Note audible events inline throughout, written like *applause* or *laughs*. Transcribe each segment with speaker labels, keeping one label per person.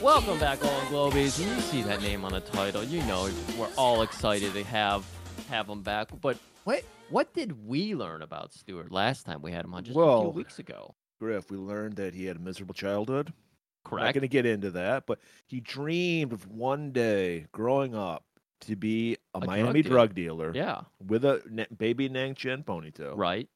Speaker 1: Welcome back, all Globies. And you see that name on the title, you know we're all excited to have have him back. But what what did we learn about Stewart last time we had him on just a few
Speaker 2: Well,
Speaker 1: weeks ago?
Speaker 2: Griff, we learned that he had a miserable childhood. We're Not
Speaker 1: Correct.
Speaker 2: going to get into that, but he dreamed of one day growing up to be a,
Speaker 1: drug
Speaker 2: Miami
Speaker 1: dealer.
Speaker 2: drug dealer
Speaker 1: Yeah.
Speaker 2: with a na- baby Nang Chen ponytail.
Speaker 1: Right.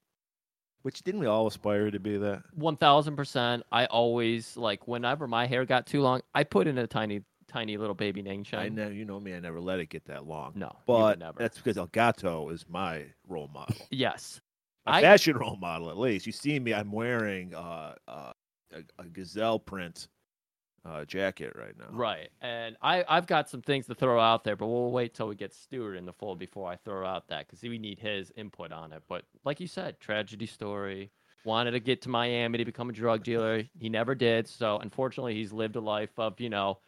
Speaker 2: Which didn't we all aspire to be that?
Speaker 1: One thousand percent. I always like whenever my hair got too long, I put in a tiny, tiny little baby Nang
Speaker 2: I
Speaker 1: Chen.
Speaker 2: know you know me. I never let it get that long.
Speaker 1: No, you would
Speaker 2: but
Speaker 1: never.
Speaker 2: that's because Elgato is my role model,
Speaker 1: yes.
Speaker 2: my
Speaker 1: I-
Speaker 2: fashion role model at least. You see me, I'm wearing uh, uh, a, a gazelle print uh, jacket right now.
Speaker 1: Right. And I, I've got some things to throw out there, but we'll wait till we get Stewart in the fold before I throw out that because we need his input on it. But like you said, tragedy story. Wanted to get to Miami to become a drug dealer. He never did. So unfortunately, he's lived a life of, you know,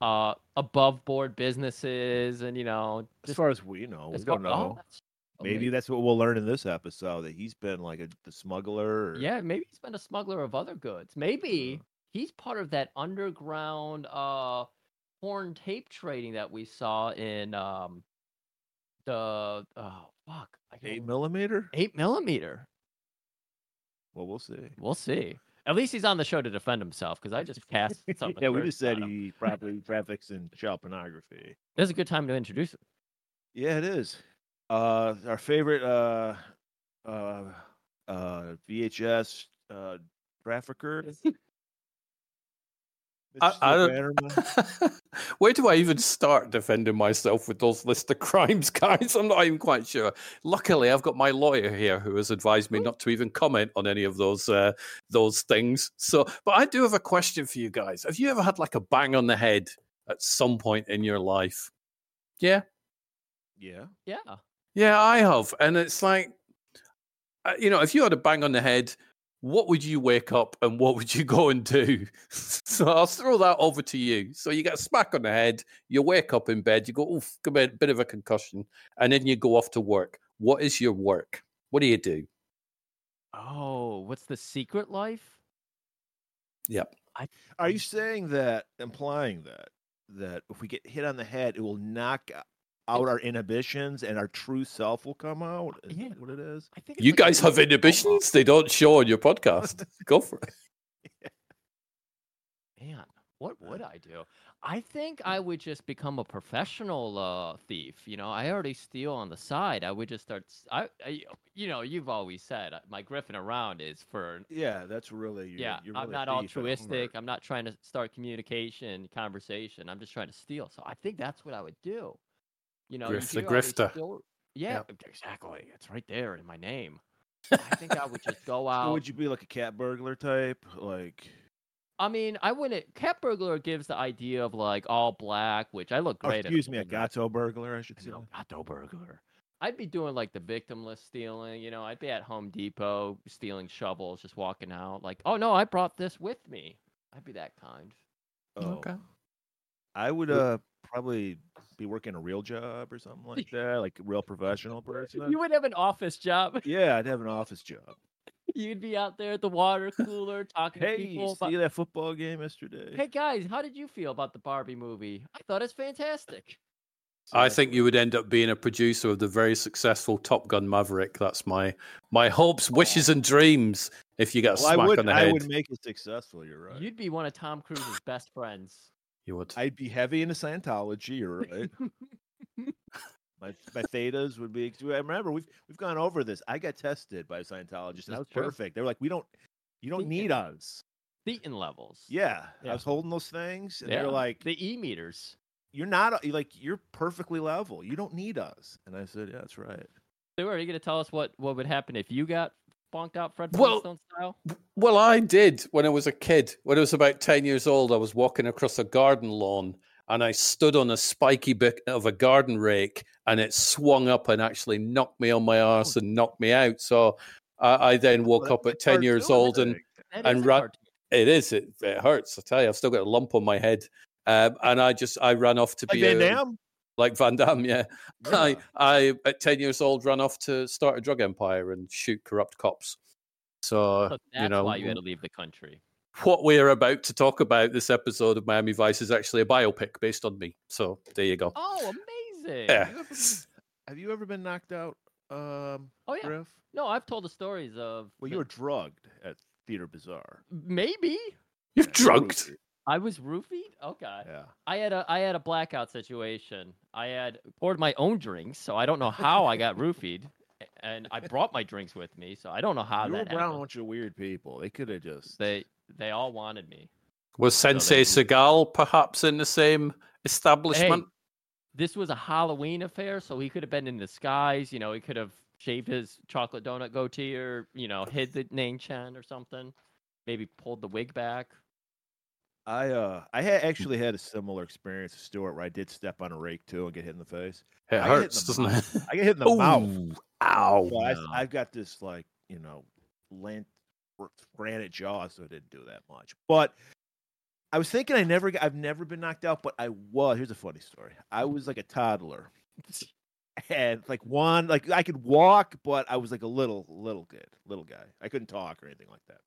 Speaker 1: uh, above board businesses and, you know,
Speaker 2: As
Speaker 1: just-
Speaker 2: far as we know, we
Speaker 1: as far-
Speaker 2: don't
Speaker 1: oh,
Speaker 2: know.
Speaker 1: that's- oh,
Speaker 2: Maybe that's what we'll learn in this episode that he's been like a the smuggler. Or,
Speaker 1: Yeah, maybe he's been a smuggler of other goods. Maybe he's part of that underground uh porn tape trading that we saw in um the oh fuck I can't
Speaker 2: eight
Speaker 1: remember-
Speaker 2: millimeter.
Speaker 1: eight millimeter.
Speaker 2: Well, we'll see.
Speaker 1: We'll see. At least he's on the show to defend himself because I just
Speaker 2: *laughs*
Speaker 1: cast something.
Speaker 2: yeah, we just said he probably traffics in child pornography.
Speaker 1: This is a good time to introduce him.
Speaker 2: Yeah, it is. Uh, our favorite uh, uh, uh, VHS uh, *laughs* trafficker.
Speaker 3: I- I don't-
Speaker 2: don't.
Speaker 3: *laughs* Where do I even start defending myself with those list of crimes, *laughs* guys? I'm not even quite sure. Luckily, I've got my lawyer here who has advised me not to even comment on any of those uh, those things. So, but I do have a question for you guys. Have you ever had like a bang on the head at some point in your life? Yeah,
Speaker 2: yeah.
Speaker 1: Yeah.
Speaker 3: yeah, I have, and it's like, uh, you know, if you had a bang on the head, what would you wake up and what would you *laughs* go and do? so I'll throw that over to you. So you get a smack on the head, you wake up in bed, you go, oof, come here, bit of a concussion, and then you go off to work. What is your work? What do you do?
Speaker 1: Oh, what's the secret life?
Speaker 3: Yep.
Speaker 2: Are you saying that, implying that, that if we get hit on the head, it will knock o- out our inhibitions and our true self will come out? Is
Speaker 1: Yeah.
Speaker 2: that what it is?
Speaker 1: I think it's
Speaker 3: *laughs* You
Speaker 1: like a
Speaker 3: guys have
Speaker 1: secret coma.
Speaker 3: inhibitions they don't show on your
Speaker 1: *laughs*
Speaker 3: podcast. go for it.
Speaker 1: man, what would I do? I think I would just become a professional uh, thief. You know, I already steal on the side. I would just start. s- I, I- you know, you've always said uh, my griffin around is for.
Speaker 2: Yeah, that's really. You're,
Speaker 1: yeah,
Speaker 2: you're
Speaker 1: I'm
Speaker 2: really
Speaker 1: not
Speaker 2: a thief at
Speaker 1: altruistic.
Speaker 2: heart.
Speaker 1: I'm not trying to start communication, conversation. I'm just trying to steal. So I think that's what I would do. You know, you
Speaker 3: Griff the
Speaker 1: hear all these
Speaker 3: grifter.
Speaker 1: stor- yeah,
Speaker 3: Yep.
Speaker 1: exactly. It's right there in my
Speaker 2: *laughs*
Speaker 1: name. I think I would just go
Speaker 2: So
Speaker 1: out.
Speaker 2: Would you be like a cat burglar type? Like,
Speaker 1: I mean, I wouldn't. Cat burglar gives the idea of like all black, which I look
Speaker 2: oh,
Speaker 1: great. as
Speaker 2: excuse me, a
Speaker 1: woman.
Speaker 2: gato burglar, I should
Speaker 1: I
Speaker 2: say.
Speaker 1: know, Gato burglar. I'd be doing like the victimless stealing. You know, I'd be at Home Depot stealing shovels, just walking out like, oh no, I brought this with me. I'd be that kind.
Speaker 2: Oh.
Speaker 3: Okay.
Speaker 2: I would
Speaker 3: Wh-
Speaker 2: uh, probably be working a real job or
Speaker 1: *laughs*
Speaker 2: something like that, like a real professional person.
Speaker 1: You would have an office job. *laughs*
Speaker 2: Yeah, I'd have an office job.
Speaker 1: You'd be out there at the water cooler talking
Speaker 2: Hey,
Speaker 1: to
Speaker 2: you
Speaker 1: people.
Speaker 2: see
Speaker 1: About,
Speaker 2: that football game yesterday?
Speaker 1: hey guys, how did you feel about the Barbie movie? I thought it's fantastic.
Speaker 2: So
Speaker 3: I
Speaker 2: that's
Speaker 3: think
Speaker 2: what-
Speaker 3: you would end up being a producer of the very successful Top Gun Maverick. That's my my hopes, wishes, and dreams. If you get a
Speaker 2: Well, I
Speaker 3: smack on
Speaker 2: would.
Speaker 3: the
Speaker 2: I
Speaker 3: head,
Speaker 2: would make it successful. You're right.
Speaker 1: You'd be one of Tom Cruise's best friends.
Speaker 3: you would.
Speaker 2: I'd be heavy into Scientology.
Speaker 1: *laughs*
Speaker 2: You're right. my my thetas would be. I remember we've we've gone over this. I got tested by a Scientologist, and I
Speaker 1: That's
Speaker 2: was
Speaker 1: true.
Speaker 2: perfect. They were like, "We don't, you don't
Speaker 1: Vegan.
Speaker 2: need us."
Speaker 1: Thetan levels.
Speaker 2: Yeah,
Speaker 1: Yeah.
Speaker 2: I was holding those things, and
Speaker 1: Yeah.
Speaker 2: they're like,
Speaker 1: The E meters.
Speaker 2: "You're not a- like you're perfectly level. You don't need us." And I said, "Yeah, that's right."
Speaker 1: Stu, are you going to tell us what, what would happen if you got bonked out Fred
Speaker 3: Well-
Speaker 1: Flintstone style?
Speaker 3: Well, I did when I was a kid. When I was about 10 years old, I was walking across a garden lawn and I stood on a spiky bit of a garden rake and it swung up and actually knocked me on my arse and knocked me out. So I, I then woke
Speaker 2: Well,
Speaker 3: up at
Speaker 2: that's
Speaker 3: 10 years
Speaker 2: cartoon,
Speaker 3: old and
Speaker 2: Eric.
Speaker 1: That
Speaker 3: And
Speaker 1: is a
Speaker 3: Ra-
Speaker 1: cartoon.
Speaker 3: it is, it, it hurts. I tell you, I've still got a lump on my head. Um, and I just, I ran off to
Speaker 2: like
Speaker 3: be
Speaker 2: Van
Speaker 3: a-
Speaker 2: Damme.
Speaker 3: like Van Damme, yeah. I,
Speaker 2: Yeah.
Speaker 3: *laughs* I, at 10 years old, ran off to start a drug empire and shoot corrupt cops.
Speaker 1: So
Speaker 3: So,
Speaker 1: that's
Speaker 3: uh, you know,
Speaker 1: why you had to leave the country.
Speaker 3: what we're about to talk about this episode of Miami Vice is actually a biopic based on me. So there you go.
Speaker 1: Oh, amazing.
Speaker 3: Yeah.
Speaker 2: Have you ever been- have you ever been knocked out, um,
Speaker 1: Oh yeah.
Speaker 2: Griff?
Speaker 1: No, I've told the stories of.
Speaker 2: Well,
Speaker 1: the-
Speaker 2: you were drugged at Theater Bazaar.
Speaker 1: maybe
Speaker 3: You're
Speaker 2: Yeah,
Speaker 3: drugged.
Speaker 2: roofied,
Speaker 1: I was roofied. Okay.
Speaker 2: Yeah.
Speaker 1: I had a I had a blackout situation. I had poured my own drinks, so I don't know how I got roofied, a- and I brought my drinks with me, so I don't know how
Speaker 2: you were
Speaker 1: that
Speaker 2: around a
Speaker 1: happened.
Speaker 2: bunch of weird people. They could have just.
Speaker 1: They they all wanted me.
Speaker 3: Was Sensei
Speaker 1: they-
Speaker 3: Segal perhaps in the same establishment?
Speaker 1: This was a Halloween affair, so he could have been in disguise. You know, he could have shaved his chocolate donut goatee, or you know, hid the name Chen or something. Maybe pulled the wig back.
Speaker 2: I uh, I had actually had a similar experience to Stuart where I did step on a rake too and get hit in the face. I
Speaker 3: it
Speaker 2: got hit in
Speaker 3: hurts,
Speaker 2: the
Speaker 3: doesn't it?
Speaker 2: I get hit in the mouth.
Speaker 3: Ooh, ow.
Speaker 2: So I,
Speaker 1: no.
Speaker 2: I've got this like you know, lent r- granite jaw, so it didn't do that much. But I was thinking I never, got- I've never been knocked out, but I was. Here's a funny story. I was like a toddler, and like one, like I could walk, but I was like a little, little kid, little guy. I couldn't talk or anything like that.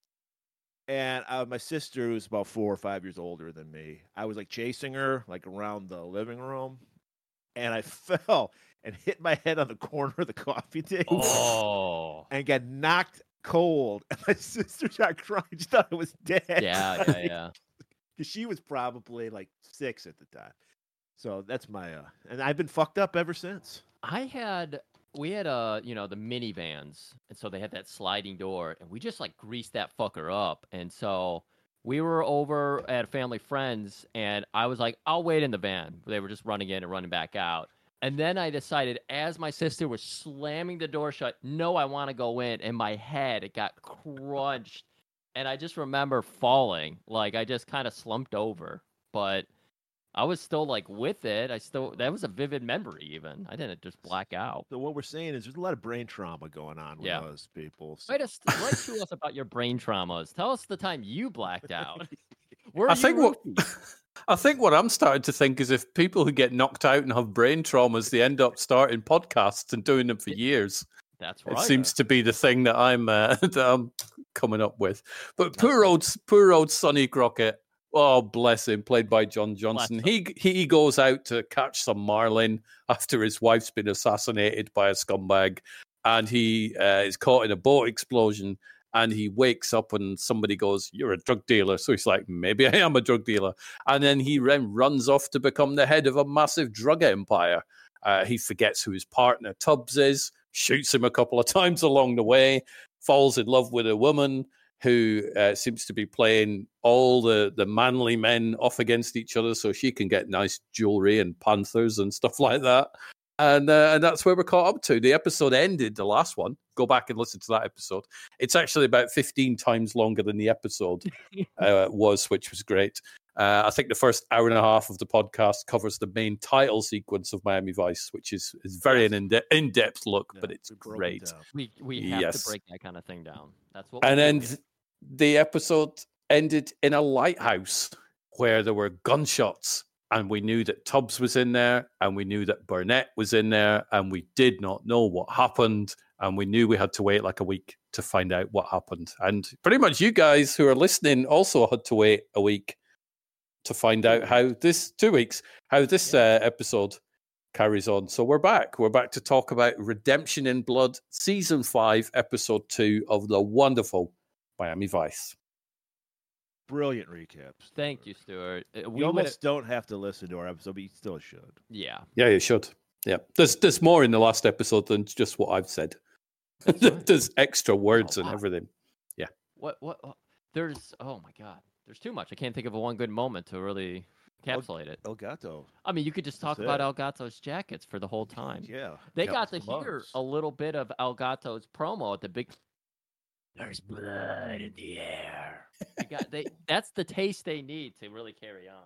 Speaker 2: And uh, my sister was about four or five years older than me. I was like chasing her, like around the living room, and I *laughs* fell and hit my head on the corner of the coffee *laughs* table
Speaker 1: Oh,
Speaker 2: and got knocked cold. And my *laughs* sister started crying. She thought I was dead. *laughs*
Speaker 1: yeah, yeah, yeah.
Speaker 2: Because she was probably like six at the time. So that's my, uh, and I've been fucked up ever since.
Speaker 1: I had we had uh you know the minivans and so they had that sliding door and we just like greased that fucker up and so we were over at family friends and I was like I'll wait in the van they were just running in and running back out and then I decided as my sister was slamming the door shut no I want to go in and my head it got crunched and I just remember falling like I just kind of slumped over but I was still like with it. I still that was a vivid memory. Even I didn't just black out.
Speaker 2: So what we're saying is there's a lot of brain trauma going on with
Speaker 1: Yeah.
Speaker 2: those people. So
Speaker 1: Write us, write to us about your brain traumas. Tell us the time you blacked
Speaker 2: *laughs*
Speaker 3: *laughs*
Speaker 1: out. Were
Speaker 3: I
Speaker 1: you
Speaker 3: think what
Speaker 1: roofied?
Speaker 3: I think what I'm starting to think is if people who get knocked out and have brain traumas, they end up starting podcasts and doing them for years.
Speaker 1: that's
Speaker 3: It
Speaker 1: right.
Speaker 3: seems to be the thing that I'm uh, *laughs* that I'm coming up with. But poor old poor old Sonny Crockett. Oh, bless him, played by John Johnson.
Speaker 1: him.
Speaker 3: He he goes out to catch some marlin after his wife's been assassinated by a scumbag, and he uh, is caught in a boat explosion. And he wakes up and somebody goes, "You're a drug dealer." So he's like, "Maybe I am a drug dealer." And then he then runs off to become the head of a massive drug empire. Uh, he forgets who his partner Tubbs is, shoots him a couple of *laughs* times along the way, falls in love with a woman who uh, seems to be playing all the, the manly men off against each other so she can get nice jewelry and panthers and stuff like that. And, uh, and that's where we're caught up to. The episode ended, the last one. Go back and listen to that episode. It's actually about 15 times longer than the episode
Speaker 2: *laughs*
Speaker 3: uh, was, which was great. Uh, I think the first hour and a half of the podcast covers the main title sequence of Miami Vice, which is, is very an in-de- in-depth look,
Speaker 2: yeah,
Speaker 3: but it's
Speaker 2: we broke it
Speaker 3: great.
Speaker 2: down.
Speaker 1: we we have
Speaker 3: Yes.
Speaker 1: to break that kind of thing down. That's what.
Speaker 3: And
Speaker 1: we
Speaker 3: then
Speaker 1: do.
Speaker 3: th- the episode ended in a lighthouse where there were gunshots, and we knew that Tubbs was in there, and we knew that Burnett was in there, and we did not know what happened, and we knew we had to wait like a week to find out what happened. And pretty much you guys who are listening also had to wait a week to find out how this two weeks how this uh, episode carries on. So we're back. We're back to talk about Redemption in Blood, season five, episode two of the wonderful Miami Vice.
Speaker 2: Brilliant recaps.
Speaker 1: thank you, Stuart. Uh,
Speaker 2: We
Speaker 1: We would.
Speaker 2: almost don't have to listen to our episode, but you still should.
Speaker 1: Yeah.
Speaker 3: Yeah, you should. Yeah, there's there's more in the last episode than just what I've said.
Speaker 1: right.
Speaker 3: *laughs* there's extra words
Speaker 2: Oh,
Speaker 3: and
Speaker 1: lot.
Speaker 3: everything.
Speaker 1: What what? what- There's oh my god. There's too much. I can't think of a one good moment to really
Speaker 2: Well,
Speaker 1: encapsulate
Speaker 3: Oh,
Speaker 1: it.
Speaker 2: El Gato.
Speaker 1: I mean, you could just talk
Speaker 2: that's
Speaker 1: about
Speaker 2: it.
Speaker 1: El Gato's jackets for the whole time.
Speaker 2: Yeah.
Speaker 1: They
Speaker 3: Yeah,
Speaker 1: got to
Speaker 2: it's
Speaker 1: hear
Speaker 2: close.
Speaker 1: a little bit of Algato's promo at the big. There's blood in the air. They got, they, that's the taste they need to really carry on.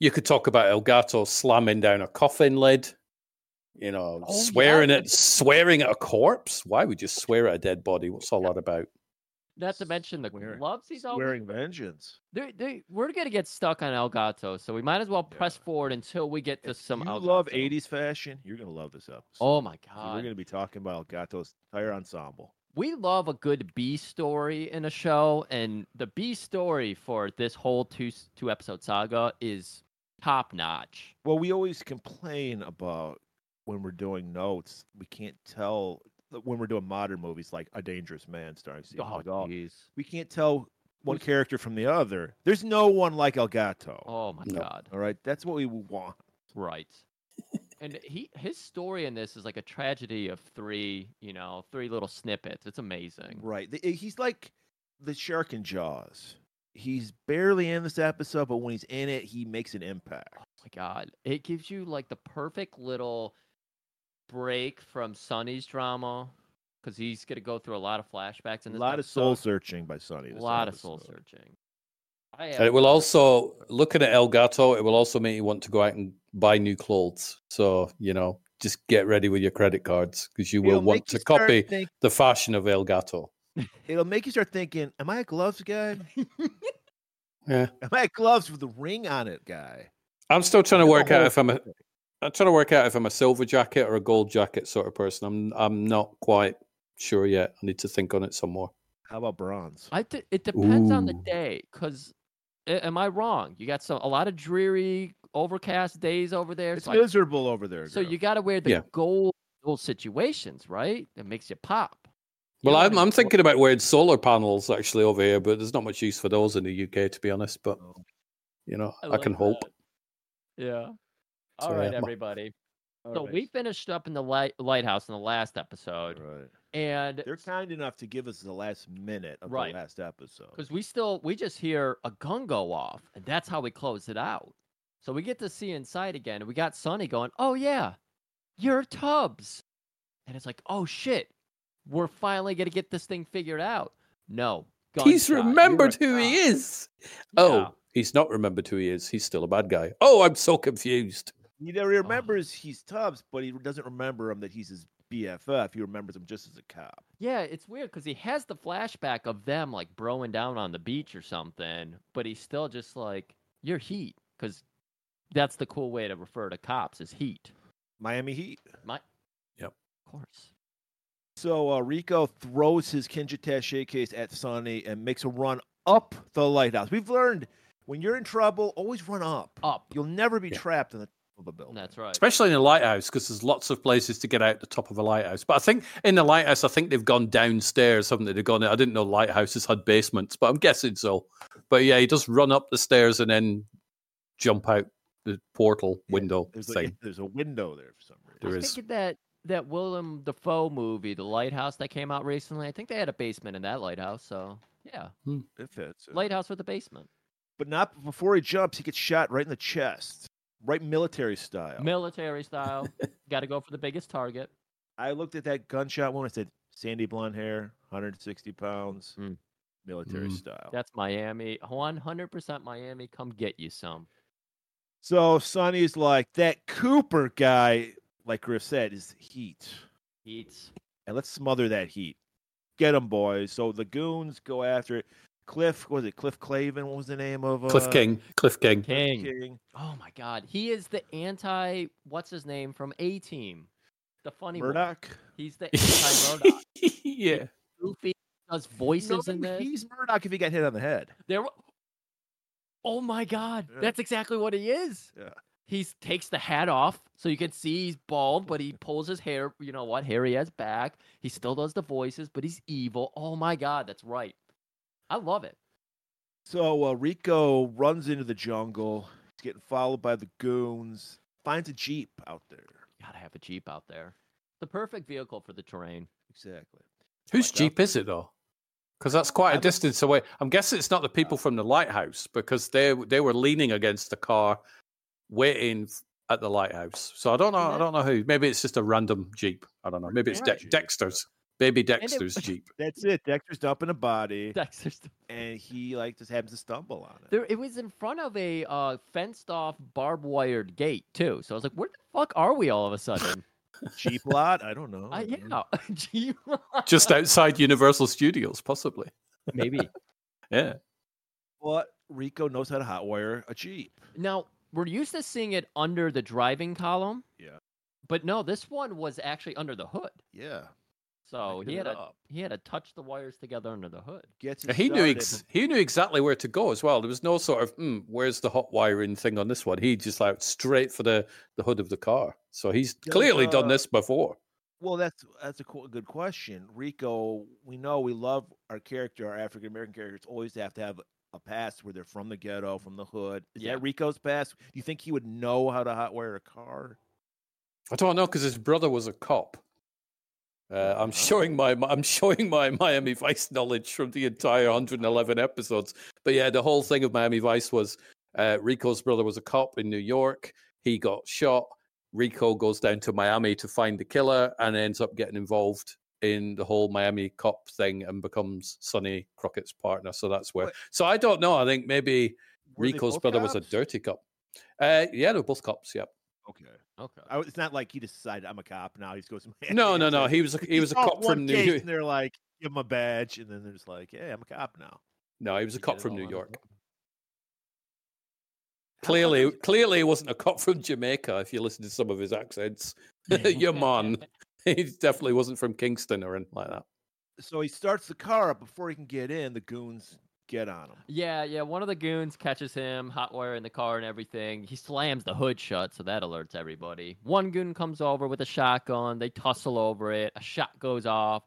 Speaker 3: You could talk about Elgato slamming down a coffin lid. You know,
Speaker 1: Oh, yeah.
Speaker 3: swearing at swearing at a corpse. Why would you swear at a dead body? What's all that about?
Speaker 1: Not to mention the
Speaker 2: Swear-
Speaker 1: gloves he's always.
Speaker 2: Wearing vengeance.
Speaker 1: They, they, we're gonna get stuck on Elgato, so we might as well press
Speaker 2: Yeah.
Speaker 1: forward until we get to some.
Speaker 2: you
Speaker 1: Elgato.
Speaker 2: love 80s fashion, you're going to love this episode.
Speaker 1: Oh my
Speaker 2: So we're
Speaker 1: god!
Speaker 2: going to be talking about Elgato's entire ensemble.
Speaker 1: we love a good B story in a show, and the B story for this whole two two episode saga is top notch.
Speaker 2: Well, we always complain about when we're doing notes, we can't tell when we're doing modern movies like A Dangerous Man starring Steve
Speaker 1: Oh,
Speaker 2: McGall.
Speaker 1: jeez.
Speaker 2: We can't tell one
Speaker 1: Who's-
Speaker 2: character from the other. There's no one like Elgato.
Speaker 1: Oh my
Speaker 3: No.
Speaker 1: god.
Speaker 2: All right, that's what we want.
Speaker 1: Right. and he his story in this is like a tragedy of three, you know, three little snippets. It's amazing.
Speaker 2: Right. The- eh, He's like the shark in Jaws. He's barely in this episode, but when he's in it, he makes an impact.
Speaker 1: Oh my god. It gives you like the perfect little break from Sonny's drama cuz he's going to go through a lot of flashbacks
Speaker 2: A
Speaker 1: in this
Speaker 2: lot of
Speaker 1: episode.
Speaker 2: soul searching by Sonny.
Speaker 1: A
Speaker 2: this
Speaker 1: lot of soul
Speaker 2: episode.
Speaker 1: searching. I
Speaker 3: And it will also looking at Elgato, it will also make you want to go out and buy new clothes. So you know, just get ready with your credit cards because you will
Speaker 2: It'll
Speaker 3: want
Speaker 2: make you
Speaker 3: to
Speaker 2: start
Speaker 3: copy
Speaker 2: think-
Speaker 3: the fashion of Elgato.
Speaker 2: it'll make you start thinking, Am I a
Speaker 1: *laughs*
Speaker 2: gloves guy?
Speaker 3: Yeah.
Speaker 2: Am I a gloves with a ring on it guy?
Speaker 3: I'm still trying to
Speaker 2: There's a
Speaker 3: work out
Speaker 2: whole
Speaker 3: if I'm a I'm trying to work out if I'm a silver jacket or a gold jacket sort of person. I'm I'm not quite sure yet. I need to think on it some more.
Speaker 2: How about bronze?
Speaker 1: I d- it depends on the
Speaker 3: Ooh.
Speaker 1: day, cause a- am I wrong? You got some a lot of dreary, overcast days over there.
Speaker 2: It's
Speaker 1: so I
Speaker 2: miserable over there.
Speaker 1: So
Speaker 2: girl.
Speaker 1: you got to wear the
Speaker 3: Yeah.
Speaker 1: gold gold situations, right? That makes you pop. You
Speaker 3: Well,
Speaker 1: don't
Speaker 3: I'm,
Speaker 1: wanna
Speaker 3: I'm
Speaker 1: go-
Speaker 3: thinking about wearing solar panels actually over here, but there's not much use for those in the UK, to be honest. But
Speaker 2: Oh.
Speaker 3: you know, I,
Speaker 1: love
Speaker 3: can hope.
Speaker 1: that. Yeah.
Speaker 3: So,
Speaker 1: All right,
Speaker 3: yeah.
Speaker 1: everybody.
Speaker 2: All
Speaker 1: So
Speaker 2: right.
Speaker 1: we finished up in the light, lighthouse in the last
Speaker 2: All
Speaker 1: episode,
Speaker 2: right.
Speaker 1: and
Speaker 2: They're kind enough to give us the last minute of
Speaker 1: Right.
Speaker 2: the last episode.
Speaker 1: because we still we just hear a gun go off, and that's how we close it out. So we get to see inside again, and we got Sonny going, "Oh yeah, you're Tubbs," and it's like, "Oh shit, we're finally gonna get this thing figured out." No,
Speaker 3: He's
Speaker 1: gunshot. You're a
Speaker 3: remembered who
Speaker 1: cop.
Speaker 3: he is.
Speaker 1: Yeah.
Speaker 3: Oh, he's not remembered who he is. He's still a bad guy. Oh, I'm so confused.
Speaker 2: He never remembers he's Tubbs, but he doesn't remember him that he's his BFF. He remembers him just as a cop.
Speaker 1: Yeah, it's weird because he has the flashback of them like broing down on the beach or something, but he's still just like, "You're heat," because that's the cool way to refer to cops is heat.
Speaker 2: Miami Heat.
Speaker 1: Of course.
Speaker 2: So uh, Rico throws his Kinja Tache case at Sonny and makes a run up the lighthouse. We've learned when you're in trouble, always run up.
Speaker 1: Up.
Speaker 2: You'll never be
Speaker 3: Yeah.
Speaker 2: trapped in the top of a
Speaker 1: *laughs*
Speaker 2: building.
Speaker 1: That's right.
Speaker 3: Especially in a lighthouse, because there's lots of places to get out the top of a lighthouse. But I think in the lighthouse, I think they've gone downstairs, haven't they? They've gone. I didn't know lighthouses had basements, but I'm guessing so. But yeah, he just run up the stairs and then jump out the portal
Speaker 2: Yeah,
Speaker 3: window
Speaker 2: There's,
Speaker 3: thing.
Speaker 2: like, there's a window there for some reason.
Speaker 1: I was
Speaker 3: There is.
Speaker 1: thinking that that Willem Dafoe movie, The Lighthouse, that came out recently. I think they had a basement in that lighthouse. So yeah,
Speaker 2: It fits.
Speaker 1: lighthouse with a basement,
Speaker 2: But not before he jumps, he gets shot right in the chest, right military style.
Speaker 1: military
Speaker 3: *laughs*
Speaker 1: style. got to go for the biggest target.
Speaker 2: I looked at that gunshot one. I said, sandy blonde hair, 160 pounds,
Speaker 3: Hmm.
Speaker 1: Mm.
Speaker 2: military
Speaker 3: Mm.
Speaker 2: style.
Speaker 1: That's Miami. One hundred percent Miami. Come get you some.
Speaker 2: So Sonny's like, that Cooper guy, like Griff said, is heat.
Speaker 1: Heats.
Speaker 2: And let's smother that heat. Get him, boys. So the goons go after it. Cliff, what was it Cliff Clavin? What was the name of uh,
Speaker 3: Cliff King, Cliff King. *laughs*
Speaker 1: King.
Speaker 2: King?
Speaker 1: Oh my God, he is the anti. What's his name from A Team? The funny one.
Speaker 2: Murdoch.
Speaker 1: He's the anti
Speaker 2: *laughs*
Speaker 1: Murdoch.
Speaker 3: yeah.
Speaker 1: Goofy does voices
Speaker 2: No,
Speaker 1: in this.
Speaker 2: he's Murdoch if he got hit on the head.
Speaker 1: There. wa- Oh my God,
Speaker 2: Yeah.
Speaker 1: that's exactly what he is.
Speaker 2: Yeah.
Speaker 1: He's takes the hat off so you can see he's bald, but he pulls his hair. You know what hair he has back. He still does the voices, but he's evil. Oh my God, that's right. I love it.
Speaker 2: So uh, Rico runs into the jungle. He's getting followed by the goons. Finds a jeep out there.
Speaker 1: Gotta have a jeep out there. The perfect vehicle for the terrain. *laughs*
Speaker 2: Exactly.
Speaker 3: Whose
Speaker 2: Like that.
Speaker 3: Jeep is it though? Because that's quite a
Speaker 2: I'm-
Speaker 3: distance away. I'm guessing it's not the people from the lighthouse because they they were leaning against the car, waiting f- at the lighthouse. So I don't know. I
Speaker 1: that-
Speaker 3: don't know who. Maybe it's just a random Jeep. I don't know. Maybe it's
Speaker 2: Yeah.
Speaker 3: De- Dexter's. Maybe
Speaker 1: it-
Speaker 2: *laughs*
Speaker 3: Dexter's Jeep.
Speaker 2: That's it. Dexter's dumping a body,
Speaker 1: Dexter's
Speaker 2: and he like just happens to stumble on it.
Speaker 1: There, it was in front of a uh, fenced off barbed wired gate too. So I was like, "Where the fuck are we all of a *laughs* sudden?"
Speaker 2: Jeep lot. I don't know.
Speaker 1: I,
Speaker 2: don't know.
Speaker 1: yeah, *laughs* Gee,
Speaker 3: Just outside Universal Studios, possibly.
Speaker 1: maybe.
Speaker 3: Yeah.
Speaker 2: But Rico knows how to hotwire a Jeep.
Speaker 1: Now we're used to seeing it under the driving column.
Speaker 2: Yeah.
Speaker 1: But no, this one was actually under the hood.
Speaker 2: Yeah.
Speaker 1: So
Speaker 3: Look
Speaker 1: he had
Speaker 3: it
Speaker 1: to
Speaker 3: up.
Speaker 1: he had to touch the wires together under the hood.
Speaker 2: Gets
Speaker 3: And
Speaker 2: it
Speaker 3: He knew
Speaker 2: started.
Speaker 3: ex- he knew exactly where to go as well. There was no sort of mm, where's the hot wiring thing on this one. He just like straight for the, the hood of the car. So he's
Speaker 2: Does,
Speaker 3: clearly
Speaker 2: uh,
Speaker 3: done this before.
Speaker 2: Well, that's that's a qu- good question, Rico. We know we love our character, our African American characters always have to have a past where they're from the ghetto, from the hood. Is
Speaker 1: Yeah.
Speaker 2: that Rico's past? Do you think he would know how to hot wire a car?
Speaker 3: I don't know because his brother was a cop.
Speaker 2: Oh,
Speaker 3: Uh, I'm showing my I'm showing my *laughs* Miami Vice knowledge from the entire 111 episodes. But yeah, the whole thing of Miami Vice was uh, Rico's brother was a cop in New York. He got shot. Rico goes down to Miami to find the killer and ends up getting involved in the whole Miami cop thing and becomes Sonny Crockett's partner. So that's where.
Speaker 2: Wait.
Speaker 3: So I don't know. I think maybe
Speaker 2: Were they
Speaker 3: Rico's
Speaker 2: both
Speaker 3: brother was a
Speaker 2: cops?
Speaker 3: dirty cop. Uh, yeah, they were both cops. Yep.
Speaker 2: Okay,
Speaker 1: Okay.
Speaker 2: I, it's not like he decided I'm a cop now. He just goes. "Man,
Speaker 3: No,
Speaker 2: it's
Speaker 3: no, no.
Speaker 2: like-
Speaker 3: He was a, he was a
Speaker 2: solved
Speaker 3: cop
Speaker 2: one
Speaker 3: from New
Speaker 2: case
Speaker 3: York.
Speaker 2: And they're like, give him a badge, and then they're just like, yeah, I'm a cop now.
Speaker 3: No, he was a
Speaker 1: He
Speaker 3: cop
Speaker 1: did it
Speaker 3: from
Speaker 1: all
Speaker 3: New
Speaker 1: on his
Speaker 3: York.
Speaker 1: own.
Speaker 3: Clearly, clearly, he wasn't a cop from Jamaica. If you listen to some of his accents, *laughs* your man, he definitely wasn't from Kingston or anything like that.
Speaker 2: So he starts the car up before he can get in. The goons get on him.
Speaker 1: Yeah, yeah. One of the goons catches him, hot wire in the car and everything. He slams the hood shut, so that alerts everybody. One goon comes over with a shotgun. They tussle over it. A shot goes off.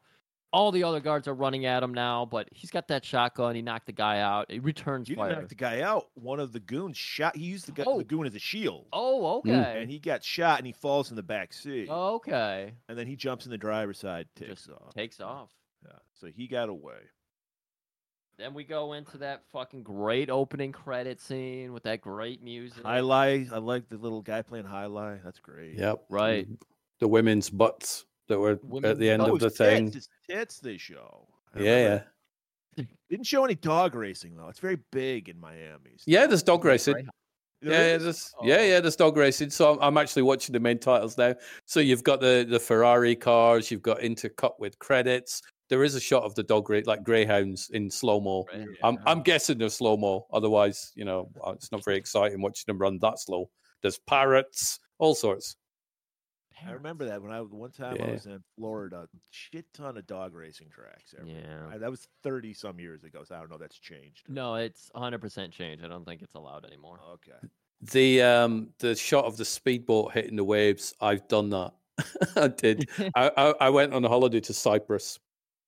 Speaker 1: All the other guards are running at him now, but he's got that shotgun. He knocked the guy out. It returns
Speaker 2: You didn't
Speaker 1: fire.
Speaker 2: knock the guy out. One of the goons shot. He used the, gu-
Speaker 1: Oh.
Speaker 2: the goon as a shield.
Speaker 1: Oh,
Speaker 3: Mm.
Speaker 1: okay.
Speaker 2: and he got shot and he falls in the back seat
Speaker 3: Oh.
Speaker 1: Okay.
Speaker 2: and then he jumps in the driver's side takes
Speaker 1: Just
Speaker 2: off
Speaker 1: Takes off.
Speaker 2: yeah. so he got away
Speaker 1: Then we go into that fucking great opening credit scene with that great music.
Speaker 2: high lie i like the little guy playing high lie that's great
Speaker 3: Yep,
Speaker 1: Right.
Speaker 3: The women's butts that were at
Speaker 1: Women's
Speaker 3: the end
Speaker 2: oh,
Speaker 3: of the
Speaker 2: it's tits,
Speaker 3: thing.
Speaker 2: it's tits they show I
Speaker 3: Yeah,
Speaker 2: remember
Speaker 3: yeah,
Speaker 2: that. didn't show any dog racing though it's very big in miami so
Speaker 3: yeah. There's dog racing.
Speaker 1: Greyhound.
Speaker 2: there
Speaker 3: yeah, yeah,
Speaker 2: is- Oh.
Speaker 3: there's, yeah, yeah, there's dog racing. So I'm, I'm actually watching the main titles now. So you've got the the Ferrari cars, you've got Intercut with credits. There is a shot of the dog ra- like greyhounds in slow mo.
Speaker 1: Right.
Speaker 3: I'm I'm guessing they're slow mo. Otherwise, you know, uh, it's not very exciting watching them run that slow. There's parrots, all sorts.
Speaker 2: i remember that when i one time i
Speaker 3: Yeah.
Speaker 2: was in florida shit ton of dog racing tracks everywhere.
Speaker 1: Yeah.
Speaker 2: I- that was 30 some years ago so i don't know that's changed
Speaker 1: No, it's 100% change. I don't think it's allowed anymore.
Speaker 2: okay
Speaker 3: The um the shot of the speedboat hitting the waves. I've done that. *laughs* I did. *laughs* I, I I went on a holiday to Cyprus,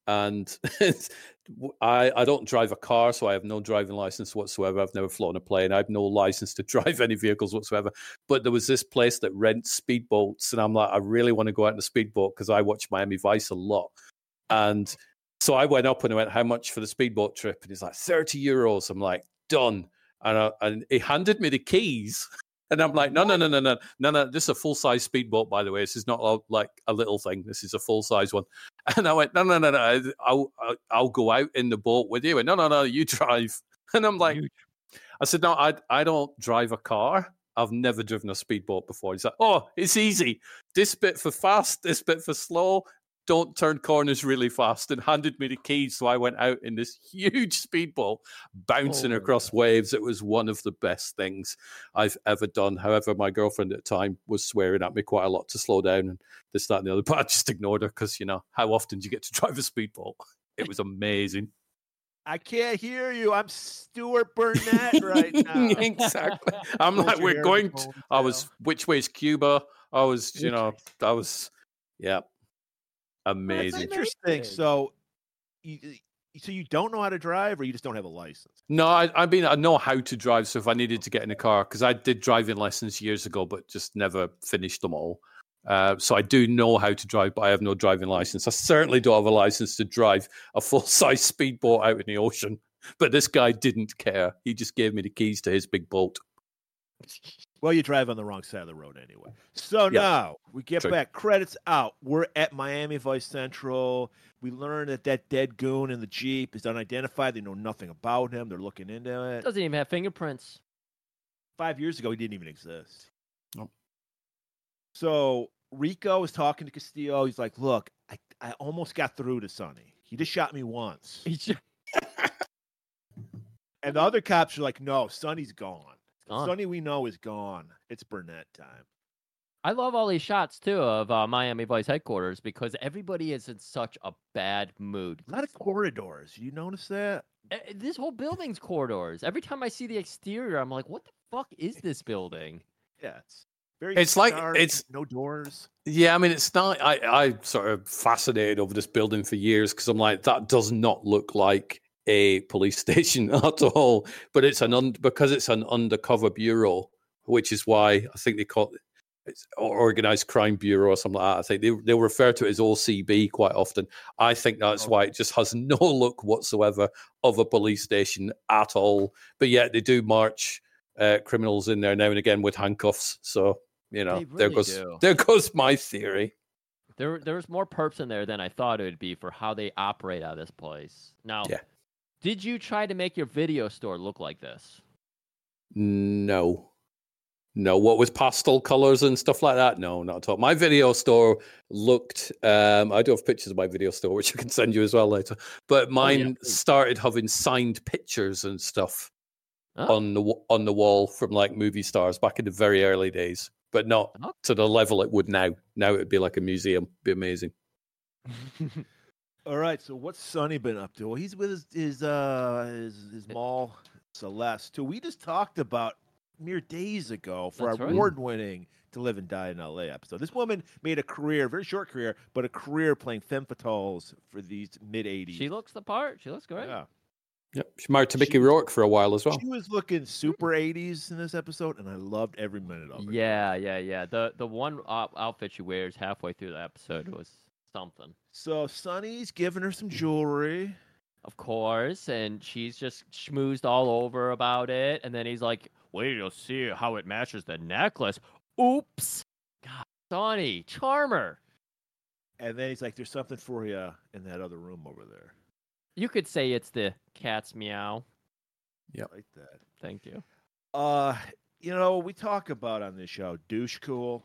Speaker 3: and *laughs* w- I I don't drive a car, so I have no driving license whatsoever. I've never flown a plane. I have no license to *laughs* drive any vehicles whatsoever. But there was this place that rents speedboats, and I'm like, I really want to go out in a speedboat because I watch Miami Vice a lot, and. So I went up and I went, "How much for the speedboat trip?" And he's like, 30 euros." I'm like, "Done." And, I, and he handed me the keys. And I'm like, no, no, no, no, no, no, no. This is a full size speedboat, by the way. This is not a, like a little thing. This is a full size one. *laughs* And I went, no, no, no, no. I'll, I'll, I'll go out in the boat with you. And no, no, no. You *laughs* drive. And I'm like, I said, no, I, I don't drive a car. I've never driven a speedboat before. He's like, oh, it's easy. This bit for fast, this bit for slow. Don't turn corners really fast. And handed me the keys. So I went out in this huge speedboat, bouncing
Speaker 1: Oh my
Speaker 3: across waves. It was one of the best things I've ever done. However, my girlfriend at the time was swearing at me quite a lot to slow down and this, that, and the other. But I just ignored her because, you know, how often do you get to *laughs* drive a speedboat? It
Speaker 2: *laughs*
Speaker 3: was amazing.
Speaker 2: I can't hear you. I'm
Speaker 3: *laughs*
Speaker 2: Stuart Burnett right now.
Speaker 3: exactly. I'm
Speaker 2: Hold
Speaker 3: like,
Speaker 2: your
Speaker 3: we're
Speaker 2: hair
Speaker 3: going.
Speaker 2: before
Speaker 3: To,
Speaker 2: we
Speaker 3: I was
Speaker 2: tell."
Speaker 3: which way is Cuba? I was, you know, I was, yeah,
Speaker 2: That's
Speaker 3: amazing.
Speaker 2: interesting. So, you, you- so you don't know how to drive, or you just don't have a license?
Speaker 3: No, I, I mean, I know how to drive. So if I needed to get in a car, because I did driving lessons years ago, but just never finished them all. Uh, so I do know how to drive, but I have no driving license. I certainly don't have a license to drive a full size *laughs* speedboat out in the ocean. But this guy didn't care. He just gave me the keys to his big boat.
Speaker 2: Well, you drive on the wrong side of the road anyway. So
Speaker 3: Yeah.
Speaker 2: now we get
Speaker 3: True.
Speaker 2: back. Credits out. We're at Miami Vice Central. We learn that that dead goon in the jeep is unidentified. They know nothing about him. They're looking into it.
Speaker 1: Doesn't even have fingerprints.
Speaker 2: Five years ago, he didn't even exist.
Speaker 3: Nope.
Speaker 2: So Rico is talking to Castillo. He's like, "Look, I, I almost got through to Sonny. He just shot me once."
Speaker 1: He's
Speaker 3: *laughs*
Speaker 1: just
Speaker 2: And the other cops are like, no, Sonny's gone.
Speaker 1: gone.
Speaker 2: Sonny we know is gone. It's Burnett time.
Speaker 1: I love all these shots too of uh, Miami Vice headquarters because everybody is in such a bad mood.
Speaker 2: A lot of corridors. You notice that?
Speaker 1: Eh, eh, This whole building's corridors. Every time I see the exterior, I'm like, what the fuck is this building?
Speaker 2: Yeah, it's very.
Speaker 3: It's like-
Speaker 2: dark,
Speaker 3: it's-
Speaker 2: no
Speaker 1: *laughs*
Speaker 2: doors.
Speaker 3: Yeah, I mean, it's not. I I sort of fascinated over this building for years because I'm like, that does not look like a police *laughs* station at all. But it's an un, because it's an undercover bureau, which is why I think they call it it's or- organized crime bureau or something like that. I think they they refer to it as OCB quite often. I think that's why it just has *laughs* no look whatsoever of a police station at all. But yet they do march uh, criminals in there now and again with handcuffs. So you know,
Speaker 1: They
Speaker 3: there
Speaker 1: really
Speaker 3: goes
Speaker 1: do.
Speaker 3: there goes my theory.
Speaker 1: There, there's more perps in there than I thought it would be for how they operate out of this place. Now,
Speaker 3: Yeah.
Speaker 1: did you try to make your video store look like this?
Speaker 3: No. No, what with pastel colors and stuff like that? No, not at all. My video store looked, um, I do have pictures of my video store, which I can send you as well later. But mine
Speaker 1: Oh, please.
Speaker 3: started having signed pictures and stuff
Speaker 1: Oh.
Speaker 3: on the w- on the wall from like movie stars back in the very early days, but not
Speaker 1: Oh.
Speaker 3: to the level it would now. Now it would be like a museum. be amazing.
Speaker 2: All right. So what's Sonny been up to? Well, he's with his his uh his, his mall Celeste, who we just talked about mere days ago for
Speaker 1: That's
Speaker 2: our
Speaker 1: right.
Speaker 2: award winning To Live and Die in LA episode. This woman made a career, very short career, but a career playing femme fatales for these mid eighties.
Speaker 1: she looks the part. She looks great.
Speaker 3: Yep. She's married to
Speaker 2: She
Speaker 3: Mickey
Speaker 2: was-
Speaker 3: Rourke for a while as well.
Speaker 2: She was looking super 80s in this episode, and I loved every minute of it.
Speaker 1: Yeah, yeah, yeah. The the one uh, outfit she wears halfway through the episode was something,
Speaker 2: So Sonny's giving her some jewelry.
Speaker 1: of course, and she's just schmoozed all over about it. And then he's like, "Wait, you'll see how it matches the necklace." Oops, God, Sonny, charmer.
Speaker 2: And then he's like, there's something for you in that other room over there.
Speaker 1: You could say it's the cat's meow.
Speaker 3: Yep.
Speaker 2: I like that.
Speaker 1: Thank you.
Speaker 2: Uh, you know, we talk about on this show douche cool.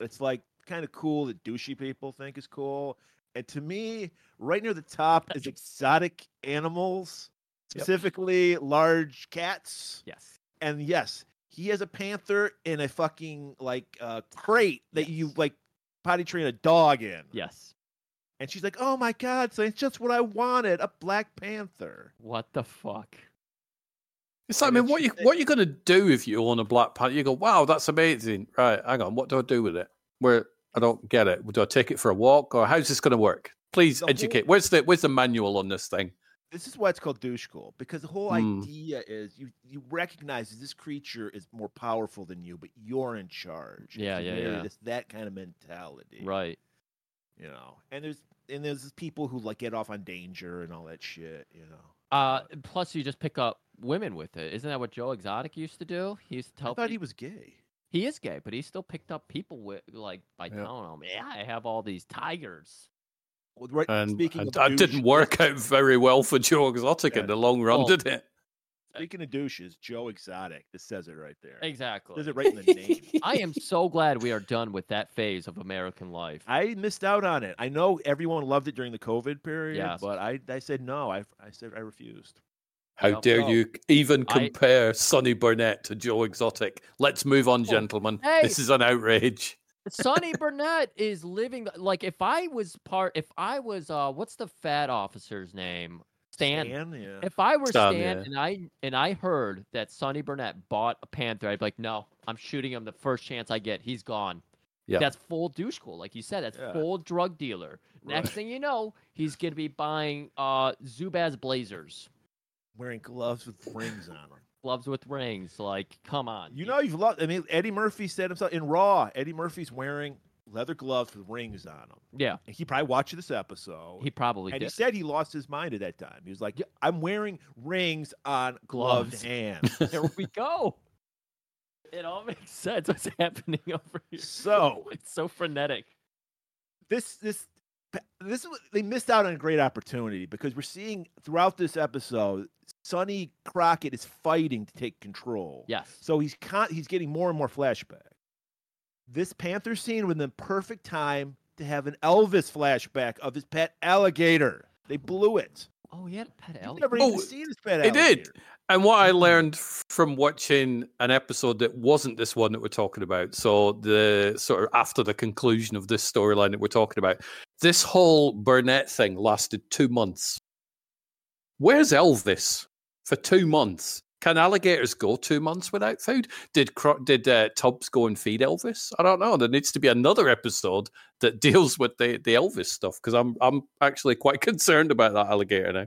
Speaker 2: It's like kind of cool that douchey people think is cool. And to me, right near the top is exotic animals,
Speaker 3: Yep.
Speaker 2: specifically large cats.
Speaker 1: Yes.
Speaker 2: and yes, he has a panther in a fucking like uh, crate that you
Speaker 1: Yes.
Speaker 2: like potty train a dog in.
Speaker 1: Yes.
Speaker 2: And she's like, "Oh my god, so it's just what I wanted, a black panther."
Speaker 1: What the fuck?
Speaker 3: It's like, I
Speaker 2: And then
Speaker 3: mean, what
Speaker 2: she
Speaker 3: you
Speaker 2: said-
Speaker 3: what you gonna do if you own a black panther? You go, wow, that's amazing. Right, hang on, what do I do with it? Where I don't get it. Do I take it for a walk, or how's this gonna work? Please
Speaker 2: The whole-
Speaker 3: educate. Where's the where's the manual on this thing?
Speaker 2: This is why it's called douche cool because the whole
Speaker 3: Hmm.
Speaker 2: idea is you you recognize that this creature is more powerful than you, but you're in charge.
Speaker 1: Yeah,
Speaker 2: It's
Speaker 1: yeah,
Speaker 2: very-
Speaker 1: yeah.
Speaker 2: It's that kind of mentality,
Speaker 1: Right.
Speaker 2: You know, and there's and there's people who like get off on danger and all that shit. You know,
Speaker 1: Uh, plus you just pick up women with it. Isn't that what Joe Exotic used to do? He used to
Speaker 2: I
Speaker 1: tell.
Speaker 2: thought
Speaker 1: pe-
Speaker 2: he was gay.
Speaker 1: He is gay, but he still picked up people with like by
Speaker 3: Yeah.
Speaker 1: telling them, "Yeah, I have all these tigers."
Speaker 2: Well, right,
Speaker 3: And
Speaker 2: speaking
Speaker 3: and
Speaker 2: of
Speaker 3: that
Speaker 2: douche-
Speaker 3: didn't work out very well for Joe Exotic
Speaker 2: Yeah.
Speaker 3: in the long run,
Speaker 1: Well,
Speaker 3: did it?
Speaker 2: Speaking of douches, Joe Exotic. This says it right there.
Speaker 1: Exactly.
Speaker 2: Says it right in the name.
Speaker 1: *laughs* I am so glad we are done with that phase of American life.
Speaker 2: I missed out on it. I know everyone loved it during the COVID period,
Speaker 1: Yes.
Speaker 2: but I, I said no. I, I said I refused.
Speaker 3: How
Speaker 1: Well,
Speaker 3: dare
Speaker 1: no.
Speaker 3: you even
Speaker 1: I-
Speaker 3: compare Sonny Burnett to Joe Exotic? Let's move on, gentlemen.
Speaker 1: hey.
Speaker 3: This is an outrage.
Speaker 1: Sonny Burnett is living the- like if I was part. If I was uh, what's the fat officer's name? Stan.
Speaker 2: yeah.
Speaker 1: If I were
Speaker 3: Stan,
Speaker 1: Stan,
Speaker 3: yeah.
Speaker 1: and I and I heard that Sonny Burnett bought a Panther, I'd be like, no, I'm shooting him the first chance I get. He's gone.
Speaker 3: Yeah.
Speaker 1: That's full douche cool. Like you said, that's
Speaker 2: Yeah.
Speaker 1: full drug dealer. Next
Speaker 2: Right.
Speaker 1: thing you know, he's gonna be buying uh Zubaz blazers,
Speaker 2: Wearing gloves with rings on them.
Speaker 1: gloves with rings. Like, come on.
Speaker 2: You know you've loved. I mean, Eddie Murphy said himself in Raw. Eddie Murphy's wearing leather gloves with rings on them.
Speaker 1: Yeah,
Speaker 2: And he probably watched this episode.
Speaker 1: he probably
Speaker 2: and he
Speaker 1: did.
Speaker 2: said he lost his mind at that time. He was like,
Speaker 1: Yeah.
Speaker 2: "I'm wearing rings on gloved
Speaker 1: Gloves.
Speaker 2: hands."
Speaker 1: *laughs* there we go. It all makes sense. What's happening over here?
Speaker 2: so
Speaker 1: It's so frenetic.
Speaker 2: this this this is what- they missed out on a great opportunity because we're seeing throughout this episode Sonny Crockett is fighting to take control.
Speaker 1: Yes.
Speaker 2: So he's con- he's getting more and more flashback. This Panther scene was the perfect time to have an Elvis flashback of his pet alligator. They blew it.
Speaker 1: oh, he had a pet
Speaker 2: You've
Speaker 1: alligator.
Speaker 2: never even
Speaker 3: Oh,
Speaker 2: seen his pet
Speaker 3: they did.
Speaker 2: alligator.
Speaker 3: And what I learned from watching an episode that wasn't this one that we're talking about, so the sort of after the conclusion of this storyline that we're talking about, this whole Burnett thing lasted two months. Where's Elvis for two months? Can alligators go two months without food? Did Cro- did uh, Tubbs go and feed Elvis? I don't know. There needs to be another episode that *laughs* deals with the, the Elvis stuff because I'm I'm actually quite *laughs* concerned about that alligator now.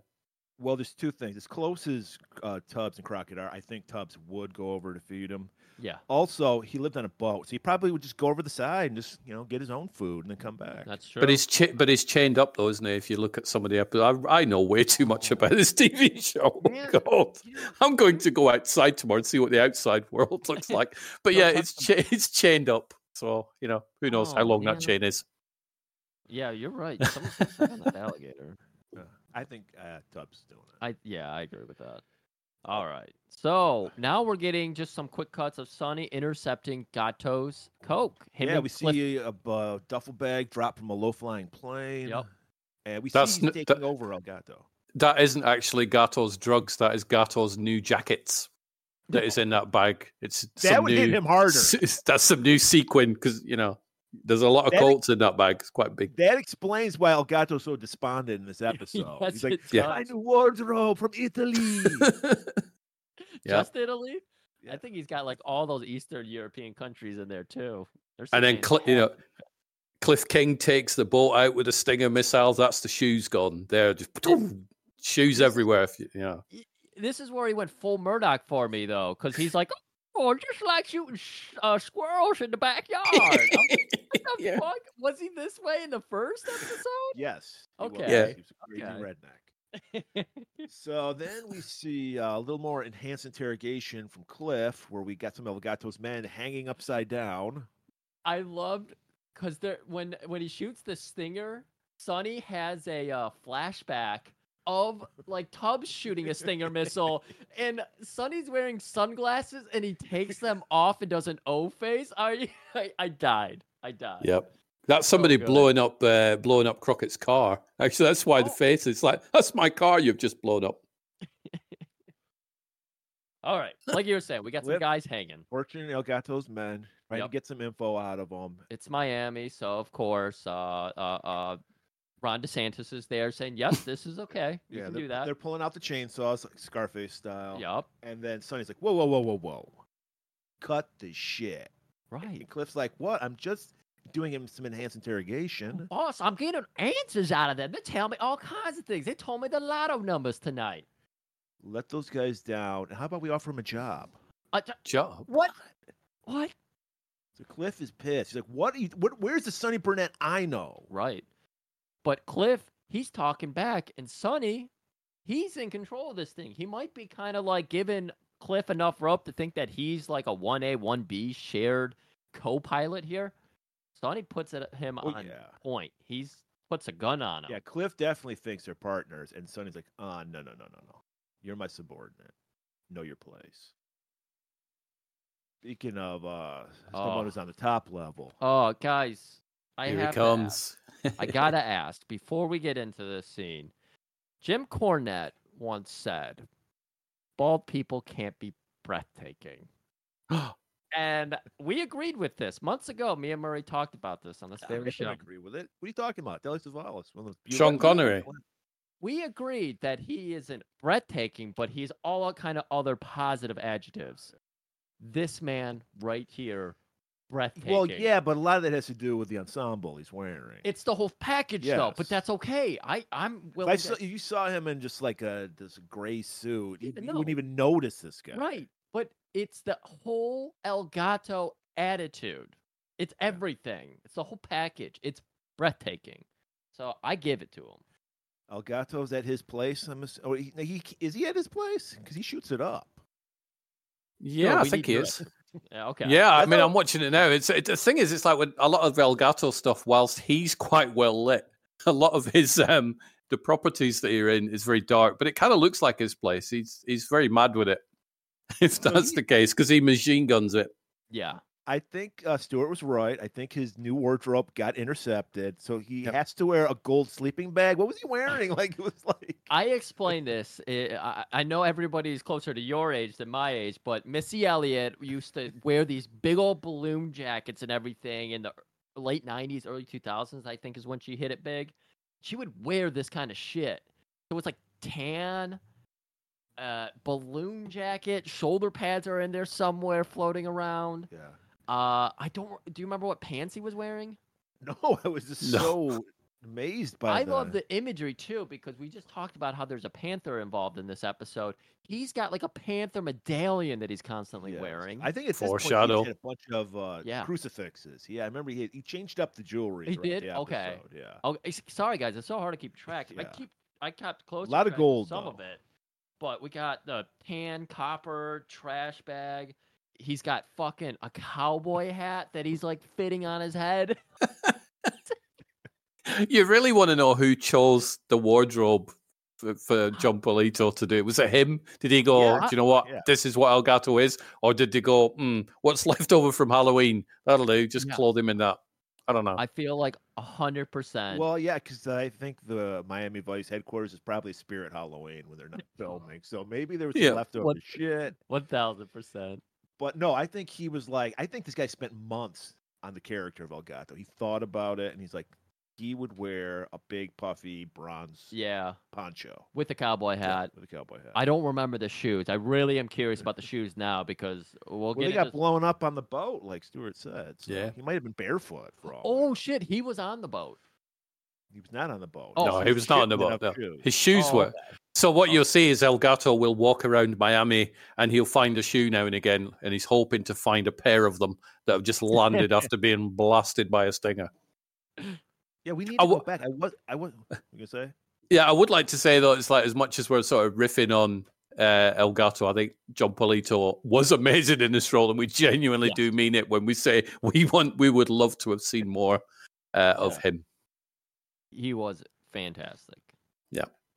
Speaker 2: Well, there's two things. As close as uh, Tubbs and Crockett are, I think Tubbs would go over to feed him.
Speaker 1: Yeah,
Speaker 2: Also, he lived on a boat, so he probably would just go over the side and just you know get his own food and then come back.
Speaker 1: that's true.
Speaker 3: But he's cha- but he's chained up though, isn't he? If you look at some of the episodes, I, I know way too much about this TV show. Oh,
Speaker 2: Yeah.
Speaker 3: God,
Speaker 2: You know,
Speaker 3: I'm going to go outside tomorrow and see what the outside world *laughs* looks like. But
Speaker 1: Don't
Speaker 3: yeah,
Speaker 1: touch
Speaker 3: it's cha- it's chained up, so you know who knows how
Speaker 1: Oh,
Speaker 3: long
Speaker 1: man.
Speaker 3: that chain is.
Speaker 1: yeah, you're right. Someone's upset on that alligator.
Speaker 2: I think uh, Tubbs is doing it.
Speaker 1: I yeah, I agree with that. All right, so now we're getting just some quick cuts of Sonny intercepting Gato's coke. Him
Speaker 2: yeah,
Speaker 1: and
Speaker 2: we
Speaker 1: Cliff-
Speaker 2: see a, b- uh, duffel bag dropped from a low flying plane.
Speaker 1: Yep.
Speaker 2: And we
Speaker 3: That's
Speaker 2: see he's
Speaker 3: n-
Speaker 2: taking
Speaker 3: that-
Speaker 2: over Elgato.
Speaker 3: That isn't actually Gato's drugs. That is Gato's new jackets. That is in that bag. It's
Speaker 2: *laughs* That
Speaker 3: some
Speaker 2: would
Speaker 3: new,
Speaker 2: hit him harder.
Speaker 3: *laughs* That's some new sequin because you know there's a lot of
Speaker 2: That-
Speaker 3: colts in that bag. It's quite big. *laughs*
Speaker 2: That explains why Elgato's so despondent in this episode.
Speaker 1: *laughs* *laughs* Yes,
Speaker 2: he's like,
Speaker 1: it
Speaker 3: Yeah.
Speaker 2: I
Speaker 1: does.
Speaker 2: new wardrobe from
Speaker 3: *laughs*
Speaker 2: Italy.
Speaker 3: Yeah.
Speaker 1: Just Italy? I
Speaker 2: Yeah.
Speaker 1: think he's got like all those Eastern European countries in there too. There's
Speaker 3: and then Cl- you know Cliff King takes the boat out with a Stinger missile. That's the shoes gone. There, just shoes everywhere. If you, you know,
Speaker 1: *laughs* this is where he went full Murdoch for me though, because he's like, oh, I just like shooting sh- uh, squirrels in the backyard. I'm like, "What the
Speaker 3: Yeah.
Speaker 1: fuck? Was he this way in the first
Speaker 2: *laughs*
Speaker 1: episode?
Speaker 2: yes. he was.
Speaker 1: Okay. Yeah.
Speaker 2: He was a crazy
Speaker 1: Okay.
Speaker 2: redneck. So then we see uh, a little more enhanced interrogation from Cliff, where we got some Elgato's men hanging upside down.
Speaker 1: I loved because there when when he shoots the stinger, Sonny has a uh, flashback of like Tubbs shooting a stinger missile,
Speaker 2: *laughs*
Speaker 1: and Sonny's wearing sunglasses and he takes them off and does an O face. I I, I died. I died.
Speaker 3: yep. That's
Speaker 1: So
Speaker 3: somebody
Speaker 1: Oh, good.
Speaker 3: blowing up, uh, blowing up Crockett's car. Actually, that's why the
Speaker 1: Oh.
Speaker 3: face is like, "That's my car you've just blown up."
Speaker 1: All right, like you were saying, we got some
Speaker 2: Flip.
Speaker 1: guys hanging.
Speaker 2: Torturing Elgato's men, trying
Speaker 1: Yep.
Speaker 2: to get some info out of them.
Speaker 1: It's Miami, so of course, uh, uh, uh, Ron DeSantis is there saying, "Yes, this is okay. You can
Speaker 2: they're,
Speaker 1: do that."
Speaker 2: They're pulling out the chainsaws, like Scarface style.
Speaker 1: Yup.
Speaker 2: And then Sonny's like, whoa, whoa, whoa, whoa, whoa. Cut the shit.
Speaker 1: Right.
Speaker 2: And Cliff's like, what? I'm just doing him some enhanced interrogation.
Speaker 1: Boss, I'm getting answers out of them. They tell me all kinds of things. They told me the lotto numbers tonight.
Speaker 2: Let those guys down. And how about we offer him a job?
Speaker 1: Uh, t-
Speaker 3: Job.
Speaker 1: what? What?
Speaker 2: So Cliff is pissed. He's like, what? Are you, what where's the Sonny Burnett I know?
Speaker 1: Right. But Cliff, he's talking back, and Sonny, he's in control of this thing. He might be kind of like giving Cliff enough rope to think that he's like a 1A, 1B shared co pilot here. Sonny puts it, him
Speaker 2: Oh,
Speaker 1: on
Speaker 2: yeah.
Speaker 1: point. He's puts a gun on him.
Speaker 2: Yeah, Cliff definitely thinks they're partners. And Sonny's like, ah, no, no, no, no, no. You're my subordinate. Know your place. Speaking of uh, someone
Speaker 1: Oh.
Speaker 2: who's on the top level.
Speaker 1: Oh, guys. I have
Speaker 3: Here he
Speaker 1: to ask.
Speaker 3: comes.
Speaker 1: I gotta ask before we get into this scene. Jim Cornette once said, "Bald people can't be
Speaker 2: *gasps*
Speaker 1: breathtaking," and we agreed with this months ago. Me and Murray talked about this on this
Speaker 2: I
Speaker 1: very
Speaker 2: don't
Speaker 1: show.
Speaker 2: agree with it. What are you talking about? Deli Savalas. One of those
Speaker 3: Sean
Speaker 2: beautiful-
Speaker 3: Connery.
Speaker 1: We agreed that he isn't breathtaking, but he's all kind of other positive adjectives. This man right here, breathtaking.
Speaker 2: Well, yeah, but a lot of that has to do with the ensemble he's wearing.
Speaker 1: it's the whole package though. But
Speaker 2: Yes.
Speaker 1: that's okay. I I'm
Speaker 2: If
Speaker 1: willing.
Speaker 2: I
Speaker 1: to-
Speaker 2: saw, if you saw him in just like a this gray suit, you,
Speaker 1: Yeah,
Speaker 2: you
Speaker 1: no.
Speaker 2: wouldn't even notice this guy.
Speaker 1: Right. But it's the whole Elgato attitude. It's everything. It's the whole package. It's breathtaking. So I give it to him.
Speaker 2: Elgato's at his place. I'm ass- or he, no, he is he at his place because he shoots it up.
Speaker 3: yeah,
Speaker 1: No,
Speaker 3: I
Speaker 1: we
Speaker 3: think
Speaker 1: need
Speaker 3: he
Speaker 1: your
Speaker 3: is.
Speaker 1: Yeah, okay.
Speaker 3: Yeah, I,
Speaker 2: I
Speaker 3: mean,
Speaker 2: thought-
Speaker 3: I'm watching it now. It's it, the thing is, it's like with a lot of Elgato stuff. Whilst he's quite well lit, *laughs* a lot of his um the properties that you're in is very dark. But it kind of looks like his place. He's he's very mad with it. *laughs* If
Speaker 2: Well,
Speaker 3: that's
Speaker 2: he-
Speaker 3: the case, because he machine guns it.
Speaker 1: Yeah.
Speaker 2: I think uh, Stuart was right. I think his new wardrobe got intercepted, so he
Speaker 3: Yep.
Speaker 2: has to wear a gold sleeping bag. What was he wearing? *laughs* Like it was like
Speaker 1: I explained this. eh, I, I know everybody's closer to your age than my age, but Missy Elliott used to wear these big old balloon jackets and everything in the late 90s, early 2000s, I think is when she hit it big. She would wear this kind of shit. So it's like tan, uh, balloon jacket, shoulder pads are in there somewhere floating around.
Speaker 2: yeah. *laughs*
Speaker 1: Uh, I don't. Do you remember what pants he was wearing?
Speaker 2: No, I was just
Speaker 3: No.
Speaker 2: so amazed by.
Speaker 1: I love the imagery too because we just talked about how there's a panther involved in this episode. He's got like a panther medallion that he's constantly
Speaker 2: Yes.
Speaker 1: wearing.
Speaker 2: I think it's foreshadow.
Speaker 3: Foreshadow.
Speaker 2: He had a bunch of uh,
Speaker 1: Yeah.
Speaker 2: crucifixes. Yeah, I remember he he changed up the jewelry.
Speaker 1: He
Speaker 2: throughout
Speaker 1: did?
Speaker 2: the
Speaker 1: Okay.
Speaker 2: episode, Yeah.
Speaker 1: oh, it's- sorry guys, it's so hard to keep track. I
Speaker 2: Yeah.
Speaker 1: keep I kept close.
Speaker 2: Lot of
Speaker 1: track
Speaker 2: gold,
Speaker 1: some of
Speaker 2: though.
Speaker 1: it, but we got the tan copper trash bag. He's got fucking a cowboy hat that he's like fitting on his head.
Speaker 3: You really want to know who chose the wardrobe for, for John Polito to do? it? Was it him? Did he go,
Speaker 1: Yeah.
Speaker 3: do you know what?
Speaker 2: Yeah.
Speaker 3: This is what Elgato is? Or did they go, hmm, what's *laughs* left over from Halloween? That'll do. Just
Speaker 1: Yeah.
Speaker 3: clothe him in that. I don't know.
Speaker 1: I feel like a hundred percent.
Speaker 2: Well, yeah, because I think the Miami Vice headquarters is probably Spirit Halloween
Speaker 1: *laughs*
Speaker 2: when they're not filming. So maybe there was some
Speaker 3: Yeah.
Speaker 2: leftover
Speaker 1: Oh. What-
Speaker 2: shit.
Speaker 1: One thousand percent.
Speaker 2: But no, I think he was like, I think this guy spent months on the character of Elgato. He thought about it, and he's like, he would wear a big puffy bronze
Speaker 1: Yeah,
Speaker 2: poncho
Speaker 1: with the cowboy
Speaker 2: yeah,
Speaker 1: hat.
Speaker 2: with a cowboy hat.
Speaker 1: I don't remember the shoes. I really am curious about the shoes now because we'll
Speaker 2: well,
Speaker 1: get
Speaker 2: they got
Speaker 1: into...
Speaker 2: blown up on the boat, like Stuart said. So
Speaker 3: Yeah.
Speaker 2: he might have been barefoot for all. we
Speaker 1: Oh
Speaker 2: know.
Speaker 1: shit, he was on the boat.
Speaker 2: he was not on the boat.
Speaker 1: Oh,
Speaker 3: no,
Speaker 1: so
Speaker 3: he was not on the
Speaker 2: shitting
Speaker 3: boat.
Speaker 2: up
Speaker 3: No.
Speaker 2: shoes.
Speaker 3: His shoes
Speaker 1: Oh,
Speaker 3: were. So what
Speaker 1: Oh.
Speaker 3: you'll see is Elgato will walk around Miami and he'll find a shoe now and again, and he's hoping to find a pair of them that have
Speaker 1: *laughs*
Speaker 3: just landed after being blasted by a stinger.
Speaker 2: Yeah, we need to
Speaker 3: I
Speaker 2: go
Speaker 3: wa-
Speaker 2: back. I was, I was. You gonna say?
Speaker 3: Yeah, I would like to say though, it's like as much as we're sort of riffing on uh, Elgato, I think John Polito was amazing in this role, and we genuinely
Speaker 1: Yeah.
Speaker 3: do mean it when we say we want, we would love to have seen more uh, of him.
Speaker 1: He was fantastic.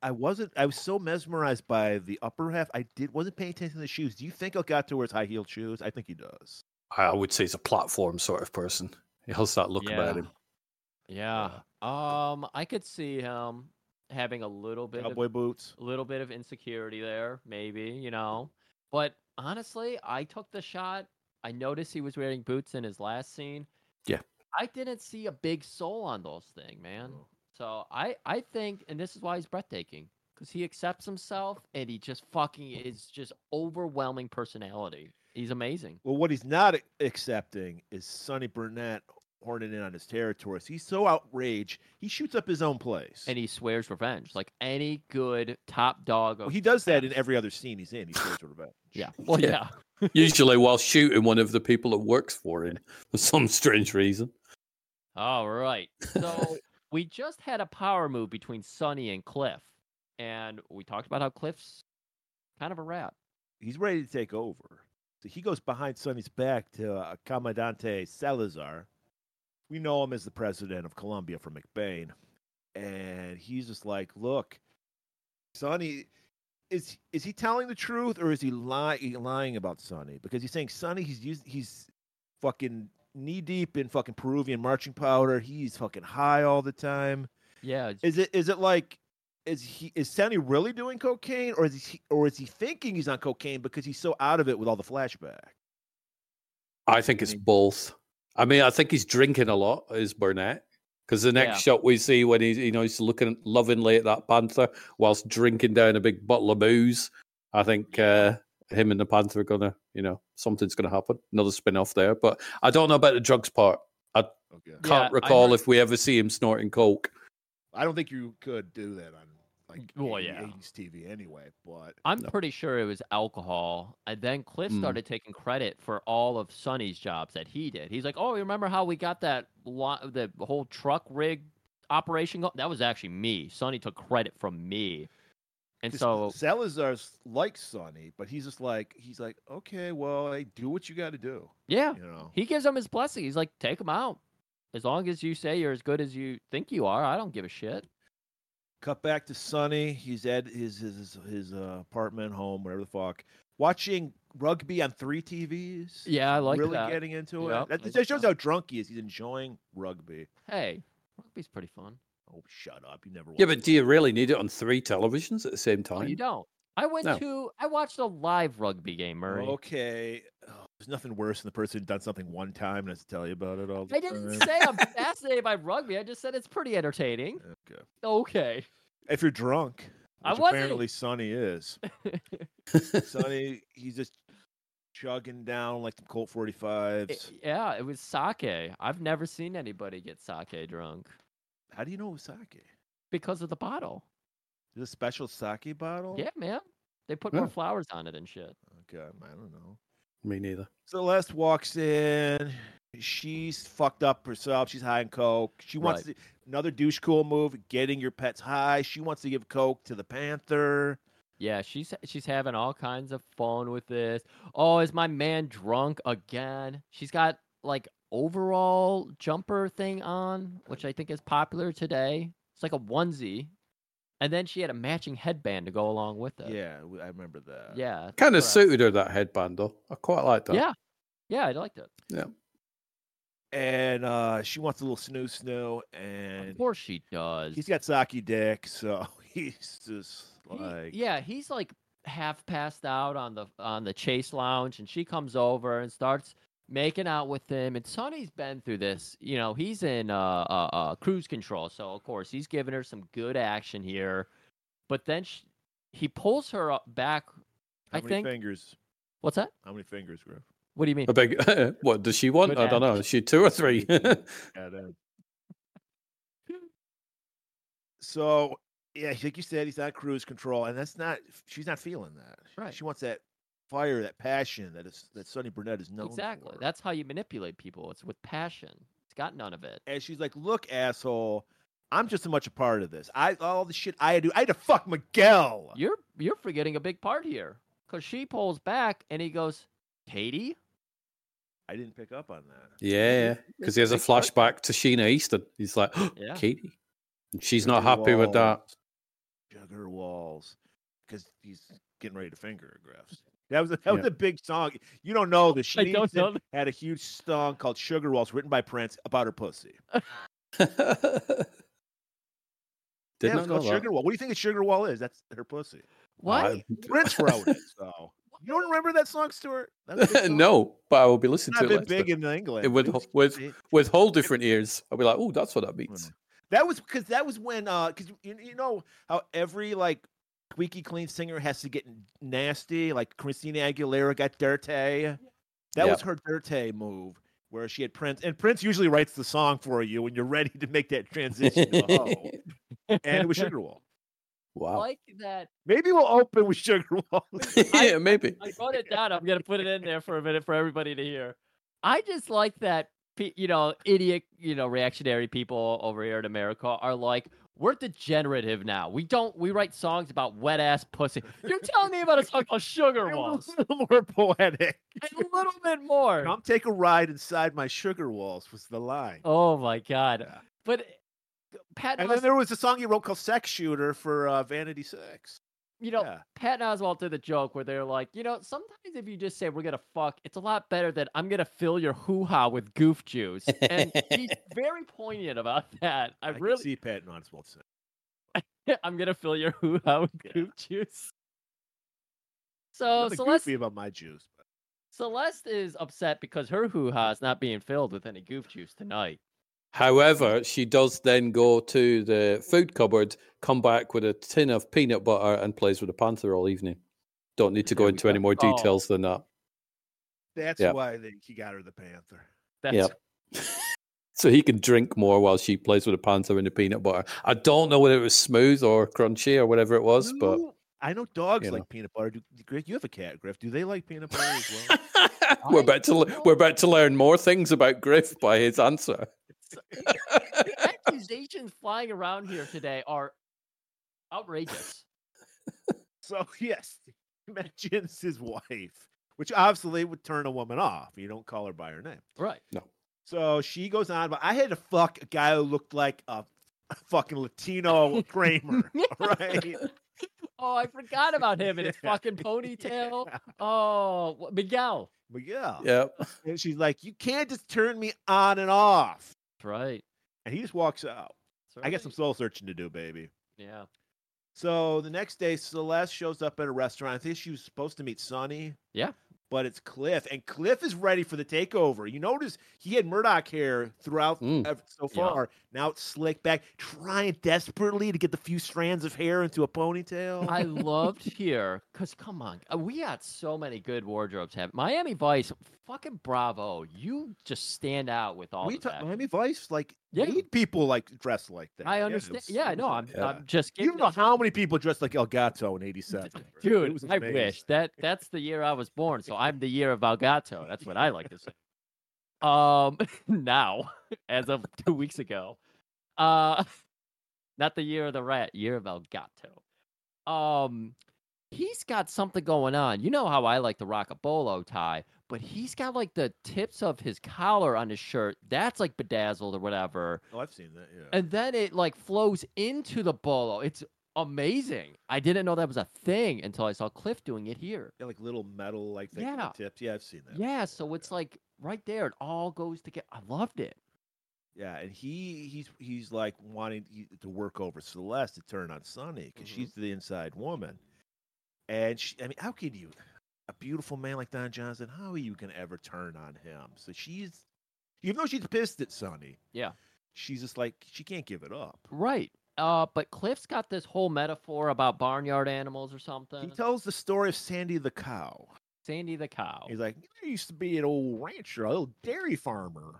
Speaker 2: I wasn't. I was so mesmerized by the upper half. I did wasn't paying attention to the shoes. Do you think Elgato wears high heeled shoes? I think he does.
Speaker 3: I I would say he's a platform sort of person. He has that look about
Speaker 1: Yeah.
Speaker 3: him.
Speaker 1: Yeah. Um, I could see him having a little bit
Speaker 2: Cowboy
Speaker 1: of
Speaker 2: boots.
Speaker 1: little bit of insecurity there, maybe, you know. But honestly, I took the shot. I noticed he was wearing boots in his last scene.
Speaker 3: Yeah.
Speaker 1: I didn't see a big soul on those thing, man.
Speaker 2: No.
Speaker 1: So I I think and this is why he's breathtaking cuz he accepts himself and he just fucking is just overwhelming personality. He's amazing.
Speaker 2: Well, what he's not a- accepting is Sonny Burnett horning in on his territory. So he's so outraged, he shoots up his own place.
Speaker 1: And he swears revenge like any good top dog
Speaker 2: Well,
Speaker 1: of
Speaker 2: he does that in every other scene he's in. He swears revenge.
Speaker 1: Yeah. Well,
Speaker 3: Yeah.
Speaker 1: yeah.
Speaker 3: Usually while shooting one of the people that works for him for some strange reason.
Speaker 1: All right.
Speaker 3: *laughs*
Speaker 1: So we just had a power move between Sonny and Cliff. And we talked about how Cliff's kind of a rat.
Speaker 2: he's ready to take over. So he goes behind Sonny's back to uh, Commandante Salazar. We know him as the president of Colombia from McBain. And he's just like, look, Sonny, is is he telling the truth or is he lying lying about Sonny? Because he's saying Sonny, he's used, he's fucking knee deep in fucking Peruvian marching powder. He's fucking high all the time.
Speaker 1: Yeah.
Speaker 2: Is it is it like is he is Sonny really doing cocaine or is he or is he thinking he's on cocaine because he's so out of it with all the flashback?
Speaker 3: I think it's
Speaker 1: Mm.
Speaker 2: mean-
Speaker 3: both. I mean, I think he's drinking a lot, is Burnett. Because the next shot we see when he's you know he's looking lovingly at that panther whilst drinking down a big bottle of booze, I think uh, him and the panther are gonna you know something's gonna happen. Another spin off there, but I don't know about the drugs part.
Speaker 2: Okay.
Speaker 1: Yeah,
Speaker 3: Can't
Speaker 1: I
Speaker 3: recall
Speaker 1: heard-
Speaker 3: if we ever see him snorting coke.
Speaker 2: I don't think you could do that on like
Speaker 1: Well,
Speaker 2: 80
Speaker 1: yeah.
Speaker 2: 80s TV anyway, but
Speaker 1: I'm
Speaker 3: No.
Speaker 1: pretty sure it was alcohol. And then Cliff
Speaker 3: Mm.
Speaker 1: started taking credit for all of Sonny's jobs that he did. He's like, oh, remember how we got that lo- the whole truck rig operation? Go-? That was actually me. Sonny took credit from me. And
Speaker 2: 'cause
Speaker 1: so,
Speaker 2: Salazar's like Sonny, but he's just like he's like, okay, well, hey, do what you got to do,
Speaker 1: yeah,
Speaker 2: you know.
Speaker 1: he gives him his blessing. He's like, take him out. As long as you say you're as good as you think you are, I don't give a shit.
Speaker 2: Cut back to Sonny. He's at his his his, his uh, apartment, home, whatever the fuck. watching rugby on three TVs.
Speaker 1: Yeah, I like
Speaker 2: really
Speaker 1: that.
Speaker 2: getting into
Speaker 1: Yep,
Speaker 2: it. That,
Speaker 1: I
Speaker 2: that
Speaker 1: like
Speaker 2: shows
Speaker 1: that.
Speaker 2: how drunk he is. He's enjoying rugby.
Speaker 1: Hey, rugby's pretty fun.
Speaker 2: Oh, shut up! You never.
Speaker 3: Yeah,
Speaker 2: watched
Speaker 3: but do you really need it on three televisions at the same
Speaker 1: No, you
Speaker 3: time?
Speaker 1: don't. I went
Speaker 3: No.
Speaker 1: to. I watched a live rugby game, Murray.
Speaker 2: Okay. Oh, there's nothing worse than the person who done something one time and has to tell you about it all the
Speaker 1: I didn't
Speaker 2: time. *laughs*
Speaker 1: say I'm fascinated by rugby. I just said it's pretty entertaining.
Speaker 2: Okay.
Speaker 1: Okay. *laughs*
Speaker 2: If you're drunk, which
Speaker 1: I wasn't.
Speaker 2: apparently Sonny is.
Speaker 1: *laughs*
Speaker 2: Sonny, he's just chugging down like some Colt 45s.
Speaker 1: It- Eh, yeah, it was sake. I've never seen anybody get sake drunk
Speaker 2: How do you know it was sake?
Speaker 1: because of the bottle.
Speaker 2: Is it a special sake bottle?
Speaker 1: Yeah, man. They put
Speaker 3: Yeah.
Speaker 1: more flowers on it and shit.
Speaker 2: Okay, I don't know.
Speaker 3: Me neither.
Speaker 2: Celeste walks in. She's fucked up herself. She's high on coke. She wants to, another douche cool move, getting your pets high. She wants to give coke to the panther.
Speaker 1: Yeah, she's she's having all kinds of fun with this. Oh, is my man drunk again? She's got like overall jumper thing on, which I think is popular today. It's like a onesie. And then she had a matching headband to go along with it.
Speaker 2: Yeah, w- I remember that.
Speaker 1: Yeah.
Speaker 3: Kind of
Speaker 1: correct.
Speaker 3: suited her that headband though. I quite like that.
Speaker 1: Yeah. Yeah, I liked it.
Speaker 2: And uh, she wants a little snoo snoo. And
Speaker 1: Of course she does.
Speaker 2: he's got sake dick. So *laughs* he's just
Speaker 1: He-
Speaker 2: like,
Speaker 1: yeah, he's like half passed out on the on the chase lounge, and she comes over and starts making out with him. And Sonny's been through this, you know. He's in uh, uh, uh, cruise control, so of course he's giving her some good action here. But then she, he pulls her up back.
Speaker 2: how
Speaker 1: I
Speaker 2: many
Speaker 1: think-
Speaker 2: fingers?
Speaker 1: What's that?
Speaker 2: How many fingers, Griff?
Speaker 1: What do you mean?
Speaker 3: I beg. *laughs* what does she want?
Speaker 1: Good
Speaker 3: I don't know.
Speaker 1: average.
Speaker 3: Is she two or three? *laughs*
Speaker 2: Yeah, that- so yeah, like you said, he's not cruise control, and that's not she's not feeling that.
Speaker 1: Right.
Speaker 2: She wants that fire, that passion that is that Sonny Burnett is known
Speaker 1: exactly.
Speaker 2: for.
Speaker 1: That's how you manipulate people. It's with passion. It's got none of it.
Speaker 2: and she's like, "Look, asshole, I'm just as much a part of this. I all the shit I do. I had to fuck Miguel.
Speaker 1: You're you're forgetting a big part here, because she pulls back and he goes, "Katie."
Speaker 2: I didn't pick up on that.
Speaker 3: yeah, because he has a
Speaker 1: Big part.
Speaker 3: flashback to Sheena Easton. He's like, *gasps*
Speaker 1: Yeah.
Speaker 3: Katie. And she's not
Speaker 2: Sugar
Speaker 3: happy with that.
Speaker 2: walls. Sugar walls, because he's getting ready to finger her, Griffs. That was a, that was
Speaker 3: Yeah.
Speaker 2: a big song. You don't know this.
Speaker 1: I
Speaker 2: She
Speaker 1: don't know
Speaker 2: had a huge song called Sugar Walls written by Prince about her pussy.
Speaker 3: Did *laughs*
Speaker 2: yeah,
Speaker 3: not
Speaker 2: it's
Speaker 3: know
Speaker 2: called
Speaker 3: that.
Speaker 2: Sugar Wall. What do you think a Sugar Wall is? That's her
Speaker 3: *laughs*
Speaker 2: pussy.
Speaker 1: Why?
Speaker 2: Prince wrote it, so you don't remember that song, Stuart? That's a big
Speaker 3: I-
Speaker 2: song.
Speaker 3: *laughs* no, but I will be
Speaker 2: It's
Speaker 3: listening
Speaker 2: not
Speaker 3: to
Speaker 2: been
Speaker 3: it.
Speaker 2: big
Speaker 3: Big
Speaker 2: in England.
Speaker 3: it would-
Speaker 2: It's-
Speaker 3: with-
Speaker 2: it-
Speaker 3: with whole different ears, I'll be like, oh, that's what that means.
Speaker 2: That was because that was when uh because you, you know how every like squeaky clean singer has to get n- nasty like Christina Aguilera got dirty. That
Speaker 3: Yeah.
Speaker 2: was her dirty move where she had Prince and Prince usually writes the song for you when you're ready to make that transition. to a
Speaker 3: *laughs*
Speaker 2: hoe. and it *laughs* was Sugarwall.
Speaker 3: wow.
Speaker 1: like that.
Speaker 2: Maybe we'll open with Sugarwall. *laughs*
Speaker 3: yeah, maybe.
Speaker 1: I wrote it down. I'm gonna put it in there for a minute for everybody to hear. I just like that. pe- You know, idiot. You know, reactionary people over here in America are like, we're degenerative now. We don't. We write songs about wet ass pussy. You're telling me about a song called Sugar Walls.
Speaker 2: *laughs* a little more poetic.
Speaker 1: A little bit more.
Speaker 2: Come take a ride inside my sugar walls was the line.
Speaker 1: Oh my god.
Speaker 2: Yeah.
Speaker 1: But Pat,
Speaker 2: and then
Speaker 1: Os-
Speaker 2: there was a song he wrote called Sex Shooter for uh, Vanity Six.
Speaker 1: you know,
Speaker 2: yeah.
Speaker 1: Pat Oswald did the joke where they're like, you know, sometimes if you just say we're gonna fuck, it's a lot better than I'm gonna fill your hoo ha with goof juice. And
Speaker 2: *laughs*
Speaker 1: he's very poignant about that. I,
Speaker 2: I, can
Speaker 1: really,
Speaker 2: see Pat Oswalt saying.
Speaker 1: *laughs* I'm gonna fill your hoo
Speaker 2: *laughs*
Speaker 1: ha with
Speaker 2: Yeah.
Speaker 1: goof juice. Oh, So
Speaker 2: Nothing
Speaker 1: Celeste,
Speaker 2: goofy about my juice. but-
Speaker 1: Celeste is upset because her hoo ha is not being filled with any goof juice tonight.
Speaker 3: However, she does then go to the food cupboard, come back with a tin of peanut butter, and plays with the panther all evening. Don't need to go
Speaker 2: There we
Speaker 3: into any
Speaker 2: go.
Speaker 3: more
Speaker 1: Oh.
Speaker 3: details than that.
Speaker 2: That's
Speaker 3: Yeah.
Speaker 2: why they, he got her the Panther.
Speaker 1: That's
Speaker 3: So he can drink more while she plays with the panther and the peanut butter. I don't know whether it was smooth or crunchy or whatever it was, but
Speaker 2: You- I know dogs
Speaker 3: you
Speaker 2: like
Speaker 3: know.
Speaker 2: peanut butter. Do, Griff, you have a cat, Griff. Do they like peanut butter as
Speaker 1: *laughs*
Speaker 2: well?
Speaker 3: *laughs* we're about to le- we're about to learn more things about Griff by his answer.
Speaker 1: the accusations flying around here today are
Speaker 2: *laughs*
Speaker 1: outrageous.
Speaker 2: so *laughs* yes, he mentions his wife, which obviously would turn a woman off. You don't call her by her name.
Speaker 1: right.
Speaker 2: So she goes on, but I had to fuck a *laughs* guy who looked like a fucking Latino Kramer. all right.
Speaker 1: Oh, I forgot about him and his
Speaker 2: *laughs* Yeah.
Speaker 1: fucking ponytail. Oh, wh- Miguel.
Speaker 2: But yeah.
Speaker 3: Yeah.
Speaker 2: And she's like, you can't just turn me on and off.
Speaker 1: That's right.
Speaker 2: And he just walks out.
Speaker 1: That's
Speaker 2: I got some
Speaker 1: right.
Speaker 2: soul searching to do, baby.
Speaker 1: Yeah.
Speaker 2: So the next day, Celeste shows up at a restaurant. I think she was supposed to meet Sonny.
Speaker 1: Yeah.
Speaker 2: But it's Cliff, and Cliff is ready for the takeover. You notice he had Murdoch hair throughout
Speaker 3: Mm.
Speaker 2: ev- so
Speaker 1: Yeah.
Speaker 2: far. Now it's slicked back, trying desperately to get the few strands of hair into a ponytail.
Speaker 1: *laughs* I loved here because come on, uh, we got so many good wardrobes. Have Miami Vice, fucking bravo! You just stand out with all
Speaker 2: we
Speaker 1: of
Speaker 2: talk
Speaker 1: that.
Speaker 2: Miami Vice, like
Speaker 1: Yeah.
Speaker 2: need people like dress like that.
Speaker 1: I
Speaker 2: Yeah, it
Speaker 1: understand.
Speaker 2: was-
Speaker 1: Yeah,
Speaker 2: it
Speaker 1: no,
Speaker 2: was a-
Speaker 1: I'm,
Speaker 3: yeah.
Speaker 1: I'm just
Speaker 2: You
Speaker 1: giving.
Speaker 2: don't know how many people dressed like El Gato in '87, It was
Speaker 1: Dude, I
Speaker 2: amazing.
Speaker 1: wish
Speaker 2: *laughs*
Speaker 1: that that's the year I was born, so I'm the year of Elgato. That's what I like to say. Um, *laughs* now, as of two weeks ago, uh, *laughs* not the year of the rat, year of Elgato. Um, he's got something going on. You know how I like to rock a bolo tie, but he's got like the tips of his collar on his shirt. That's like bedazzled or whatever,
Speaker 2: Oh, I've seen that. Yeah.
Speaker 1: and then it like flows into the bolo. It's amazing. I didn't know that was a thing until I saw Cliff doing it here.
Speaker 2: Yeah, like little metal like thing yeah.
Speaker 1: Yeah.
Speaker 2: tips. Yeah, I've seen that.
Speaker 1: Yeah,
Speaker 2: before,
Speaker 1: so it's
Speaker 2: yeah.
Speaker 1: like right there. It all goes together. I loved it.
Speaker 2: yeah, and he he's he's like wanting he- to work over Celeste to turn on Sunny because
Speaker 1: Mhm.
Speaker 2: she's the inside woman, and she, I mean, how can you, a beautiful man like Don Johnson, how are you gonna ever turn on him? So she's, even though she's pissed at Sonny,
Speaker 1: Yeah.
Speaker 2: she's just like she can't give it up.
Speaker 1: Right. Uh, but Cliff's got this whole metaphor about barnyard animals or something.
Speaker 2: He tells the story of Sandy the cow.
Speaker 1: Sandy the cow.
Speaker 2: He's like, there used to be an old rancher, a little dairy farmer,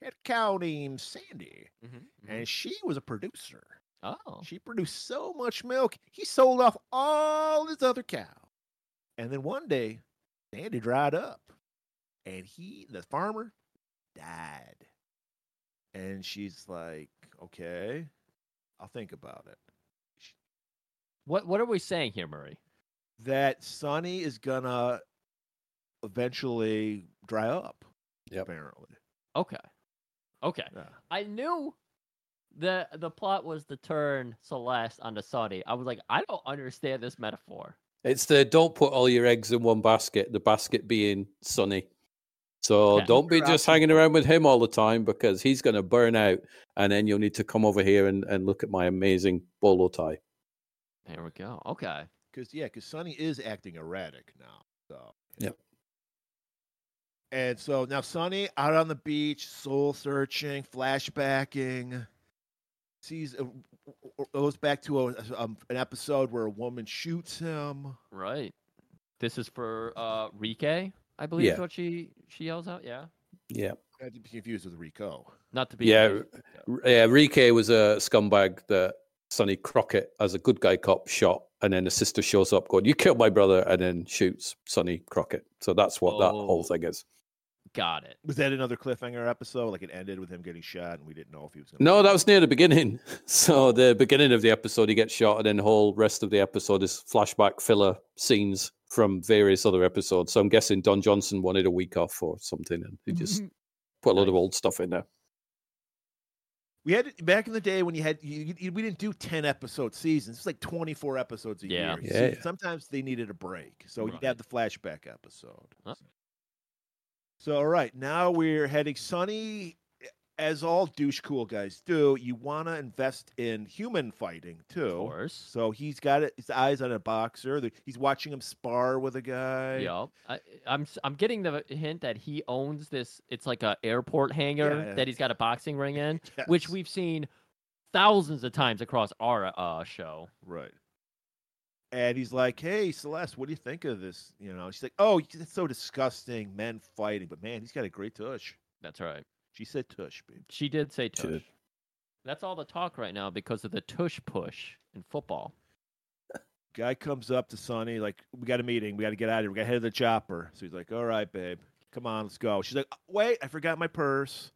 Speaker 2: had a cow named Sandy,
Speaker 1: Mm-hmm,
Speaker 2: and she was a producer.
Speaker 1: Oh,
Speaker 2: She produced so much milk, he sold off all his other cows. And then one day, Sandy dried up, and he, the farmer, died. And she's like, okay, I'll think about it.
Speaker 1: what what are we saying here, Murray?
Speaker 2: That Sonny is gonna eventually dry up,
Speaker 3: Yep.
Speaker 2: apparently.
Speaker 1: Okay, okay.
Speaker 2: Yeah.
Speaker 1: I knew the the plot was to turn Celeste onto Sunny. I was like, I don't understand this metaphor.
Speaker 3: It's the don't put all your eggs in one basket, the basket being Sonny. So
Speaker 1: Yeah.
Speaker 3: don't be
Speaker 2: You're
Speaker 3: just hanging around with him all the time because he's going to burn out. And then you'll need to come over here and, and look at my amazing bolo tie.
Speaker 1: There we go. Okay.
Speaker 2: Because yeah, because Sonny is acting erratic now. So
Speaker 3: Yep.
Speaker 2: And so now Sonny out on the beach, soul searching, flashbacking, sees uh, a, goes back to a, a- um, an episode where a woman shoots him.
Speaker 1: Right. This is for uh Rike, I believe
Speaker 3: Yeah.
Speaker 1: is what she she yells out. Yeah.
Speaker 3: Yeah.
Speaker 2: Not to be confused with Rico.
Speaker 1: Not to be
Speaker 3: Yeah,
Speaker 1: confused with Rico.
Speaker 3: R- Yeah. Rike was a scumbag that Sonny Crockett, as a good guy cop, shot. And then the sister shows up going, You killed my brother. And then shoots Sonny Crockett. So that's what that
Speaker 1: Oh.
Speaker 3: whole thing is.
Speaker 1: Got it.
Speaker 2: Was that another cliffhanger episode? Like it ended with him getting shot, and we didn't know if he was. Gonna
Speaker 3: No, that was near the beginning. *laughs* So the beginning of the episode, he gets shot, and then the whole rest of the episode is flashback filler scenes from various other episodes. So I'm guessing Don Johnson wanted a week off or something, and he
Speaker 2: Mm-hmm.
Speaker 3: just put a lot of
Speaker 1: Mm-hmm. Nice.
Speaker 3: old stuff in there.
Speaker 2: We had back in the day when you had you, you, we didn't do ten episode seasons. It's like twenty four episodes a
Speaker 1: Yeah.
Speaker 2: year.
Speaker 3: Yeah,
Speaker 2: So
Speaker 3: yeah.
Speaker 2: Sometimes they needed a break, so
Speaker 1: Right.
Speaker 2: you'd have the flashback episode.
Speaker 1: Huh.
Speaker 2: So all right, now we're heading sunny. As all douche cool guys do, you want to invest in human fighting
Speaker 1: Of
Speaker 2: too.
Speaker 1: course.
Speaker 2: So he's got it, his eyes on a boxer. The- He's watching him spar with a guy.
Speaker 1: Yeah, I, I'm s- I'm getting the hint that he owns this. It's like a airport hangar
Speaker 2: yeah.
Speaker 1: that he's got a boxing ring
Speaker 2: *laughs*
Speaker 1: in, which
Speaker 2: Yes.
Speaker 1: we've seen thousands of times across our uh, show.
Speaker 2: Right. And he's like, "Hey, Celeste, what do you think of this?" You know, she's like, "Oh, it's so disgusting, men fighting, but man, he's got a great tush."
Speaker 1: That's right.
Speaker 2: She said tush, babe.
Speaker 1: She did say
Speaker 3: She did.
Speaker 1: tush. That's all the talk right now because of the tush push in football.
Speaker 2: Guy comes up to Sonny, like, "We got a meeting. We got to get out of here. We got to head to the chopper." So he's like, "All right, babe, come on, let's go." She's like, "Uh, "Wait, I forgot my purse."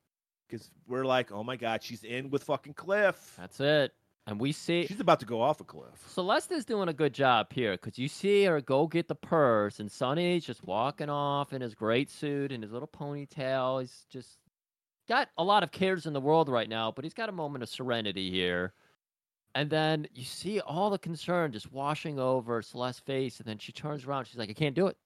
Speaker 2: Because we're like, "Oh my god, she's in with fucking Cliff.
Speaker 1: That's it. And we see
Speaker 2: She's about to go off a cliff."
Speaker 1: Celeste is doing a good job here because you see her go get the purse, and Sonny's just walking off in his great suit and his little ponytail. He's just got a lot of cares in the world right now, but he's got a moment of serenity here. And then you see all the concern just washing over Celeste's face, and then she turns around. She's like, "I can't do it.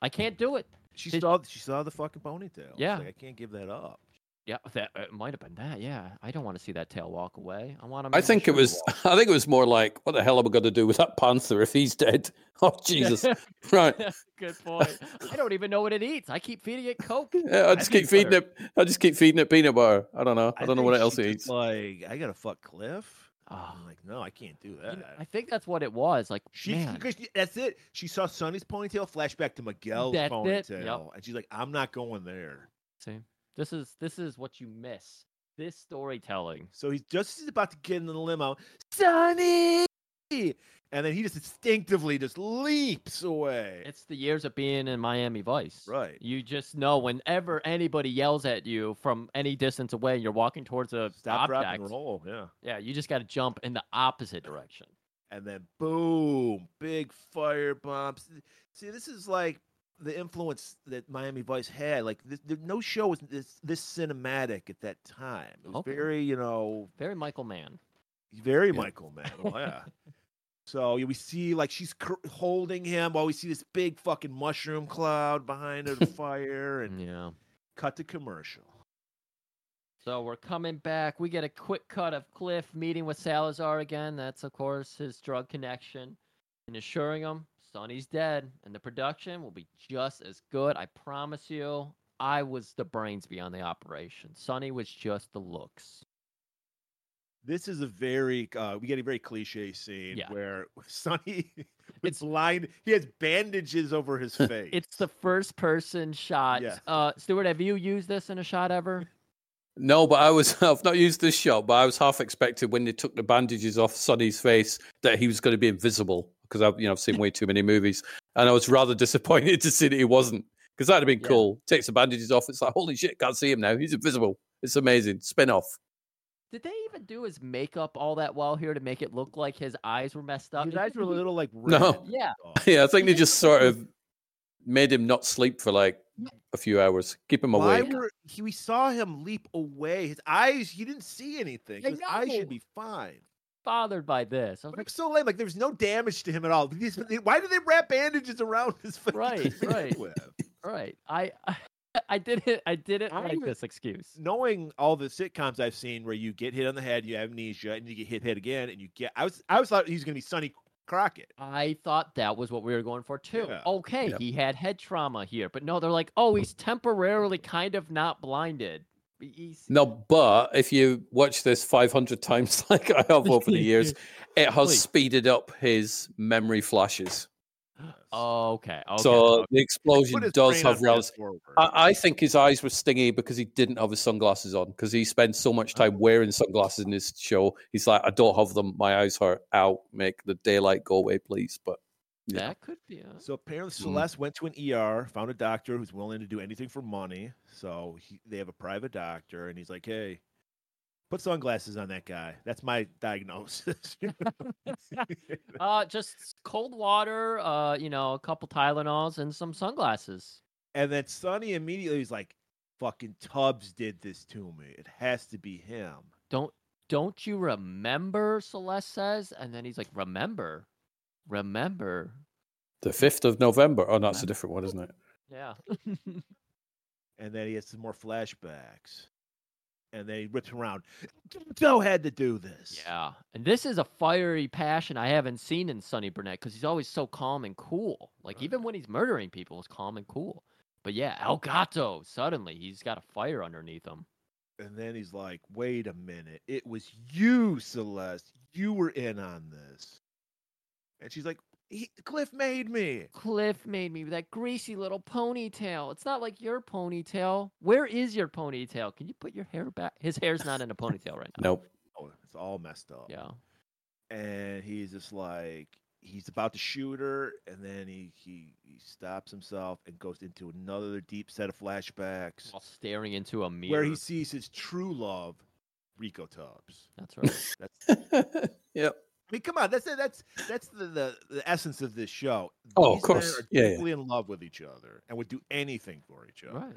Speaker 1: I can't do it."
Speaker 2: She
Speaker 1: Did-
Speaker 2: saw she saw the fucking ponytail. She's
Speaker 1: Yeah.
Speaker 2: like, I can't give that up.
Speaker 1: Yeah, that it might have been that. Yeah, I don't want to see that tail walk away. I want to.
Speaker 3: I think it was. *laughs* I think it was more like, "What the hell am I going to do with that panther if he's dead?" *laughs* Oh Jesus! right.
Speaker 1: *laughs* Good point. I don't even know what it eats. I keep feeding it
Speaker 3: *laughs*
Speaker 1: coke.
Speaker 3: Yeah, I just keep
Speaker 1: think
Speaker 3: feeding it. I just keep feeding it peanut butter. I don't know. I don't know
Speaker 2: think
Speaker 3: what else
Speaker 2: she
Speaker 3: it
Speaker 2: was
Speaker 3: eats.
Speaker 2: Like, I gotta fuck Cliff.
Speaker 1: Oh,
Speaker 2: I'm like, no, I can't do
Speaker 1: you
Speaker 2: that.
Speaker 1: know, I think that's what it was. Like,
Speaker 2: she
Speaker 1: man,
Speaker 2: because that's it. She saw Sonny's ponytail flashback to Miguel's
Speaker 1: That's it, yep.
Speaker 2: ponytail, and she's like, I'm not going there.
Speaker 1: see, this is this is what you miss. This storytelling.
Speaker 2: So he's just he's about to get in the limo, Sonny, and then he just instinctively just leaps away.
Speaker 1: It's the years of being in Miami Vice.
Speaker 2: right.
Speaker 1: You just know whenever anybody yells at you from any distance away, and you're walking towards a
Speaker 2: Stop, drop,
Speaker 1: object.
Speaker 2: and roll. Yeah.
Speaker 1: Yeah, you just got to jump in the opposite direction.
Speaker 2: and then boom, big fire bumps. See, this is like the influence that Miami Vice had. Like, th- th- no show was this this cinematic at that time. It was
Speaker 1: Okay.
Speaker 2: very, you know,
Speaker 1: Very Michael Mann.
Speaker 2: very
Speaker 3: Yeah.
Speaker 1: *laughs*
Speaker 2: Michael Mann. Oh, yeah. So yeah, we see like she's cr- holding him while we see this big fucking mushroom cloud behind
Speaker 1: *laughs*
Speaker 2: her, the fire, and
Speaker 1: Yeah.
Speaker 2: cut to commercial.
Speaker 1: So we're coming back. We get a quick cut of Cliff meeting with Salazar again. That's, of course, his drug connection and assuring him Sonny's dead and the production will be just as good. I promise you. I was the brains behind the operation. Sonny was just the looks.
Speaker 2: This is a very uh, we get a very cliche scene
Speaker 1: Yeah.
Speaker 2: where Sonny *laughs*
Speaker 1: It's-
Speaker 2: it's blind. He has bandages
Speaker 1: *laughs*
Speaker 2: over his face.
Speaker 1: It's the first person shot.
Speaker 2: Yeah.
Speaker 1: Uh, Stuart, have you used this in a shot ever?
Speaker 3: No, but I was. *laughs* I've not used this shot, but I was half expected when they took the bandages off Sonny's face that he was going to be invisible because I've you know I've seen way too many movies, and I was rather *laughs* disappointed to see that he wasn't because that'd have been
Speaker 1: Yeah.
Speaker 3: cool. Takes the bandages off. It's like holy shit, can't see him now. He's invisible. It's amazing. Spin off. *laughs*
Speaker 1: Did they even do his makeup all that well here to make it look like his eyes were messed up?
Speaker 2: His
Speaker 1: It
Speaker 2: eyes were a
Speaker 1: didn't-
Speaker 2: little like red.
Speaker 3: No.
Speaker 1: *laughs* Yeah,
Speaker 2: Oh,
Speaker 3: Yeah, I think they
Speaker 1: Yeah.
Speaker 3: just sort of made him not sleep for like a few hours, keep him
Speaker 2: Why
Speaker 3: awake.
Speaker 2: were he, we saw him leap away? His eyes, he didn't see anything.
Speaker 1: I
Speaker 2: so His eyes
Speaker 1: know.
Speaker 2: should be fine.
Speaker 1: bothered by this. I was
Speaker 2: But
Speaker 1: like,
Speaker 2: I'm so lame. Like there's no damage to him at all. These- why do they wrap bandages around his face?
Speaker 1: Right,
Speaker 2: to *laughs* begin
Speaker 1: right.
Speaker 2: with?
Speaker 1: all right, I, *laughs* I, I did it. I did it
Speaker 2: I
Speaker 1: like
Speaker 2: was-
Speaker 1: this excuse.
Speaker 2: Knowing all the sitcoms I've seen where you get hit on the head, you have amnesia, and you get hit head again, and you get. I was I was thought he was gonna be Sonny Crockett.
Speaker 3: *gasps*
Speaker 1: I thought that was what we were going for too.
Speaker 2: Yeah.
Speaker 1: Okay,
Speaker 3: Yeah.
Speaker 1: he had head trauma here, but no, they're like, oh, he's temporarily kind of not blinded. He- He's,
Speaker 3: No, but if you watch this 500 times *laughs* like I have over
Speaker 1: *laughs*
Speaker 3: the years, it has
Speaker 1: Please.
Speaker 3: speeded up his memory flashes.
Speaker 1: okay, okay.
Speaker 3: so uh,
Speaker 2: Put
Speaker 3: the Oh, explosion
Speaker 2: his
Speaker 3: does
Speaker 2: brain on
Speaker 3: have Uh, reality.
Speaker 2: fast forward.
Speaker 3: I, I think his eyes were stingy because he didn't have his sunglasses on because he spends so
Speaker 2: Oh.
Speaker 3: much time wearing sunglasses in this show. He's like, I don't have them. My eyes are out. Make the daylight go away, please. But
Speaker 1: that
Speaker 3: yeah.
Speaker 1: could be. A...
Speaker 2: So apparently
Speaker 3: Mm.
Speaker 2: Celeste went to an ER, found a doctor who's willing to do anything for money. So he, they have a private doctor, and he's like, "Hey, put sunglasses on that guy. That's my diagnosis." *laughs* you know?
Speaker 3: *laughs*
Speaker 1: Uh, just cold water. Uh, you know, a couple Tylenols and some sunglasses.
Speaker 2: and then Sonny immediately is like, "Fucking Tubbs did this to me. It has to be him."
Speaker 1: Don't don't you remember? Celeste says, and then he's like, remember, remember.
Speaker 3: the 5th of November. Oh, no, that's a different one,
Speaker 1: *laughs*
Speaker 3: isn't it?
Speaker 1: Yeah.
Speaker 2: And then he has some more flashbacks, and then he rips him around. Joe had to do this.
Speaker 1: Yeah, and this is a fiery passion I haven't seen in Sonny Burnett because he's always so calm and cool. Like
Speaker 2: Right.
Speaker 1: even when he's murdering people, he's calm and cool. But yeah, El Gato suddenly he's got a fire underneath him.
Speaker 2: And then he's like, wait a minute. It was you, Celeste. You were in on this. And she's like, he, Cliff made me.
Speaker 1: Cliff made me with that greasy little ponytail. It's not like your ponytail. Where is your ponytail? Can you put your hair back? His hair's not in a ponytail right *laughs* now.
Speaker 3: Nope.
Speaker 2: Oh, it's all messed up.
Speaker 1: Yeah.
Speaker 2: And he's just like, he's about to shoot her. And then he, he, he stops himself and goes into another deep set of flashbacks
Speaker 1: While staring into a mirror.
Speaker 2: where he sees his true love, Rico Tubbs.
Speaker 1: That's *laughs* right.
Speaker 2: That's, I
Speaker 3: yep.
Speaker 2: mean, come on. That's that's that's the, the, the essence of this show.
Speaker 3: Oh, of
Speaker 2: These men
Speaker 3: course.
Speaker 2: are
Speaker 3: Yeah, yeah.
Speaker 2: deeply in love with each other and would do anything for each other.
Speaker 1: right.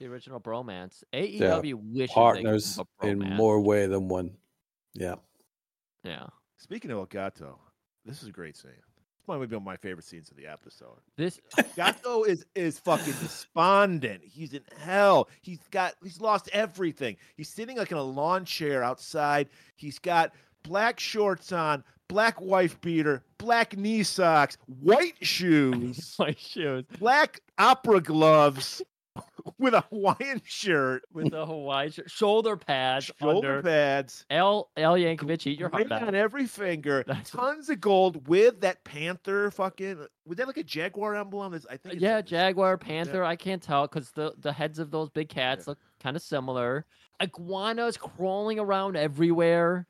Speaker 1: The original bromance. AEW wishes they could
Speaker 3: Partners
Speaker 1: have a
Speaker 3: in
Speaker 1: bromance.
Speaker 3: more way than one. Yeah.
Speaker 1: Yeah.
Speaker 2: Speaking of Elgato, this is a great scene. This might be one of my favorite scenes of the episode.
Speaker 1: This
Speaker 2: Gato is is fucking despondent. He's in hell. He's got he's lost everything. He's sitting like in a lawn chair outside. He's got black shorts on, black wife beater, black knee socks, white
Speaker 1: *laughs*
Speaker 2: shoes,
Speaker 1: my shoes
Speaker 2: black opera gloves with a Hawaiian shirt,
Speaker 1: with the Hawaii shirt, shoulder pads
Speaker 2: shoulder
Speaker 1: under
Speaker 2: pads,
Speaker 1: L L Yankovic. Eat your heart
Speaker 2: ring on
Speaker 1: out.
Speaker 2: every finger,
Speaker 1: *laughs* That's-
Speaker 2: tons of gold with that panther fucking was that like a jaguar emblem? It's- I think
Speaker 1: *laughs*
Speaker 2: it's-
Speaker 1: Yeah,
Speaker 2: it's-
Speaker 1: jaguar, panther. I can't tell because the the heads of those big cats
Speaker 2: Yeah.
Speaker 1: look kind of similar. Iguanas crawling around everywhere.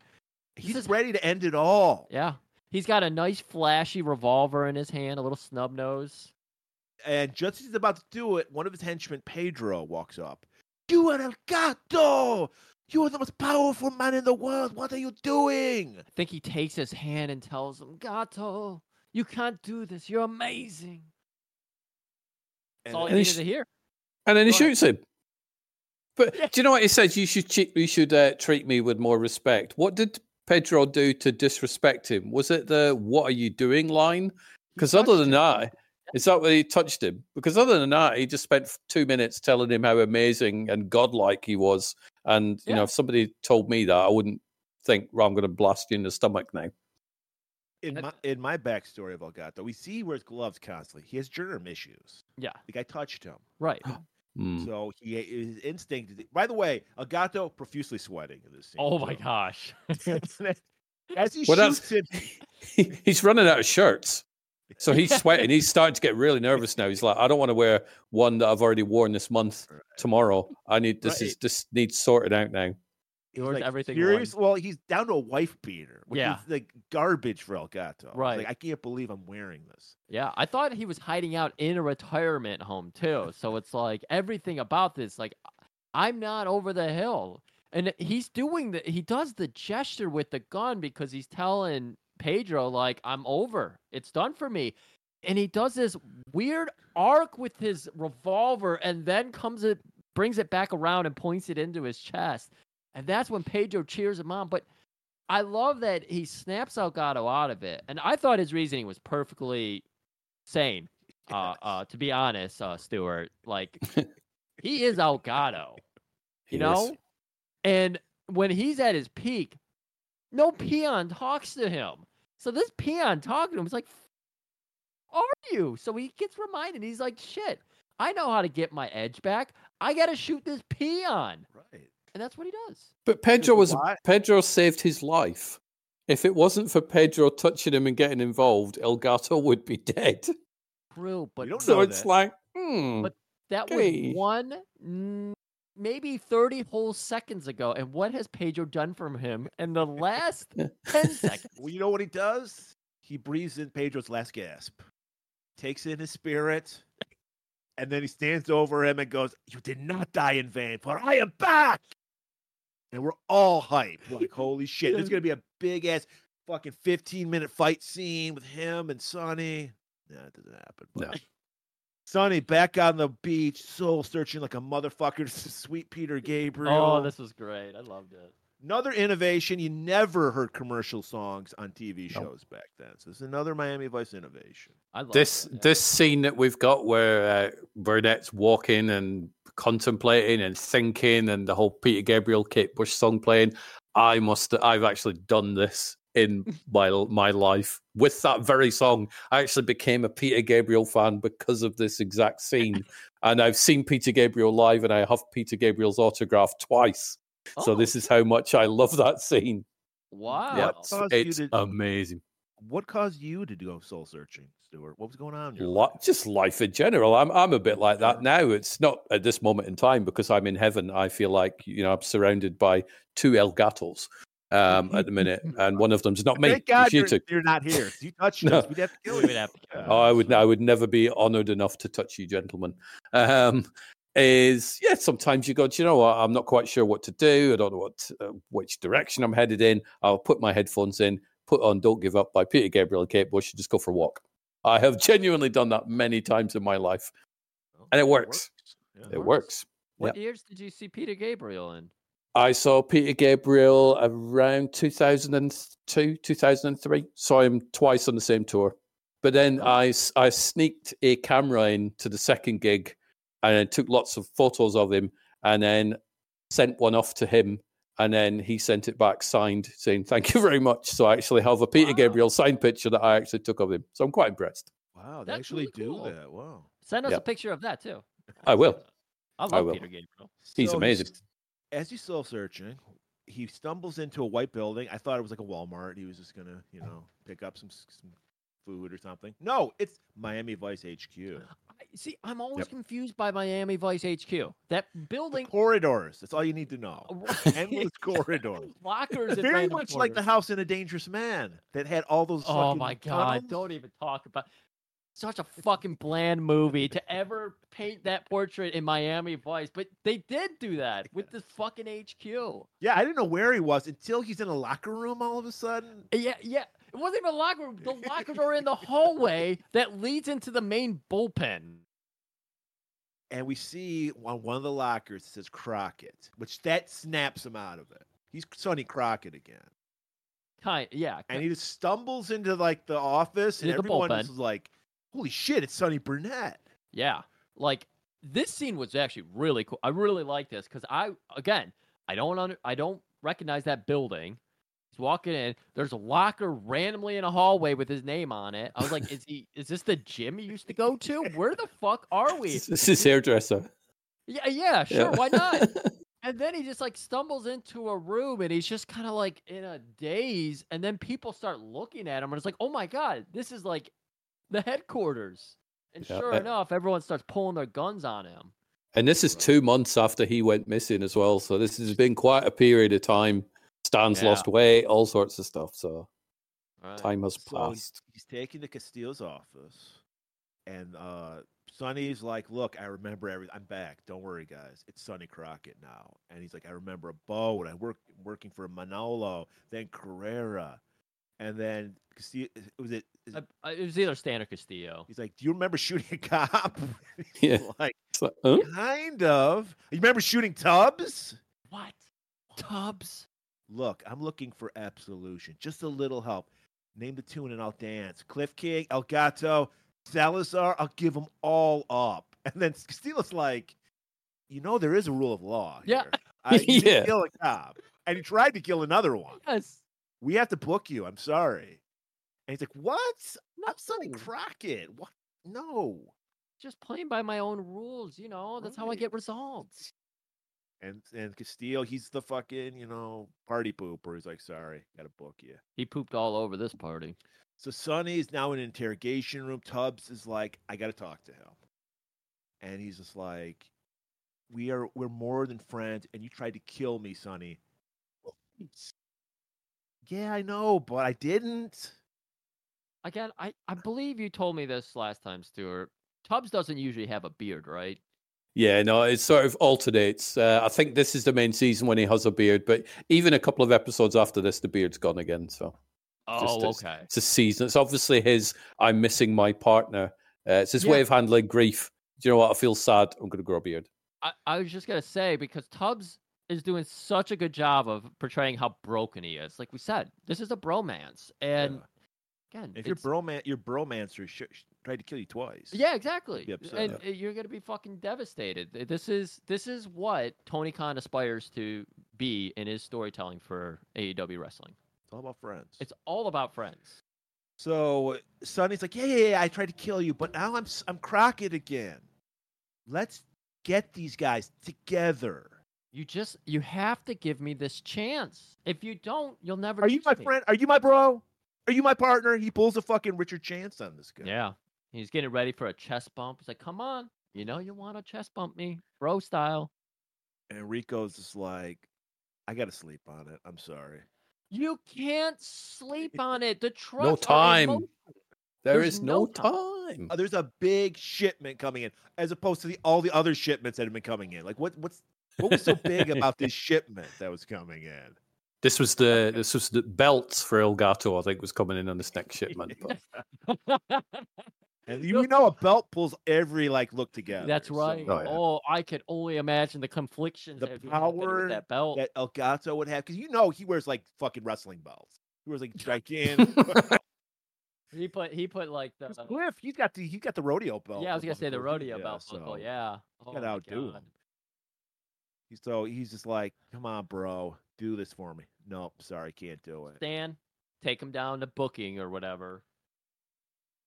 Speaker 2: He's
Speaker 1: is-
Speaker 2: ready to end it all.
Speaker 1: Yeah, he's got a nice flashy revolver in his hand, a little snub nose.
Speaker 2: And just as he's about to do it, one of his henchmen, Pedro, walks up. You are El Gato! You are the most powerful man in the world. What are you doing?
Speaker 1: I think he takes his hand and tells him, "Gato, you can't do this. You're amazing." That's
Speaker 2: And
Speaker 1: all he
Speaker 3: And
Speaker 1: needed
Speaker 3: he's-
Speaker 1: to hear.
Speaker 3: And then he
Speaker 1: Go ahead.
Speaker 3: shoots him. But
Speaker 1: Yeah.
Speaker 3: do you know what he says? You should che- you should uh, treat me with more respect. What did Pedro do to disrespect him? Was it the "What are you doing?" line? Because other
Speaker 2: touched
Speaker 3: than that, is that where he touched him? Because other than that, he just spent f- two minutes telling him how amazing and godlike he was. And you know,
Speaker 1: Yeah.
Speaker 3: if somebody told me that, I wouldn't think, "Well, I'm going to blast you in the stomach now."
Speaker 2: in my in my backstory of El Gato, we see he wears gloves constantly. He has germ issues.
Speaker 1: Yeah.
Speaker 2: The guy touched him.
Speaker 1: *gasps* Right.
Speaker 3: Hmm.
Speaker 2: So he his instinct is- by the way, El Gato profusely sweating in this scene.
Speaker 1: Oh my
Speaker 2: so-
Speaker 1: *laughs* gosh.
Speaker 2: As he
Speaker 3: Well, that's-
Speaker 2: shoots him,
Speaker 3: *laughs* he's running out of shirts. So he's sweating. He's starting to get really nervous now. He's like, I don't want to wear one that I've already worn this month
Speaker 2: Right.
Speaker 3: tomorrow. I need this is
Speaker 2: Right.
Speaker 3: this needs sorted out now.
Speaker 2: he's
Speaker 1: Yours,
Speaker 2: like,
Speaker 1: everything one.
Speaker 2: serious? Well, he's down to a wife beater, which
Speaker 1: Yeah.
Speaker 2: is like garbage for El Gato. He's
Speaker 1: Right.
Speaker 2: Like, I can't believe I'm wearing this.
Speaker 1: Yeah, I thought he was hiding out in a retirement home too. So it's like everything about this, like I'm not over the hill, and he's doing the he does the gesture with the gun because he's telling Pedro like I'm over, it's done for me, and he does this weird arc with his revolver, and then comes it brings it back around and points it into his chest, and that's when Pedro cheers him on, but. I love that he snaps Elgato out of it, and I thought his reasoning was perfectly sane. Uh, uh, to be honest, uh, Stuart,
Speaker 3: *laughs*
Speaker 1: like he is Elgato,
Speaker 3: He
Speaker 1: you
Speaker 3: is-
Speaker 1: know. And when he's at his peak, no peon talks to him. So this peon talking to him is like, "F- "Are you?" So he gets reminded. He's like, "Shit, I know how to get my edge back. I gotta shoot this peon,"
Speaker 2: Right.
Speaker 1: and that's what he does.
Speaker 3: But Pedro was
Speaker 2: Why-
Speaker 3: Pedro saved his life. If it wasn't for Pedro touching him and getting involved, Elgato would be dead.
Speaker 1: True, but
Speaker 2: we don't
Speaker 3: So
Speaker 2: know
Speaker 3: it's
Speaker 2: that.
Speaker 3: like, hmm.
Speaker 1: But- That
Speaker 3: Okay.
Speaker 1: was one, mm, maybe 30 whole seconds ago. And what has Pedro done for him in the last 10 seconds?
Speaker 2: Well, you know what he does? He breathes in Pedro's last gasp, takes in his spirit, and then he stands over him and goes, You did not die in vain, for I am back. And we're all hyped. Like, holy shit, there's
Speaker 1: Yeah.
Speaker 2: going to be a big ass fucking 15 minute fight scene with him and Sonny. No, it doesn't happen.
Speaker 3: No.
Speaker 2: But... Sonny back on the beach, soul searching like a motherfucker. *laughs* Sweet Peter Gabriel.
Speaker 1: Oh, this was great. I loved it.
Speaker 2: Another innovation. You never heard commercial songs on TV
Speaker 3: Nope.
Speaker 2: shows back then. So it's another Miami Vice innovation.
Speaker 1: I loved
Speaker 3: this
Speaker 1: it.
Speaker 3: this scene that we've got where uh, Burnett's walking and contemplating and thinking, and the whole Peter Gabriel Kate Bush song playing. I must. I've actually done this in my my life with that very song. I actually became a Peter Gabriel fan because of this exact scene, and I've seen Peter Gabriel live, and I have Peter Gabriel's autograph twice. So
Speaker 1: Oh,
Speaker 3: this is how much I love that scene.
Speaker 1: Wow.
Speaker 3: Yeah,
Speaker 2: What caused you
Speaker 3: it's
Speaker 2: to-
Speaker 3: amazing.
Speaker 2: What caused you to go soul searching, Stuart? What was going on? in your
Speaker 3: Li- just life in general. I'm I'm a bit like that now. It's not at this moment in time because I'm in heaven. I feel like you know I'm surrounded by two El Gatos um, at the minute, and one of them's not me.
Speaker 2: Thank God
Speaker 3: it's you
Speaker 2: you're,
Speaker 3: two.
Speaker 2: you're not here. 'cause You touched
Speaker 3: *laughs* No.
Speaker 2: us. We'd have to
Speaker 1: We
Speaker 2: kill
Speaker 1: would
Speaker 2: you.
Speaker 1: have to kill
Speaker 2: Yeah.
Speaker 1: him.
Speaker 3: Oh, I would I would never be honoured enough to touch you, gentlemen. Um, is yeah, sometimes you go, do you know what? I'm not quite sure what to do. I don't know what uh, which direction I'm headed in. I'll put my headphones in, put on "Don't Give Up" by Peter Gabriel and Kate Bush, and just go for a walk. I have genuinely done that many times in my life.
Speaker 2: Well,
Speaker 3: And it works.
Speaker 2: Yeah.
Speaker 3: It works.
Speaker 1: What years did you see Peter Gabriel in?
Speaker 3: I saw Peter Gabriel around 2002, 2003. Saw him twice on the same tour. But then I, s- I sneaked a camera in to the second gig and I took lots of photos of him and then sent one off to him. And then he sent it back signed, saying, Thank you very much. So I actually have a Peter
Speaker 1: Wow.
Speaker 3: Gabriel signed picture that I actually took of him. So I'm quite impressed.
Speaker 2: Wow, they
Speaker 1: That's
Speaker 2: actually
Speaker 1: really cool.
Speaker 2: do that. Wow.
Speaker 1: Send us
Speaker 3: Yeah.
Speaker 1: a picture of that too.
Speaker 3: I will.
Speaker 1: I love
Speaker 3: will.
Speaker 1: Peter Gabriel.
Speaker 3: He's
Speaker 2: So
Speaker 3: amazing.
Speaker 2: As he's self searching, he stumbles into a white building. I thought it was like a Walmart. He was just gonna, you know, pick up some s- some food or something. No, it's Miami Vice HQ.
Speaker 1: I, see, I'm always
Speaker 3: Yep.
Speaker 1: confused by Miami Vice HQ. That
Speaker 2: The
Speaker 1: building
Speaker 2: corridors. That's all you need to know.
Speaker 1: *laughs*
Speaker 2: Endless corridors.
Speaker 1: lockers. at
Speaker 2: Very
Speaker 1: random
Speaker 2: much like the
Speaker 1: corners.
Speaker 2: house in a dangerous man that had all those.
Speaker 1: Oh
Speaker 2: fucking
Speaker 1: my god!
Speaker 2: tunnels.
Speaker 1: Don't even talk about such a fucking bland *laughs* movie to ever paint that portrait in Miami Vice, but they did do that with this fucking HQ.
Speaker 2: Yeah, I didn't know where he was until he's in a locker room all of a sudden.
Speaker 1: Yeah, yeah. It wasn't even a locker room. The lockers are in the hallway that leads into the main bullpen.
Speaker 2: and we see on one of the lockers it says Crockett, which that snaps him out of it. He's Sonny Crockett again,
Speaker 1: Kind, yeah.
Speaker 2: and he just stumbles into like the office, and
Speaker 1: Into the
Speaker 2: everyone is
Speaker 1: bullpen.
Speaker 2: like, "Holy shit, it's Sonny Burnett!"
Speaker 1: Yeah. Like this scene was actually really cool. I really like this because I again I don't under, I don't recognize that building. He's walking in. There's a locker randomly in a hallway with his name on it. I was like, is he is this the gym he used to go to? Where the fuck are we?
Speaker 3: This is hairdresser.
Speaker 1: Yeah, uh, yeah,
Speaker 3: Yeah.
Speaker 1: sure, why not? And then he just like stumbles into a room and he's just kind of like in a daze. And then people start looking at him and it's like, oh my God, this is like the headquarters. And
Speaker 3: Yeah,
Speaker 1: sure
Speaker 3: uh,
Speaker 1: enough, everyone starts pulling their guns on him.
Speaker 3: And this is two months after he went missing as well. So this has been quite a period of time. Stan's
Speaker 1: Yeah.
Speaker 3: lost weight, all sorts of stuff. So time has
Speaker 2: So he's-
Speaker 3: passed.
Speaker 2: he's taken to Castillo's office, and uh, Sonny's like, "Look, I remember everything. I'm back. Don't worry, guys. It's Sonny Crockett now." And he's like, "I remember a bow, and I work working for Manolo, then Carrera, and then Castillo. Was it is
Speaker 1: I- I- Uh, it was either Stan or Castillo.
Speaker 2: He's like, "Do you remember shooting a cop?" *laughs* He's
Speaker 3: Yeah.
Speaker 2: like
Speaker 3: It's like, huh?
Speaker 2: kind of. You remember shooting Tubbs?
Speaker 1: What? Tubbs?
Speaker 2: Look, I'm looking for absolution. Just a little help. Name the tune and I'll dance. Cliff King, El Gato, Salazar. I'll give them all up. *laughs* And then Steele's like, "You know there is a rule of law
Speaker 1: Yeah. *laughs*
Speaker 2: here. I, you didn't
Speaker 3: Yeah.
Speaker 2: kill a cop, and he tried to kill another one.
Speaker 1: Yes.
Speaker 2: We have to book you. I'm sorry." And he's like, "What? I'm Sonny
Speaker 1: No.
Speaker 2: Crockett. What? No."
Speaker 1: Just playing by my own rules, you know. That's how I
Speaker 2: Right.
Speaker 1: get results.
Speaker 2: And and Castillo, he's the fucking, you know, party pooper. He's like, sorry, gotta book you.
Speaker 1: He pooped all over this party.
Speaker 2: So Sonny is now in an interrogation room. Tubbs is like, I gotta talk to him. And he's just like, We are we're more than friends, and you tried to kill me, Sonny. "Well, thanks." Yeah, I know, but I didn't.
Speaker 1: Again, I, I believe you told me this last time, Stuart. Tubbs doesn't usually have a beard, right?
Speaker 3: Yeah, no, it sort of alternates. Uh, I think this is the main season when he has a beard, but even a couple of episodes after this, the beard's gone again. So
Speaker 1: Oh,
Speaker 3: Just
Speaker 1: okay.
Speaker 3: it's a season. It's obviously his I'm missing my partner. Uh, it's his way
Speaker 1: Yeah.
Speaker 3: of handling grief. Do you know what? I feel sad. I'm going to grow a beard.
Speaker 1: I, I was just gonna say because Tubbs is doing such a good job of portraying how broken he is. Like we said, this is a bromance, and
Speaker 2: Yeah.
Speaker 1: again,
Speaker 2: if your
Speaker 1: it's-
Speaker 2: broman your bromancer sh- sh- tried to kill you twice.
Speaker 1: Yeah, exactly.
Speaker 2: be upset.
Speaker 1: And uh, you're gonna be fucking devastated. Th- This is this is what Tony Khan aspires to be in his storytelling for AEW wrestling.
Speaker 2: It's all about friends.
Speaker 1: It's all about friends.
Speaker 2: So Sonny's like, yeah, yeah, yeah, I tried to kill you, but now I'm S- I'm Crockett again. Let's get these guys together.
Speaker 1: You just you have to give me this chance. If you don't, you'll never.
Speaker 2: Are you
Speaker 1: choose
Speaker 2: my
Speaker 1: me.
Speaker 2: friend? Are you my bro? Are you my partner? He pulls a fucking Richard Chance on this guy.
Speaker 1: Yeah, he's getting ready for a chest bump. He's like, "Come on, you know you want to chest bump me, bro style."
Speaker 2: And Rico's just like, I gotta sleep on it. I'm sorry.
Speaker 1: You can't sleep on it. The trucks
Speaker 3: no
Speaker 1: are
Speaker 3: time.
Speaker 1: emo-
Speaker 3: There
Speaker 1: There's
Speaker 3: is no
Speaker 1: no time.
Speaker 3: time.
Speaker 2: Uh, there's a big shipment coming in, as opposed to the, all the other shipments that have been coming in. Like what what's what was so
Speaker 1: *laughs*
Speaker 2: big about this shipment that was coming in?
Speaker 3: This was the this was the belts for Elgato. I think was coming in on this next shipment. but-
Speaker 2: And you know, a belt pulls every like look together.
Speaker 1: That's
Speaker 2: so
Speaker 1: right.
Speaker 3: Oh,
Speaker 1: Oh,
Speaker 3: yeah.
Speaker 1: I could only imagine the conflictions
Speaker 2: The
Speaker 1: that would happen
Speaker 2: power
Speaker 1: with that belt.
Speaker 2: that Elgato would have because you know he wears like fucking wrestling belts. He
Speaker 1: *laughs*
Speaker 2: wears like *laughs* gigantic.
Speaker 1: He put he put like the
Speaker 2: 'Cause Cliff, he's got the he got the rodeo belt.
Speaker 1: yeah. I was gonna say the
Speaker 2: buckle.
Speaker 1: rodeo belt buckle.
Speaker 2: so
Speaker 1: Yeah. Oh
Speaker 2: gotta
Speaker 1: my
Speaker 2: outdo 'em.
Speaker 1: God.
Speaker 2: he's- So he's just like, come on, bro, do this for me. Nope, sorry, can't do it.
Speaker 1: Stan, take him down to booking or whatever.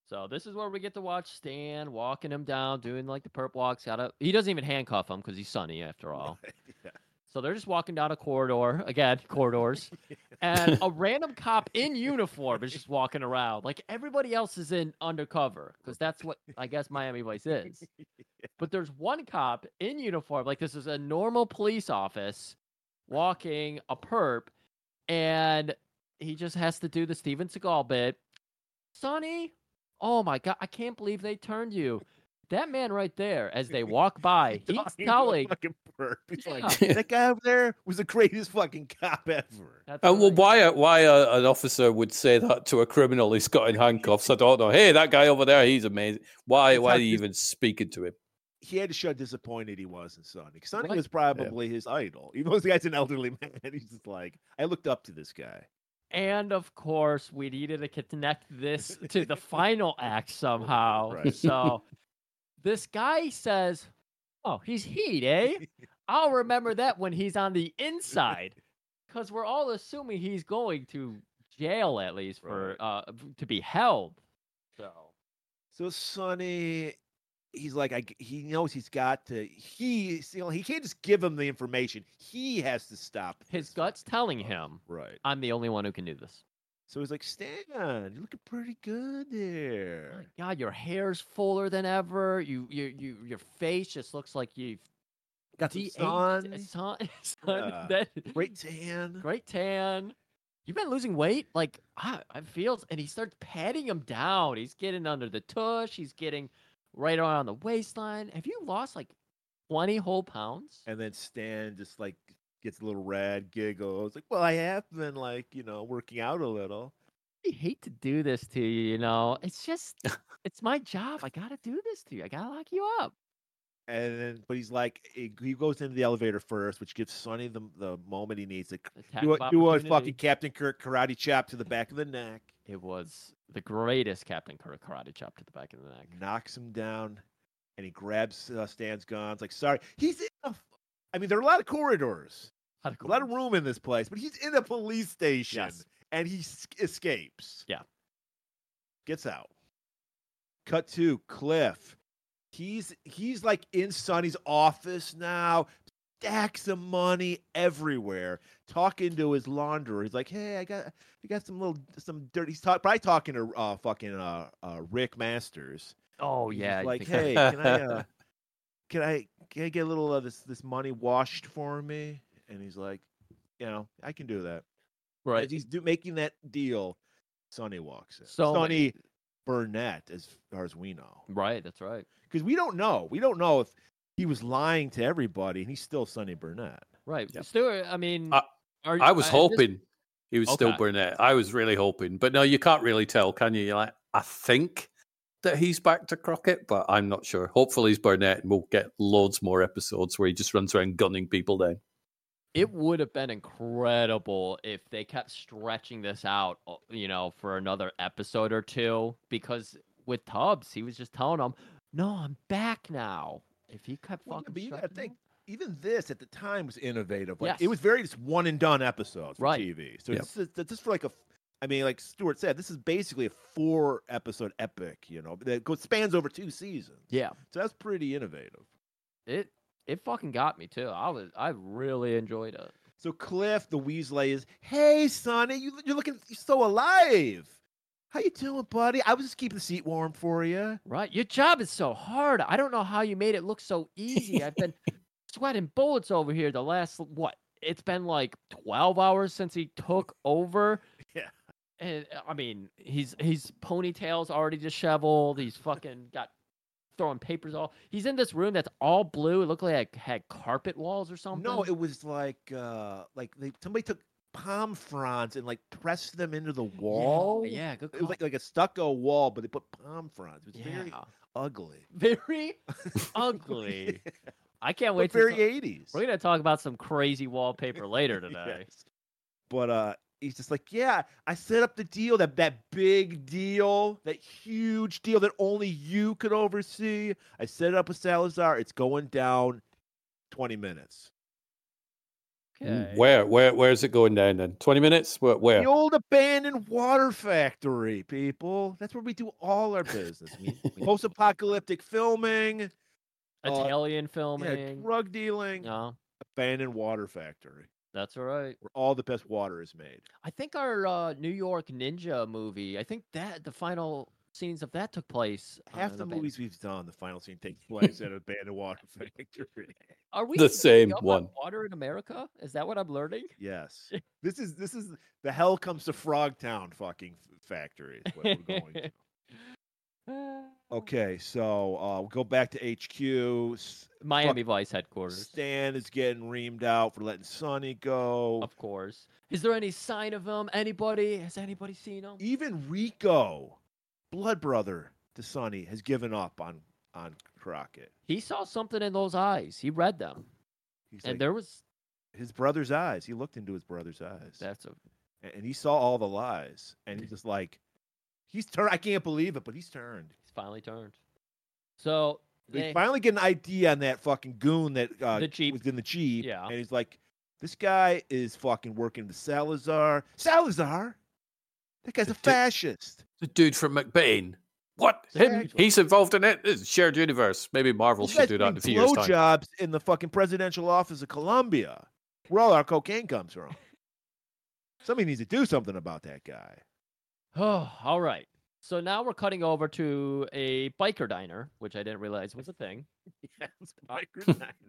Speaker 1: So this is where we get to watch Stan walking him down, doing like the perp walks. Gotta he doesn't even handcuff him because he's sunny after
Speaker 2: *laughs*
Speaker 1: all.
Speaker 2: *laughs* Yeah.
Speaker 1: So they're just walking down a corridor again, *laughs* corridors, and a random cop in uniform is just walking around. Like everybody else is in undercover because that's what I guess Miami Vice is. But there's one cop in uniform, like this is a normal police office, walking a perp, and he just has to do the Steven Seagal bit. Sonny, oh my god, I can't believe they turned you. That man right there, as they walk
Speaker 2: *laughs*
Speaker 1: by,
Speaker 2: Talking
Speaker 1: he's
Speaker 2: to a
Speaker 1: telling.
Speaker 2: fucking
Speaker 1: *laughs*
Speaker 2: perp. He's
Speaker 3: *laughs*
Speaker 2: like,
Speaker 1: Yeah.
Speaker 2: that guy over there was the greatest fucking cop ever.
Speaker 1: That's
Speaker 3: And Uh, well,
Speaker 1: right.
Speaker 3: why a- why a, an officer would say that to a criminal he's got in handcuffs? I don't know. Hey, that guy over there, he's amazing. Why
Speaker 2: That's
Speaker 3: why
Speaker 2: how
Speaker 3: are you
Speaker 2: dis-
Speaker 3: even speaking to him?
Speaker 2: He had to show how disappointed he was in Sonny. 'cause Sonny
Speaker 1: What?
Speaker 2: was probably his idol. Even though the guy's an elderly *laughs* man, he's just like, I looked up to this guy.
Speaker 1: And of course, we needed to connect
Speaker 2: *laughs*
Speaker 1: this to the final act somehow.
Speaker 2: Right.
Speaker 1: So this guy says, Oh, he's heat, eh? I'll remember that when he's on the inside.
Speaker 2: *laughs*
Speaker 1: Because we're all assuming he's going to jail at least for uh, v- to be held. So
Speaker 2: So Sonny, he's like, I, g- he knows he's got to. He you know, he can't just give him the information. He has to stop
Speaker 1: his
Speaker 2: this.
Speaker 1: gut's telling him,
Speaker 2: Right.
Speaker 1: I'm the only one who can do this.
Speaker 2: So he's like, Stan, you're looking pretty good
Speaker 1: My
Speaker 2: there.
Speaker 1: God, your hair's fuller than ever. You, you, you, your face just looks like you've
Speaker 2: Got some
Speaker 1: de
Speaker 2: sun,
Speaker 1: sun, *laughs*
Speaker 2: Yeah.
Speaker 1: that,
Speaker 2: great tan.
Speaker 1: great tan. You've been losing weight, like I, I feels, and he starts patting him down. He's getting under the tush. He's getting right around the waistline. Have you lost like twenty whole pounds?
Speaker 2: And then Stan just like gets a little red, giggles, like, well, I have been like, you know, working out a little.
Speaker 1: I hate to do this to you. You know, it's
Speaker 2: *laughs*
Speaker 1: just, it's my job. I gotta do this to you. I gotta lock you up.
Speaker 2: And then, but he's like, he he goes into the elevator first, which gives Sonny the, the moment he needs to
Speaker 1: Attack
Speaker 2: do
Speaker 1: of
Speaker 2: a, do a
Speaker 1: opportunity.
Speaker 2: fucking Captain Kirk karate chop to the back of the neck,
Speaker 1: It was the greatest Captain Kirk karate chop to the back of the neck.
Speaker 2: knocks him down, and he grabs uh, Stan's guns. Like, sorry, he's in a. f- I mean, there are a lot of corridors, a lot of room in this place, but he's in a police station,
Speaker 1: Yes.
Speaker 2: and he s- escapes.
Speaker 1: Yeah.
Speaker 2: gets out. Cut to Cliff. He's he's like in Sonny's office now. Stacks of money everywhere. Talking to his launderer. He's like, "Hey, I got I got some little some dirty." He's talk, probably talking to uh, fucking uh, uh, Rick Masters.
Speaker 1: Oh
Speaker 2: He's
Speaker 1: yeah,
Speaker 2: just
Speaker 1: you
Speaker 2: like,
Speaker 1: think that-
Speaker 2: hey, can
Speaker 1: *laughs*
Speaker 2: I, uh, can I can I get a little of this this money washed for me? And he's like, you know, I can do that. As
Speaker 1: right?
Speaker 2: he's do, making that deal, Sonny walks in.
Speaker 1: So many-
Speaker 2: Sonny Burnett, as far as we know,
Speaker 1: Right, that's right.
Speaker 2: because we don't know. We don't know if he was lying to everybody, and he's still Sonny Burnett.
Speaker 1: Right.
Speaker 3: Yep.
Speaker 1: Stuart, I mean,
Speaker 3: I-
Speaker 1: are,
Speaker 3: I was
Speaker 1: at this-
Speaker 3: hoping he was still
Speaker 1: Okay.
Speaker 3: Burnett. I was really hoping, but no, you can't really tell, can you? You're like, I think that he's back to Crockett, but I'm not sure. Hopefully, he's Burnett, and we'll get loads more episodes where he just runs around gunning people down.
Speaker 1: it would have been incredible if they kept stretching this out, uh, you know, for another episode or two. Because with Tubbs, he was just telling them, "No, I'm back now." If he kept
Speaker 2: Well, yeah,
Speaker 1: fucking,
Speaker 2: but you gotta
Speaker 1: stretching
Speaker 2: think
Speaker 1: it-
Speaker 2: even this at the time was innovative. Like it
Speaker 1: Yes.
Speaker 2: was very just one and done episodes for
Speaker 1: Right.
Speaker 2: TV. So
Speaker 3: Yep.
Speaker 2: it's just, it's just for like a, f- I mean, like Stuart said, this is basically a four episode epic. You know that goes spans over two seasons.
Speaker 1: yeah,
Speaker 2: So that's pretty innovative.
Speaker 1: it it fucking got me too. I was I really enjoyed it.
Speaker 2: So Cliff, the Weasley, is hey Sonny, you you're looking you're so alive. How you doing, buddy? I was just keeping the seat warm for you.
Speaker 1: Right, your job is so hard. I don't know how you made it look so easy. I've
Speaker 2: *laughs*
Speaker 1: been sweating bullets over here the last what? It's been like twelve hours since he took over.
Speaker 2: Yeah.
Speaker 1: and uh, I mean, he's he's ponytail's already disheveled. He's fucking got throwing papers all. He's in this room that's all blue. It looked like it had carpet walls or something.
Speaker 2: No, it was like uh like they somebody took palm fronds and like pressed them into the wall.
Speaker 1: Yeah, good
Speaker 2: It was
Speaker 1: call.
Speaker 2: like, like a stucco wall, but they put palm fronds. It was
Speaker 1: yeah.
Speaker 2: very ugly. *laughs*
Speaker 1: Very ugly. I can't wait
Speaker 2: But
Speaker 1: to
Speaker 2: very
Speaker 1: ta-
Speaker 2: 80s.
Speaker 1: We're gonna talk about some crazy
Speaker 2: *laughs*
Speaker 1: wallpaper later today.
Speaker 2: Yes. But uh he's just like, yeah, I set up the deal, that that big deal, that huge deal that only you could oversee. I set it up with Salazar. It's going down 20 minutes.
Speaker 1: Okay.
Speaker 3: Where, where, where is it going down then? Twenty minutes? Where? where?
Speaker 2: The old abandoned water factory, people. That's where we do all our business.
Speaker 1: *laughs*
Speaker 2: Post apocalyptic filming, uh,
Speaker 1: Italian
Speaker 2: yeah,
Speaker 1: filming.
Speaker 2: drug dealing,
Speaker 1: no,
Speaker 2: abandoned water factory,
Speaker 1: that's all right.
Speaker 2: where all the best water is made.
Speaker 1: I think our uh, New York Ninja movie. I think that the final scenes of that took place. uh, on
Speaker 2: Half
Speaker 1: an
Speaker 2: the
Speaker 1: abandoned-
Speaker 2: movies we've done, the final scene
Speaker 1: *laughs*
Speaker 2: takes place at an abandoned water factory.
Speaker 1: Are we
Speaker 3: The
Speaker 1: giving
Speaker 3: same
Speaker 1: up on
Speaker 3: one.
Speaker 1: Water in America? Is that what I'm learning? *laughs*
Speaker 2: Yes. This is this is the hell comes to Frogtown fucking f- factory. Is what we're
Speaker 1: *laughs*
Speaker 2: going to.
Speaker 1: Ah.
Speaker 2: Oh, Okay, so uh, we'll go back to HQ. S-
Speaker 1: Miami Vice headquarters,
Speaker 2: Stan is getting reamed out for letting Sonny go.
Speaker 1: of course. Is there any sign of him? Anybody? Has anybody seen him?
Speaker 2: Even Rico, blood brother to Sonny, has given up on on Crockett.
Speaker 1: He saw something in those eyes. He read them,
Speaker 2: He's
Speaker 1: and
Speaker 2: like,
Speaker 1: there was
Speaker 2: his brother's eyes. He looked into his brother's eyes,
Speaker 1: that's a
Speaker 2: a- and he saw all the lies. And he's just like, he's turned. I can't believe it, but he's turned.
Speaker 1: He's finally turned. So
Speaker 2: We
Speaker 1: they,
Speaker 2: finally get an ID on that fucking goon that uh,
Speaker 1: The Jeep.
Speaker 2: was in the Jeep.
Speaker 1: Yeah.
Speaker 2: And he's like, this guy is fucking working the Salazar. Salazar? That guy's
Speaker 3: The
Speaker 2: a
Speaker 3: du-
Speaker 2: fascist.
Speaker 3: The dude from McBain. What? Him?
Speaker 2: Exactly.
Speaker 3: He's involved in it? It's shared universe. Maybe Marvel
Speaker 2: This
Speaker 3: should
Speaker 2: guy's
Speaker 3: do that in a few
Speaker 2: doing
Speaker 3: years' time.
Speaker 2: blowjobs in the fucking presidential office of Colombia, where all our cocaine
Speaker 1: *laughs*
Speaker 2: comes from. Somebody needs to do something about that guy.
Speaker 1: oh, *sighs* all right. So now we're cutting over to a biker diner, which I didn't realize was a thing.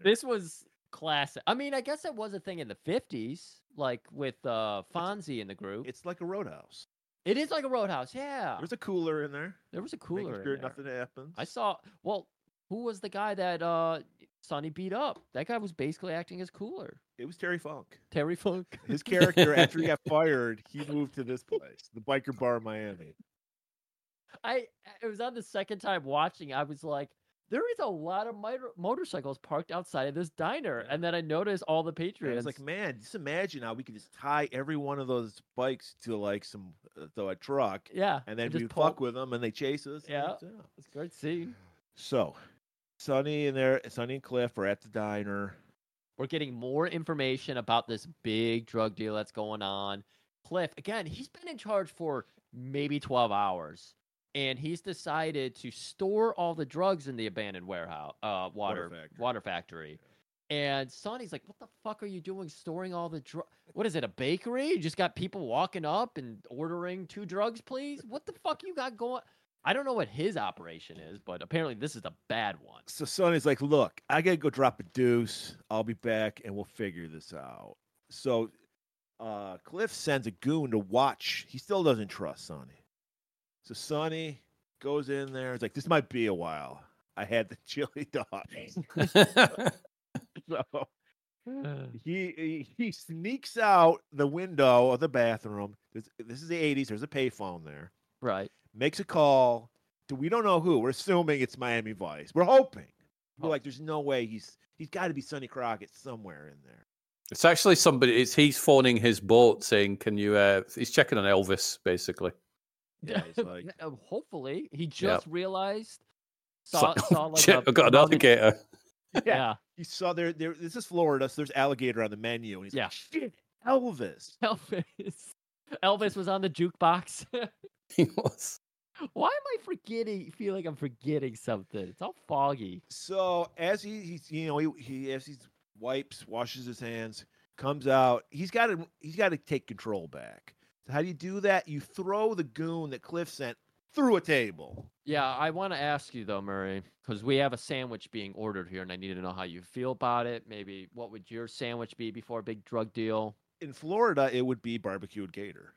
Speaker 1: This was classic. I mean, I guess it was a thing in the '50s, like with uh, Fonzie in the group.
Speaker 2: it's like a roadhouse.
Speaker 1: It is like a roadhouse. Yeah,
Speaker 2: There's a cooler in there.
Speaker 1: there was a
Speaker 2: making
Speaker 1: cooler. in
Speaker 2: sure
Speaker 1: there.
Speaker 2: nothing happens.
Speaker 1: I saw. Well, who was the guy that uh, Sonny beat up? That guy was basically acting as cooler.
Speaker 2: it was Terry Funk.
Speaker 1: Terry Funk. *laughs*
Speaker 2: His character, after he got fired, he moved to this place, the biker bar in Miami.
Speaker 1: I it was on the second time watching. I was like, there is a lot of motor- motorcycles parked outside of this diner,
Speaker 2: Yeah.
Speaker 1: and then I noticed all the
Speaker 2: And I
Speaker 1: Patriots.
Speaker 2: was like, man, just imagine how we could just tie every one of those bikes to like some uh, to a truck,
Speaker 1: yeah,
Speaker 2: and then
Speaker 1: just
Speaker 2: we
Speaker 1: pull-
Speaker 2: fuck with them, and they chase us. and
Speaker 1: Yeah.
Speaker 2: that's it.
Speaker 1: It's a great scene.
Speaker 2: So, Sonny and there, Sonny and Cliff are at the diner.
Speaker 1: We're getting more information about this big drug deal that's going on. Cliff, again, he's been in charge for maybe twelve hours, and he's decided to store all the drugs in the abandoned warehouse, uh, water
Speaker 2: factory.
Speaker 1: water factory. And Sonny's like, "What the fuck are you doing, storing all the drugs? What is it, a bakery? You just got people walking up and ordering two drugs, please. What the fuck you got going? I don't know what his operation is, but apparently this is a bad one. *laughs*
Speaker 2: So Sonny's like, look, I gotta go drop a deuce. I'll be back, and we'll figure this out. So, uh, Cliff sends a goon to watch. He still doesn't trust Sonny. So Sonny goes in there. He's like, this might be a while. I had the *laughs* chili dogs. so *sighs* he he sneaks out the window of the bathroom. This, this is the 80s. There's a payphone there.
Speaker 1: *sighs* right?
Speaker 2: Makes a call to we don't know who. We're assuming it's Miami Vice. We're hoping.
Speaker 1: Oh.
Speaker 2: We're like, there's no way he's he's got to be Sonny Crockett somewhere in there.
Speaker 3: *laughs* it's actually somebody. It's he's phoning his boat saying, "Can you?" Uh, he's checking on Elvis, basically.
Speaker 2: Yeah, he's like,
Speaker 1: Uh, hopefully he just realized
Speaker 3: It's
Speaker 1: saw
Speaker 3: like,
Speaker 1: saw
Speaker 3: *laughs*
Speaker 1: like
Speaker 3: Shit,
Speaker 1: a
Speaker 3: I've got an
Speaker 1: mummy-
Speaker 3: alligator. *laughs*
Speaker 1: *laughs* Yeah,
Speaker 2: you saw there there. This is Florida, so there's alligator on the menu, and he's
Speaker 1: Yeah.
Speaker 2: like, shit, Elvis.
Speaker 1: Elvis. Elvis was on the jukebox. *laughs*
Speaker 3: He was.
Speaker 1: Why am I forgetting? Feel like I'm forgetting something. It's all foggy.
Speaker 2: So as he, he's you know he, he as he wipes, washes his hands, comes out. He's got to he's got to take control back. So how do you do that? You throw the goon that Cliff sent through a table.
Speaker 1: Yeah, I want to ask you though, Murray, because we have a sandwich being ordered here, and I need to know how you feel about it. Maybe what would your sandwich be before a big drug deal?
Speaker 2: In Florida, it would be barbecued gator.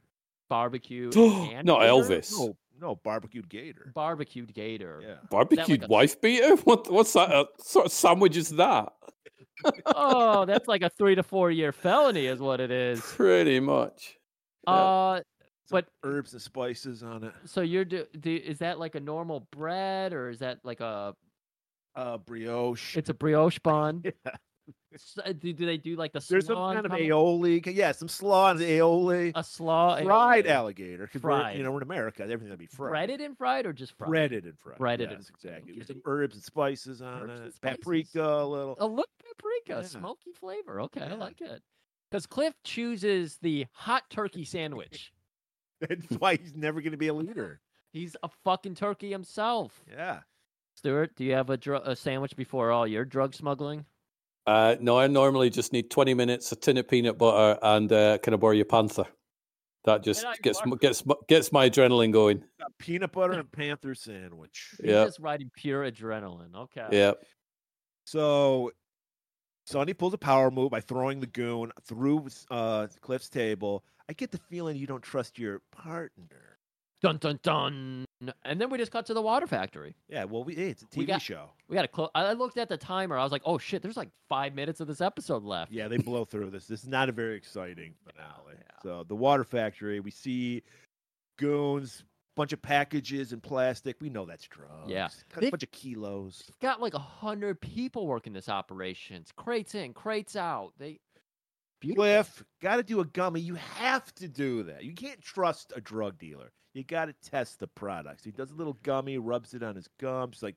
Speaker 1: barbecued. and
Speaker 3: Not
Speaker 1: gator?
Speaker 3: Elvis.
Speaker 2: No, no barbecued gator.
Speaker 1: Barbecued gator.
Speaker 2: Yeah.
Speaker 3: Barbecued
Speaker 1: a-
Speaker 3: wife beater? *laughs* What, what's that? Uh, sort of sandwich is that?
Speaker 1: Oh, that's like a three to four year felony, is what it is.
Speaker 3: Pretty much. Yeah.
Speaker 1: Uh,
Speaker 2: Some
Speaker 1: But-
Speaker 2: herbs and spices on it.
Speaker 1: so you're do, do is that like a normal bread or is that like a
Speaker 2: Uh, brioche.
Speaker 1: it's a brioche bun?
Speaker 2: *laughs* Yeah.
Speaker 1: S- uh, Do, do they do like the
Speaker 2: There's some
Speaker 1: slaw on
Speaker 2: kind of
Speaker 1: top?
Speaker 2: aioli. Yeah, some slaw and aioli.
Speaker 1: a slaw and-
Speaker 2: fried alligator. 'cause we're,
Speaker 1: Fried.
Speaker 2: you know, we're in America. Everything's gonna be fried.
Speaker 1: breaded and fried or just fried?
Speaker 2: Breaded and fried.
Speaker 1: Breaded
Speaker 2: yes,
Speaker 1: and fried,
Speaker 2: exactly. With
Speaker 1: okay.
Speaker 2: some herbs and spices on
Speaker 1: Herbs and
Speaker 2: it.
Speaker 1: spices.
Speaker 2: Paprika, a little. *laughs*
Speaker 1: a little paprika,
Speaker 2: Yeah.
Speaker 1: smoky flavor. Okay, I
Speaker 2: Yeah.
Speaker 1: like it. Because Cliff chooses the hot turkey sandwich.
Speaker 2: That's
Speaker 1: Oh.
Speaker 2: why he's never gonna be a leader.
Speaker 1: He's a fucking turkey himself.
Speaker 2: Yeah.
Speaker 1: Stuart, do you have a, dr- a sandwich before all your drug smuggling?
Speaker 3: Uh, no, I normally just need 20 minutes, a tin of peanut butter, and uh, can I borrow your panther? That just
Speaker 1: I
Speaker 3: gets
Speaker 1: borrow-
Speaker 3: m- gets m- gets my adrenaline going.
Speaker 2: Got Peanut butter and panther sandwich.
Speaker 1: He's
Speaker 3: Yeah.
Speaker 1: just riding pure adrenaline. Okay.
Speaker 3: Yeah,
Speaker 2: So Sonny pulls a power move by throwing the goon through uh, Cliff's table. I get the feeling you don't trust your partner.
Speaker 1: Dun dun dun. And then we just cut to the water factory.
Speaker 2: Yeah, well, we, hey, it's a
Speaker 1: We
Speaker 2: TV
Speaker 1: got-
Speaker 2: show.
Speaker 1: We got to close. I I looked at the timer. I was like, oh shit, there's like five minutes of this episode left.
Speaker 2: Yeah, they blow through this. This is not a very exciting finale.
Speaker 1: *laughs* yeah.
Speaker 2: So the water factory, we see goons, bunch of packages in plastic. We know that's drugs. Got
Speaker 1: They-
Speaker 2: a bunch of kilos.
Speaker 1: got like a hundred people working this operation. It's crates in, crates out. They beautiful.
Speaker 2: Cliff, got to do a gummy. You have to do that. You can't trust a drug dealer. You got to test the products. He does a little gummy, rubs it on his gums, like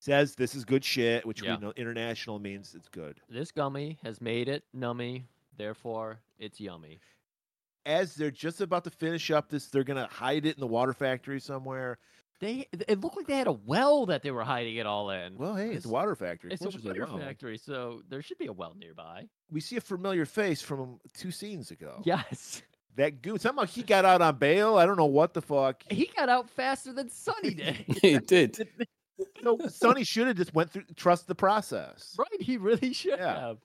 Speaker 2: says this is good shit, which
Speaker 1: Yeah.
Speaker 2: we know international means it's good.
Speaker 1: This gummy has made it nummy, therefore it's yummy.
Speaker 2: As they're just about to finish up this, they're gonna hide it in the water factory somewhere.
Speaker 1: They it looked like they had a well that they were hiding it all in.
Speaker 2: Well, hey, it's,
Speaker 1: It's-
Speaker 2: a water factory. Of
Speaker 1: it's a
Speaker 2: course there's
Speaker 1: water
Speaker 2: well.
Speaker 1: factory, so there should be a well nearby.
Speaker 2: We see a familiar face from two scenes ago.
Speaker 1: Yes, *laughs*
Speaker 2: that goon. Somehow he got out on bail. I don't know what the fuck.
Speaker 1: he got out faster than Sonny
Speaker 2: *laughs*
Speaker 1: did.
Speaker 3: *laughs* it did.
Speaker 2: So Sonny should have just went through trust the process.
Speaker 1: *laughs* right, he really should
Speaker 2: Yeah.
Speaker 1: have.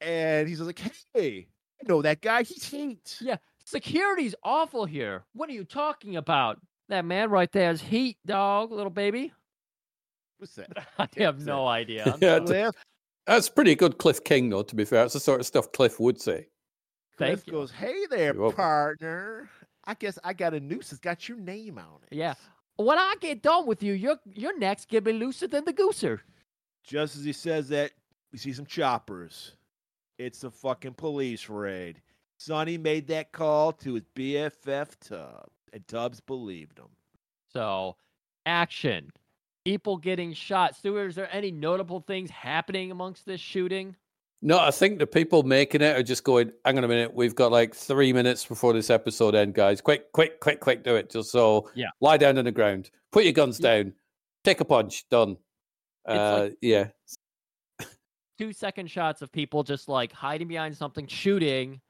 Speaker 2: and he's like, "Hey, I know that guy. He's heat."
Speaker 1: Yeah, security's awful here. What are you talking about? That man right there is heat, dog, little baby. *laughs*
Speaker 2: What's that?
Speaker 1: I have no idea. I'm
Speaker 3: Yeah,
Speaker 1: so-
Speaker 3: d-
Speaker 2: Cliff,
Speaker 3: That's pretty good, Cliff King, though. To be fair, that's the sort of stuff Cliff would say.
Speaker 1: Thank
Speaker 2: Cliff
Speaker 1: you.
Speaker 2: goes, "Hey there,
Speaker 3: You're welcome.
Speaker 2: partner. I guess I got a noose. It's got your name on it."
Speaker 1: Yeah. When I get done with you, your your neck's gonna be looser than the gooser.
Speaker 2: Just as he says that, we see some choppers. It's a fucking police raid. Sonny made that call to his BFF Tubbs, and Tubbs believed him.
Speaker 1: So, action. People getting shot. Stuart, is there any notable things happening amongst this shooting?
Speaker 3: No, I think the people making it are just going. Hang on a minute. We've got like three minutes before this episode end, guys. Quick, quick, quick, quick. Do it. Just so.
Speaker 1: Yeah.
Speaker 3: Lie down on the ground. Put your guns
Speaker 1: Yeah.
Speaker 3: down. Take a punch. Done.
Speaker 1: like-
Speaker 3: Uh, yeah.
Speaker 1: Two second shots of people just like hiding behind something, shooting.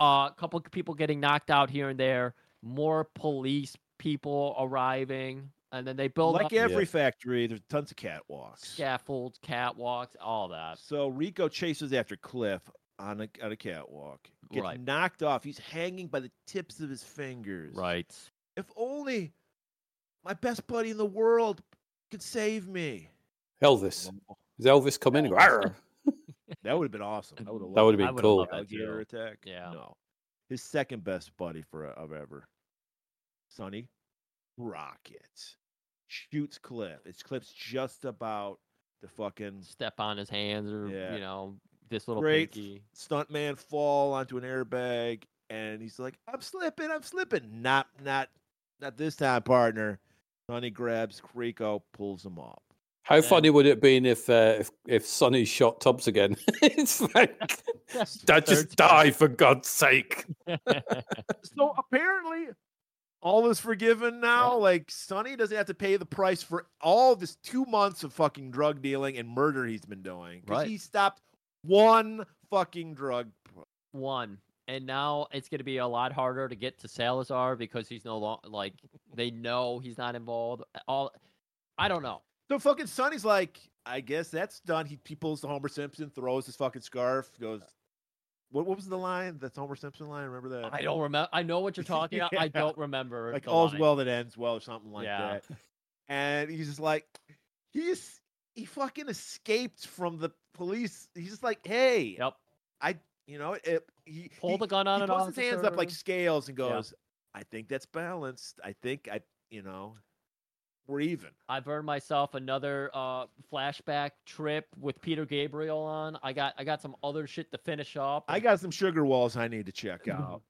Speaker 1: Uh, a couple of people getting knocked out here and there. More police people arriving, and then they build
Speaker 2: like
Speaker 1: up
Speaker 2: every factory, there's tons of catwalks.
Speaker 1: scaffolds, catwalks, all that.
Speaker 2: So Rico chases after Cliff on a, on a catwalk, gets
Speaker 1: Right.
Speaker 2: knocked off. He's hanging by the tips of his fingers.
Speaker 1: Right.
Speaker 2: If only my best buddy in the world could save me.
Speaker 3: Elvis. Is Elvis coming? in? Rawr.
Speaker 2: That would have been awesome. I would have
Speaker 3: That would
Speaker 1: I
Speaker 3: have been
Speaker 1: would've
Speaker 3: cool.
Speaker 1: loved that
Speaker 2: alligator
Speaker 1: too.
Speaker 2: attack.
Speaker 1: Yeah.
Speaker 2: No, his second best buddy for uh, of ever, Sonny Rocket shoots Cliff. It's Cliff's just about the fucking
Speaker 1: Step on his hands, or
Speaker 2: Yeah.
Speaker 1: you know, this little
Speaker 2: Great. *laughs*
Speaker 1: pinky.
Speaker 2: stuntman fall onto an airbag and he's like, I'm slipping, I'm slipping. Not not not this time, partner. Sonny grabs Rico, pulls him up.
Speaker 3: How
Speaker 1: Yeah.
Speaker 3: funny would it have been if uh, if if Sonny shot Tubbs again? *laughs* it's like that
Speaker 1: Third
Speaker 3: just die for God's sake.
Speaker 2: So apparently all is forgiven now. Like Sonny doesn't have to pay the price for all this two months of fucking drug dealing and murder he's been doing. 'cause
Speaker 1: Right.
Speaker 2: He stopped one fucking drug. pr-
Speaker 1: one. And now it's going to be a lot harder to get to Salazar because he's no longer like they know he's not involved. All I don't know.
Speaker 2: So fucking Sonny's like, I guess that's done. He, he pulls the Homer Simpson, throws his fucking scarf, goes, What, what was the line? That's Homer Simpson line. Remember that?
Speaker 1: I don't remember. I know what you're
Speaker 2: *laughs*
Speaker 1: talking about. I
Speaker 2: Yeah.
Speaker 1: don't remember.
Speaker 2: like
Speaker 1: the
Speaker 2: all's
Speaker 1: line.
Speaker 2: well that ends well or something like
Speaker 1: Yeah.
Speaker 2: that. And he's just like, he just he fucking escaped from the police. He's just like, hey,
Speaker 1: Yep.
Speaker 2: you know, it, he
Speaker 1: Pull
Speaker 2: he,
Speaker 1: the gun on
Speaker 2: he
Speaker 1: an
Speaker 2: puts
Speaker 1: officer.
Speaker 2: his hands up like scales and goes, I think that's balanced. I think I, you know, we're even.
Speaker 1: I've earned myself another uh, flashback trip with Peter Gabriel on. I got I got some other shit to finish up.
Speaker 2: I
Speaker 1: and-
Speaker 2: got some sugar walls I need to check
Speaker 1: *laughs*
Speaker 2: out.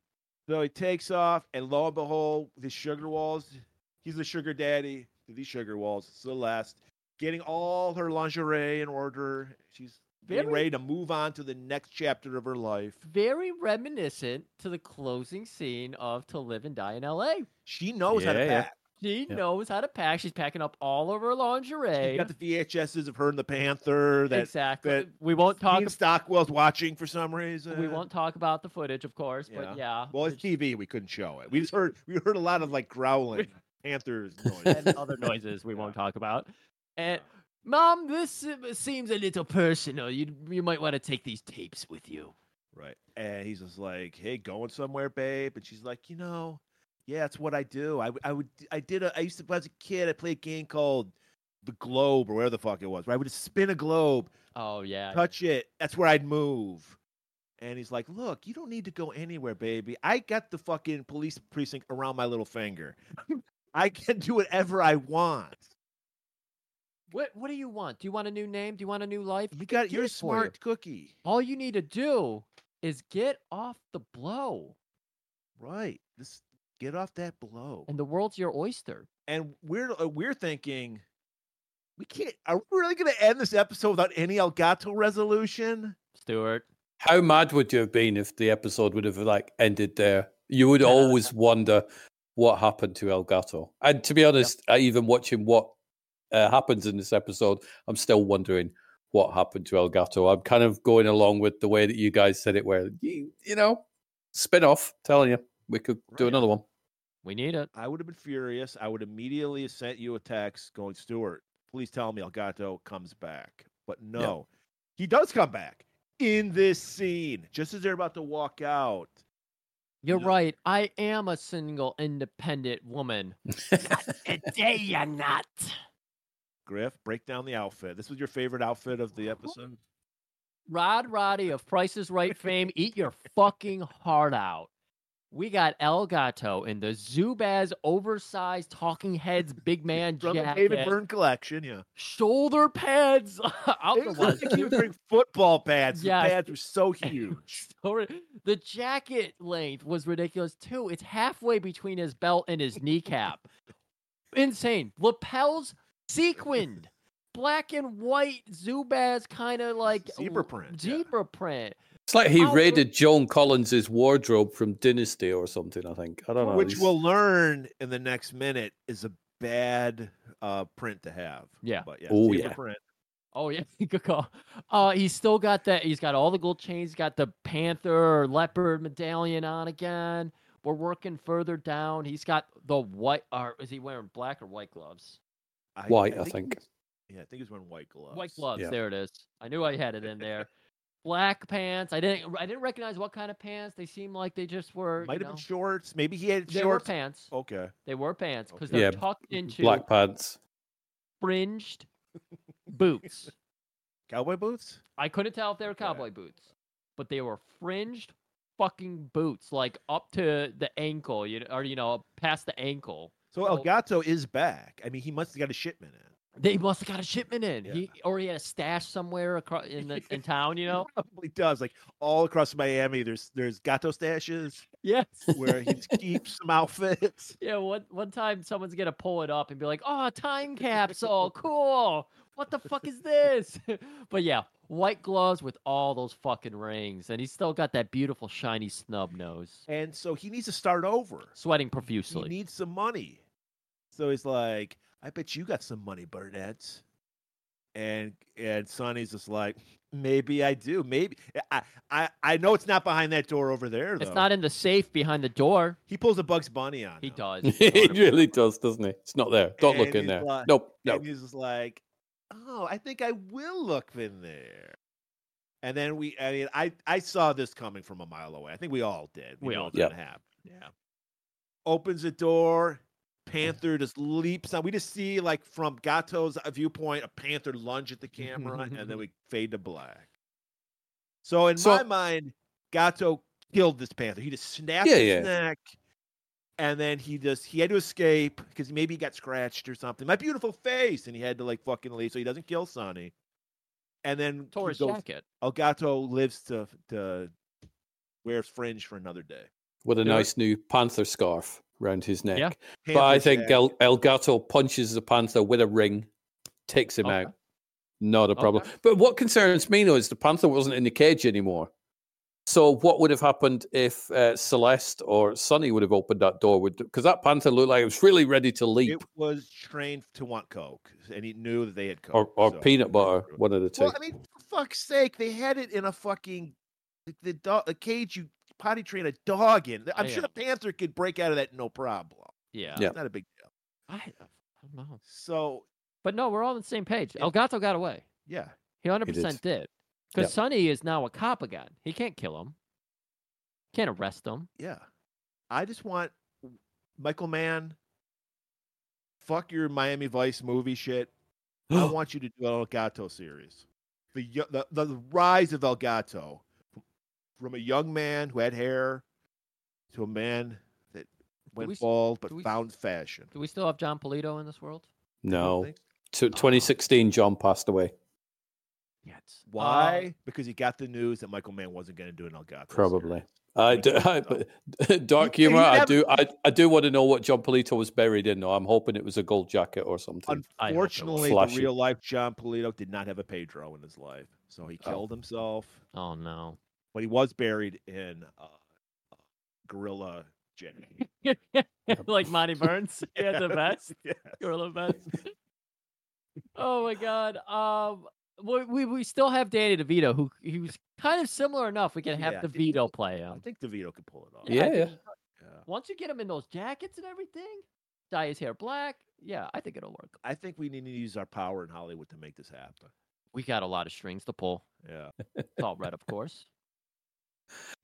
Speaker 2: so he takes off, and lo and behold, the sugar walls, he's the sugar daddy to these sugar walls, Celeste, getting all her lingerie in order. She's getting
Speaker 1: Very-
Speaker 2: ready to move on to the next chapter of her life.
Speaker 1: very reminiscent to the closing scene of To Live and Die in L.A.
Speaker 2: She knows how to
Speaker 3: Yeah, yeah.
Speaker 2: pack.
Speaker 1: She
Speaker 3: Yeah.
Speaker 1: knows how to pack. She's packing up all of her lingerie.
Speaker 2: She's got the VHSs of her and the Panther that
Speaker 1: exactly.
Speaker 2: that
Speaker 1: we won't talk.
Speaker 2: Dean Stockwell's watching for some reason.
Speaker 1: We won't talk about the footage, of course.
Speaker 2: Yeah.
Speaker 1: But yeah,
Speaker 2: Well, it's
Speaker 1: it's-
Speaker 2: TV. We couldn't show it. We just heard we heard a lot of like growling panthers
Speaker 1: *laughs* and
Speaker 2: *laughs* noise.
Speaker 1: other noises we
Speaker 2: Yeah.
Speaker 1: won't talk about. And mom, this uh, seems a little personal. You you might want to take these tapes with you.
Speaker 2: right. And he's just like, "Hey, going somewhere, babe?" And she's like, "You know, yeah, it's what I do. I, w- I would I did a I used to when I was a kid. I played a game called the Globe or whatever the fuck it was. Where I would just spin a globe,
Speaker 1: Oh yeah,
Speaker 2: touch it. That's where I'd move." And he's like, "Look, you don't need to go anywhere, baby. I got the fucking police precinct around my little finger. *laughs* I can do whatever I want."
Speaker 1: What What do you want? Do you want a new name? Do you want a new life?
Speaker 2: You got
Speaker 1: Get
Speaker 2: you're a
Speaker 1: it for you.
Speaker 2: smart cookie.
Speaker 1: All you need to do is get off the blow,
Speaker 2: Right. This get off that blow.
Speaker 1: and the world's your oyster.
Speaker 2: And we're uh, we're thinking we can't are we really going to end this episode without any Elgato resolution?
Speaker 1: Stuart,
Speaker 3: How mad would you have been if the episode would have like ended there? You would
Speaker 1: Yeah.
Speaker 3: always wonder what haped to El Gato. And to be honest, I even watching what uh, happens in this episode, I'm still wondering what happened to El Gato. I'm kind of going along with the way that you guys said it, where you, you know, spin off. Telling you, we could do
Speaker 2: Right.
Speaker 3: another
Speaker 2: *laughs*
Speaker 3: one.
Speaker 1: we need it.
Speaker 2: I would have been furious. I would immediately have sent you a text going, "Stuart, please tell me Elgato comes back." But no. He does come back in this scene just as they're about to walk out.
Speaker 1: You're
Speaker 2: No.
Speaker 1: right. I am a single, independent woman. Today you're not.
Speaker 2: Griff, break down the outfit. This was your favorite outfit of the episode.
Speaker 1: Rod Roddy of Price is Right fame, eat your fucking heart out. We got El Gato in the Zubaz oversized talking heads *laughs* big man
Speaker 2: From the
Speaker 1: jacket,
Speaker 2: David Byrne collection, yeah.
Speaker 1: shoulder pads *laughs* out the
Speaker 2: It looked like he was
Speaker 1: wazoo.
Speaker 2: wearing football pads. The
Speaker 1: Oh, Yes.
Speaker 2: pads were
Speaker 1: *laughs*
Speaker 2: so huge.
Speaker 1: So ri- the jacket length was ridiculous too. It's halfway between his belt and his kneecap. Insane. Lapels sequined. Black and white Zubaz kind of like
Speaker 2: zebra
Speaker 1: l-
Speaker 2: print, yeah.
Speaker 1: Zebra print.
Speaker 3: It's like he
Speaker 1: Oh, we-
Speaker 3: raided Joan Collins's wardrobe from Dynasty or something. I think I don't know.
Speaker 2: Which
Speaker 3: He's-
Speaker 2: we'll learn in the next minute is a bad uh, print to have.
Speaker 1: Yeah.
Speaker 2: But yeah,
Speaker 3: Oh,
Speaker 2: zebra
Speaker 3: yeah.
Speaker 2: print.
Speaker 1: Oh yeah, *laughs* good call. Uh, he's still got that. He's got all the gold chains. He's got the panther or leopard medallion on again. We're working further down. He's got the white. Or is he wearing black or white gloves?
Speaker 3: White, I think.
Speaker 2: he's- Yeah, I think he's wearing white gloves.
Speaker 1: White gloves.
Speaker 3: Yeah.
Speaker 1: There it is. I knew I had it
Speaker 2: *laughs*
Speaker 1: in there. Black pants. I didn't. I didn't recognize what kind of pants. They seem like they just were.
Speaker 2: Might
Speaker 1: you
Speaker 2: have
Speaker 1: know,
Speaker 2: been shorts. Maybe he had
Speaker 1: They were
Speaker 2: shorts. Oh.
Speaker 1: pants.
Speaker 2: Okay.
Speaker 1: They were pants because
Speaker 3: Yeah,
Speaker 1: they're tucked into
Speaker 3: black pants.
Speaker 1: fringed
Speaker 2: *laughs*
Speaker 1: boots.
Speaker 2: Cowboy boots?
Speaker 1: I couldn't tell if they were
Speaker 2: Okay.
Speaker 1: cowboy boots, but they were fringed fucking boots, like up to the ankle, you or you know, past the ankle.
Speaker 2: So
Speaker 1: Well-
Speaker 2: Elgato is back. I mean, he must have got a shipment in.
Speaker 1: They must have got a shipment in.
Speaker 2: Yeah.
Speaker 1: He or he had a stash somewhere across in the
Speaker 2: *laughs*
Speaker 1: in town, you know.
Speaker 2: Probably does. Like all across Miami, there's there's Gato stashes
Speaker 1: Yes. *laughs*
Speaker 2: where he keeps some outfits.
Speaker 1: Yeah. One one time, someone's gonna pull it up and be like, "Oh, time capsule, cool. What the fuck is this?" *laughs* but yeah, white gloves with all those fucking rings, and he's still got that beautiful shiny snub nose,
Speaker 2: And so he needs to start over.
Speaker 1: sweating
Speaker 2: he
Speaker 1: profusely.
Speaker 2: needs some money. So he's like, I bet you got some money, Burnett. And and Sonny's just like, maybe I do. Maybe I I, I know it's not behind that door over there. Though.
Speaker 1: It's not in the safe behind the door.
Speaker 2: He pulls a Bugs Bunny on.
Speaker 1: He
Speaker 2: him,
Speaker 1: does.
Speaker 3: *laughs* he really does, doesn't he? It's not there. Don't look
Speaker 2: And
Speaker 3: in
Speaker 2: he's
Speaker 3: there.
Speaker 2: like-
Speaker 3: nope,
Speaker 2: And
Speaker 3: nope.
Speaker 2: he's just like, oh, I think I will look in there. And then we, I mean, I, I saw this coming from a mile away. I think we all did.
Speaker 1: We
Speaker 2: knew
Speaker 1: all
Speaker 2: it was gonna happen. Yeah. Opens the door. Panther just leaps on. We just see like from Gato's viewpoint, a panther lunge at the camera, and then we fade to black. So in
Speaker 3: So-
Speaker 2: my mind, Gato killed this panther. He just snapped
Speaker 3: Yeah,
Speaker 2: his
Speaker 3: yeah.
Speaker 2: neck, and then he just he had to escape because maybe he got scratched or something. My beautiful face, and he had to like fucking leave, so he doesn't kill Sonny. And then he
Speaker 1: Tore his
Speaker 2: goes-
Speaker 1: jacket.
Speaker 2: Elgato lives to to wear fringe for another day.
Speaker 3: with a
Speaker 1: Do it.
Speaker 3: nice new panther scarf round his neck.
Speaker 1: Yeah.
Speaker 3: But I
Speaker 2: Panther's
Speaker 3: think
Speaker 2: back.
Speaker 3: El, Elgato punches the panther with a ring, takes him
Speaker 1: Okay.
Speaker 3: out. Not a problem.
Speaker 1: Okay.
Speaker 3: But what concerns me though is the panther wasn't in the cage anymore. So what would have happened if uh, Celeste or Sunny would have opened that door? Would because that panther looked like it was really ready to leap,
Speaker 2: it was trained to want coke, and he knew that they had coke
Speaker 3: or, or
Speaker 2: so
Speaker 3: peanut
Speaker 2: he
Speaker 3: butter,
Speaker 2: threw it.
Speaker 3: one of the two.
Speaker 2: Well, I mean, for fuck's sake, they had it in a fucking the, the dog, a cage you potty train a dog in. I'm sure
Speaker 1: Yeah.
Speaker 2: the panther could break out of that no problem.
Speaker 1: Yeah.
Speaker 3: Yeah.
Speaker 2: It's not a big deal.
Speaker 1: I, I don't know.
Speaker 2: So
Speaker 1: But no, we're all on the same page.
Speaker 2: Yeah.
Speaker 1: Elgato got away.
Speaker 2: yeah,
Speaker 1: He 100%
Speaker 3: is.
Speaker 1: did. Because
Speaker 3: Yep.
Speaker 1: Sonny is now a cop again. He can't kill him. Can't arrest him.
Speaker 2: yeah. I just want Michael Mann. Fuck your Miami Vice movie shit.
Speaker 3: *gasps*
Speaker 2: I want you to do an Elgato series. The, yo- the the rise of Elgato from a young man who had hair to a man that went
Speaker 1: we s-
Speaker 2: bald but
Speaker 1: do we s-
Speaker 2: found fashion.
Speaker 1: Do we still have John Polito in this world?
Speaker 2: I don't
Speaker 3: no.
Speaker 2: think-
Speaker 1: uh,
Speaker 3: T- 2016, John passed away.
Speaker 1: Yes. Uh,
Speaker 2: Why? because he got the news that Michael Mann wasn't going to do an Elgato.
Speaker 3: Probably.
Speaker 2: series.
Speaker 3: I
Speaker 2: Thank
Speaker 3: do,
Speaker 2: you.
Speaker 3: *laughs* I, but- dark
Speaker 2: You- you
Speaker 3: humor. I
Speaker 2: never-
Speaker 3: do. I, I do want to know what John Polito was buried in. Though I'm hoping it was a gold jacket or something.
Speaker 1: I hope it was
Speaker 2: Unfortunately, the
Speaker 3: flashy.
Speaker 2: real life John Polito did not have a Pedro in his life, so he
Speaker 3: Oh.
Speaker 2: killed himself.
Speaker 1: oh, no. *laughs*
Speaker 2: But he was buried in uh, uh, Gorilla Jack.
Speaker 3: *laughs*
Speaker 1: like Monty Burns. He had the
Speaker 2: *laughs*
Speaker 1: vest.
Speaker 2: *laughs* Yeah.
Speaker 1: Gorilla vest. oh, my God. Um, we, we, we still have Danny DeVito, who he was kind of similar enough. We can have
Speaker 2: Yeah, it-
Speaker 1: DeVito play him.
Speaker 2: I think DeVito could pull it off.
Speaker 1: Yeah, I
Speaker 3: Yeah, yeah.
Speaker 1: think
Speaker 2: Yeah.
Speaker 1: Once you get him in those jackets and everything, dye his hair black. Yeah, I think it'll work.
Speaker 2: I think we need to use our power in Hollywood to make this happen.
Speaker 1: We got a lot of strings to pull.
Speaker 3: *laughs*
Speaker 2: Yeah.
Speaker 1: It's all red, of course.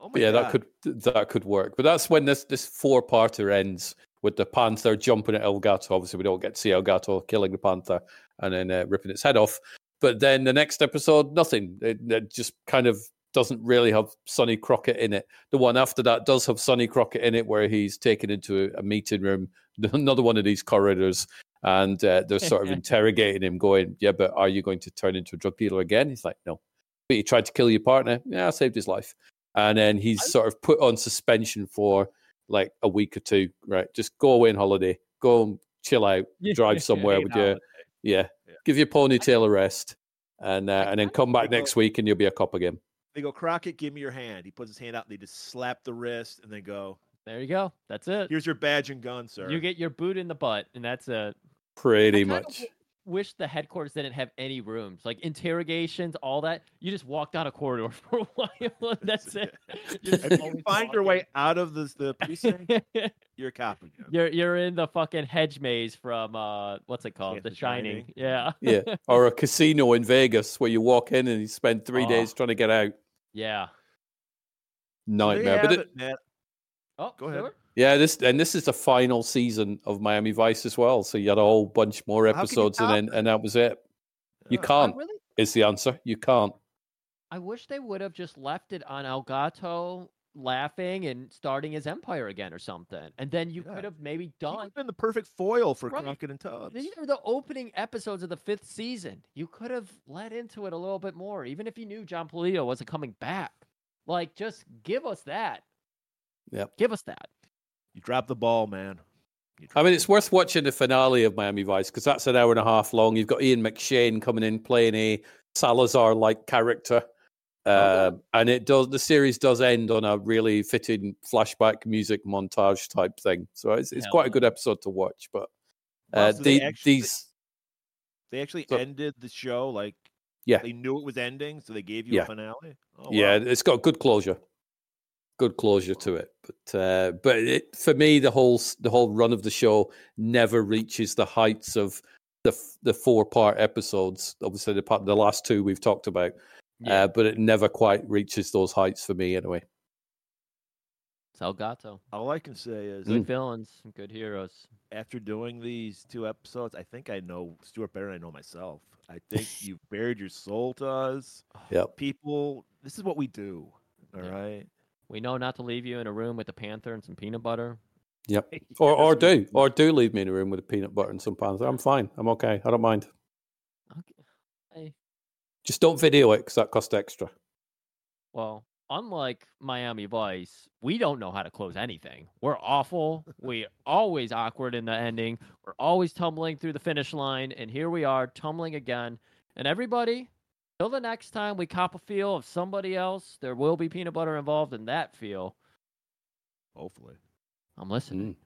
Speaker 2: Oh my
Speaker 3: But yeah,
Speaker 2: God.
Speaker 3: that could that could work. But that's when this this four parter ends with the panther jumping at Elgato. Obviously, we don't get to see Elgato killing the panther and then uh, ripping its head off. But then the next episode, nothing. It, it just kind of doesn't really have Sonny Crockett in it. The one after that does have Sonny Crockett in it, where he's taken into a, a meeting room, *laughs* another one of these corridors, and uh, they're sort of interrogating him, going, "Yeah, but are you going to turn into a drug dealer again?" He's like, "No." But he tried to kill your partner. Yeah, I saved his life and then he's sort of put on suspension for like a week or two. Right, just go away on holiday, go and chill out,
Speaker 1: *laughs*
Speaker 3: drive somewhere
Speaker 1: Eight
Speaker 3: with your
Speaker 1: hours.
Speaker 3: yeah,
Speaker 2: Yeah.
Speaker 3: give your ponytail a rest, and uh,
Speaker 1: I
Speaker 3: and then come back
Speaker 2: think
Speaker 3: next week and you'll be a cop again.
Speaker 2: They go, Crockett, give me your hand. He puts his hand out. They just slap the wrist and they go,
Speaker 1: There you go. That's it.
Speaker 2: here's your badge and gun, sir.
Speaker 1: You get your boot in the butt, and that's it. I
Speaker 3: Pretty
Speaker 1: kinda
Speaker 3: much.
Speaker 1: w- Wish the headquarters didn't have any rooms, like interrogations, all that. You just walk down a corridor *laughs* for a while. and That's
Speaker 2: *laughs*
Speaker 1: it. *laughs* You're just
Speaker 3: If you
Speaker 2: you
Speaker 3: *laughs*
Speaker 1: always
Speaker 2: find your way
Speaker 1: walking.
Speaker 2: out of the, the precinct, you're a cop again.
Speaker 1: *laughs* you're you're in the fucking hedge maze from uh, what's it called?
Speaker 2: Yeah,
Speaker 1: the,
Speaker 2: The
Speaker 1: Shining.
Speaker 2: Shining.
Speaker 1: Yeah,
Speaker 3: yeah,
Speaker 2: *laughs*
Speaker 3: or a casino in Vegas where you walk in and you spend three
Speaker 1: Oh.
Speaker 3: days trying to get out.
Speaker 1: *laughs* yeah.
Speaker 2: So there Ah. you
Speaker 3: Nightmare.
Speaker 2: have
Speaker 3: But it,
Speaker 2: it, Matt.
Speaker 1: Oh,
Speaker 2: Go ahead.
Speaker 1: Stuart?
Speaker 3: yeah, this and this is the final season of Miami Vice as well. So you had a whole bunch more
Speaker 2: How can you
Speaker 3: episodes, and
Speaker 2: top
Speaker 3: then and that was it. You
Speaker 2: Yeah.
Speaker 1: I
Speaker 3: can't
Speaker 1: really,
Speaker 3: is the answer. You can't.
Speaker 1: I wish they would have just left it on Elgato laughing and starting his empire again or something, and then you
Speaker 2: Yeah.
Speaker 1: could have maybe
Speaker 2: He would
Speaker 1: done
Speaker 2: have been the perfect foil for
Speaker 1: Right.
Speaker 2: Crockett and Tubbs.
Speaker 1: These are the opening episodes of the fifth season. You could have led into it a little bit more, even if you knew John Polito wasn't coming back. Like, just give us that.
Speaker 3: Yep.
Speaker 1: Give us that.
Speaker 2: You dropped the ball, man. You
Speaker 3: I
Speaker 2: dropped
Speaker 3: mean,
Speaker 2: the
Speaker 3: it's worth watching the finale of Miami Vice because that's an hour and a half long. You've got Ian McShane coming in playing a Salazar-like character,
Speaker 2: Oh,
Speaker 3: uh, and it does. The series does end on a really fitting flashback music montage type thing. So it's, it's
Speaker 1: Hell
Speaker 3: quite a
Speaker 1: yeah.
Speaker 3: good episode to watch. But
Speaker 2: Wow,
Speaker 3: uh,
Speaker 2: so they
Speaker 3: the-
Speaker 2: actually-
Speaker 3: these,
Speaker 2: They actually
Speaker 3: So-
Speaker 2: ended the show like
Speaker 3: Yeah.
Speaker 2: they knew it was ending, so they gave you
Speaker 3: Yeah.
Speaker 2: a finale. Oh,
Speaker 3: yeah,
Speaker 2: wow.
Speaker 3: it's got good closure, good closure to it. But uh, but it, for me, the whole s- the whole run of the show never reaches the heights of the f- the four part episodes. Obviously, the part, the last two we've talked about
Speaker 1: Yeah,
Speaker 3: uh, but it never quite reaches those heights for me anyway. mm.
Speaker 1: Salgato.
Speaker 2: All I can say is,
Speaker 3: Mm-hmm.
Speaker 1: Good villains, good heroes.
Speaker 2: after doing these two episodes, I think I know Stuart better than I know myself. I think
Speaker 3: *laughs*
Speaker 2: you bared your soul to us.
Speaker 3: Yep.
Speaker 2: People, this is what we do. All right.
Speaker 1: Yeah. We know not to leave you in a room with a panther and some peanut butter.
Speaker 3: Or or
Speaker 2: Yes, we
Speaker 3: do or do leave me in a room with a peanut butter and some pants. I'm fine. I'm okay. I don't mind.
Speaker 1: Okay. I-
Speaker 3: Just don't video it because that costs extra.
Speaker 1: Well, unlike Miami Vice, we don't know how to close anything. We're awful. we always awkward in the ending. We're always tumbling through the finish line, and here we are tumbling again. And everybody, till the next time we cop a feel of somebody else, there will be peanut butter involved in that feel.
Speaker 2: Hopefully.
Speaker 1: I'm listening.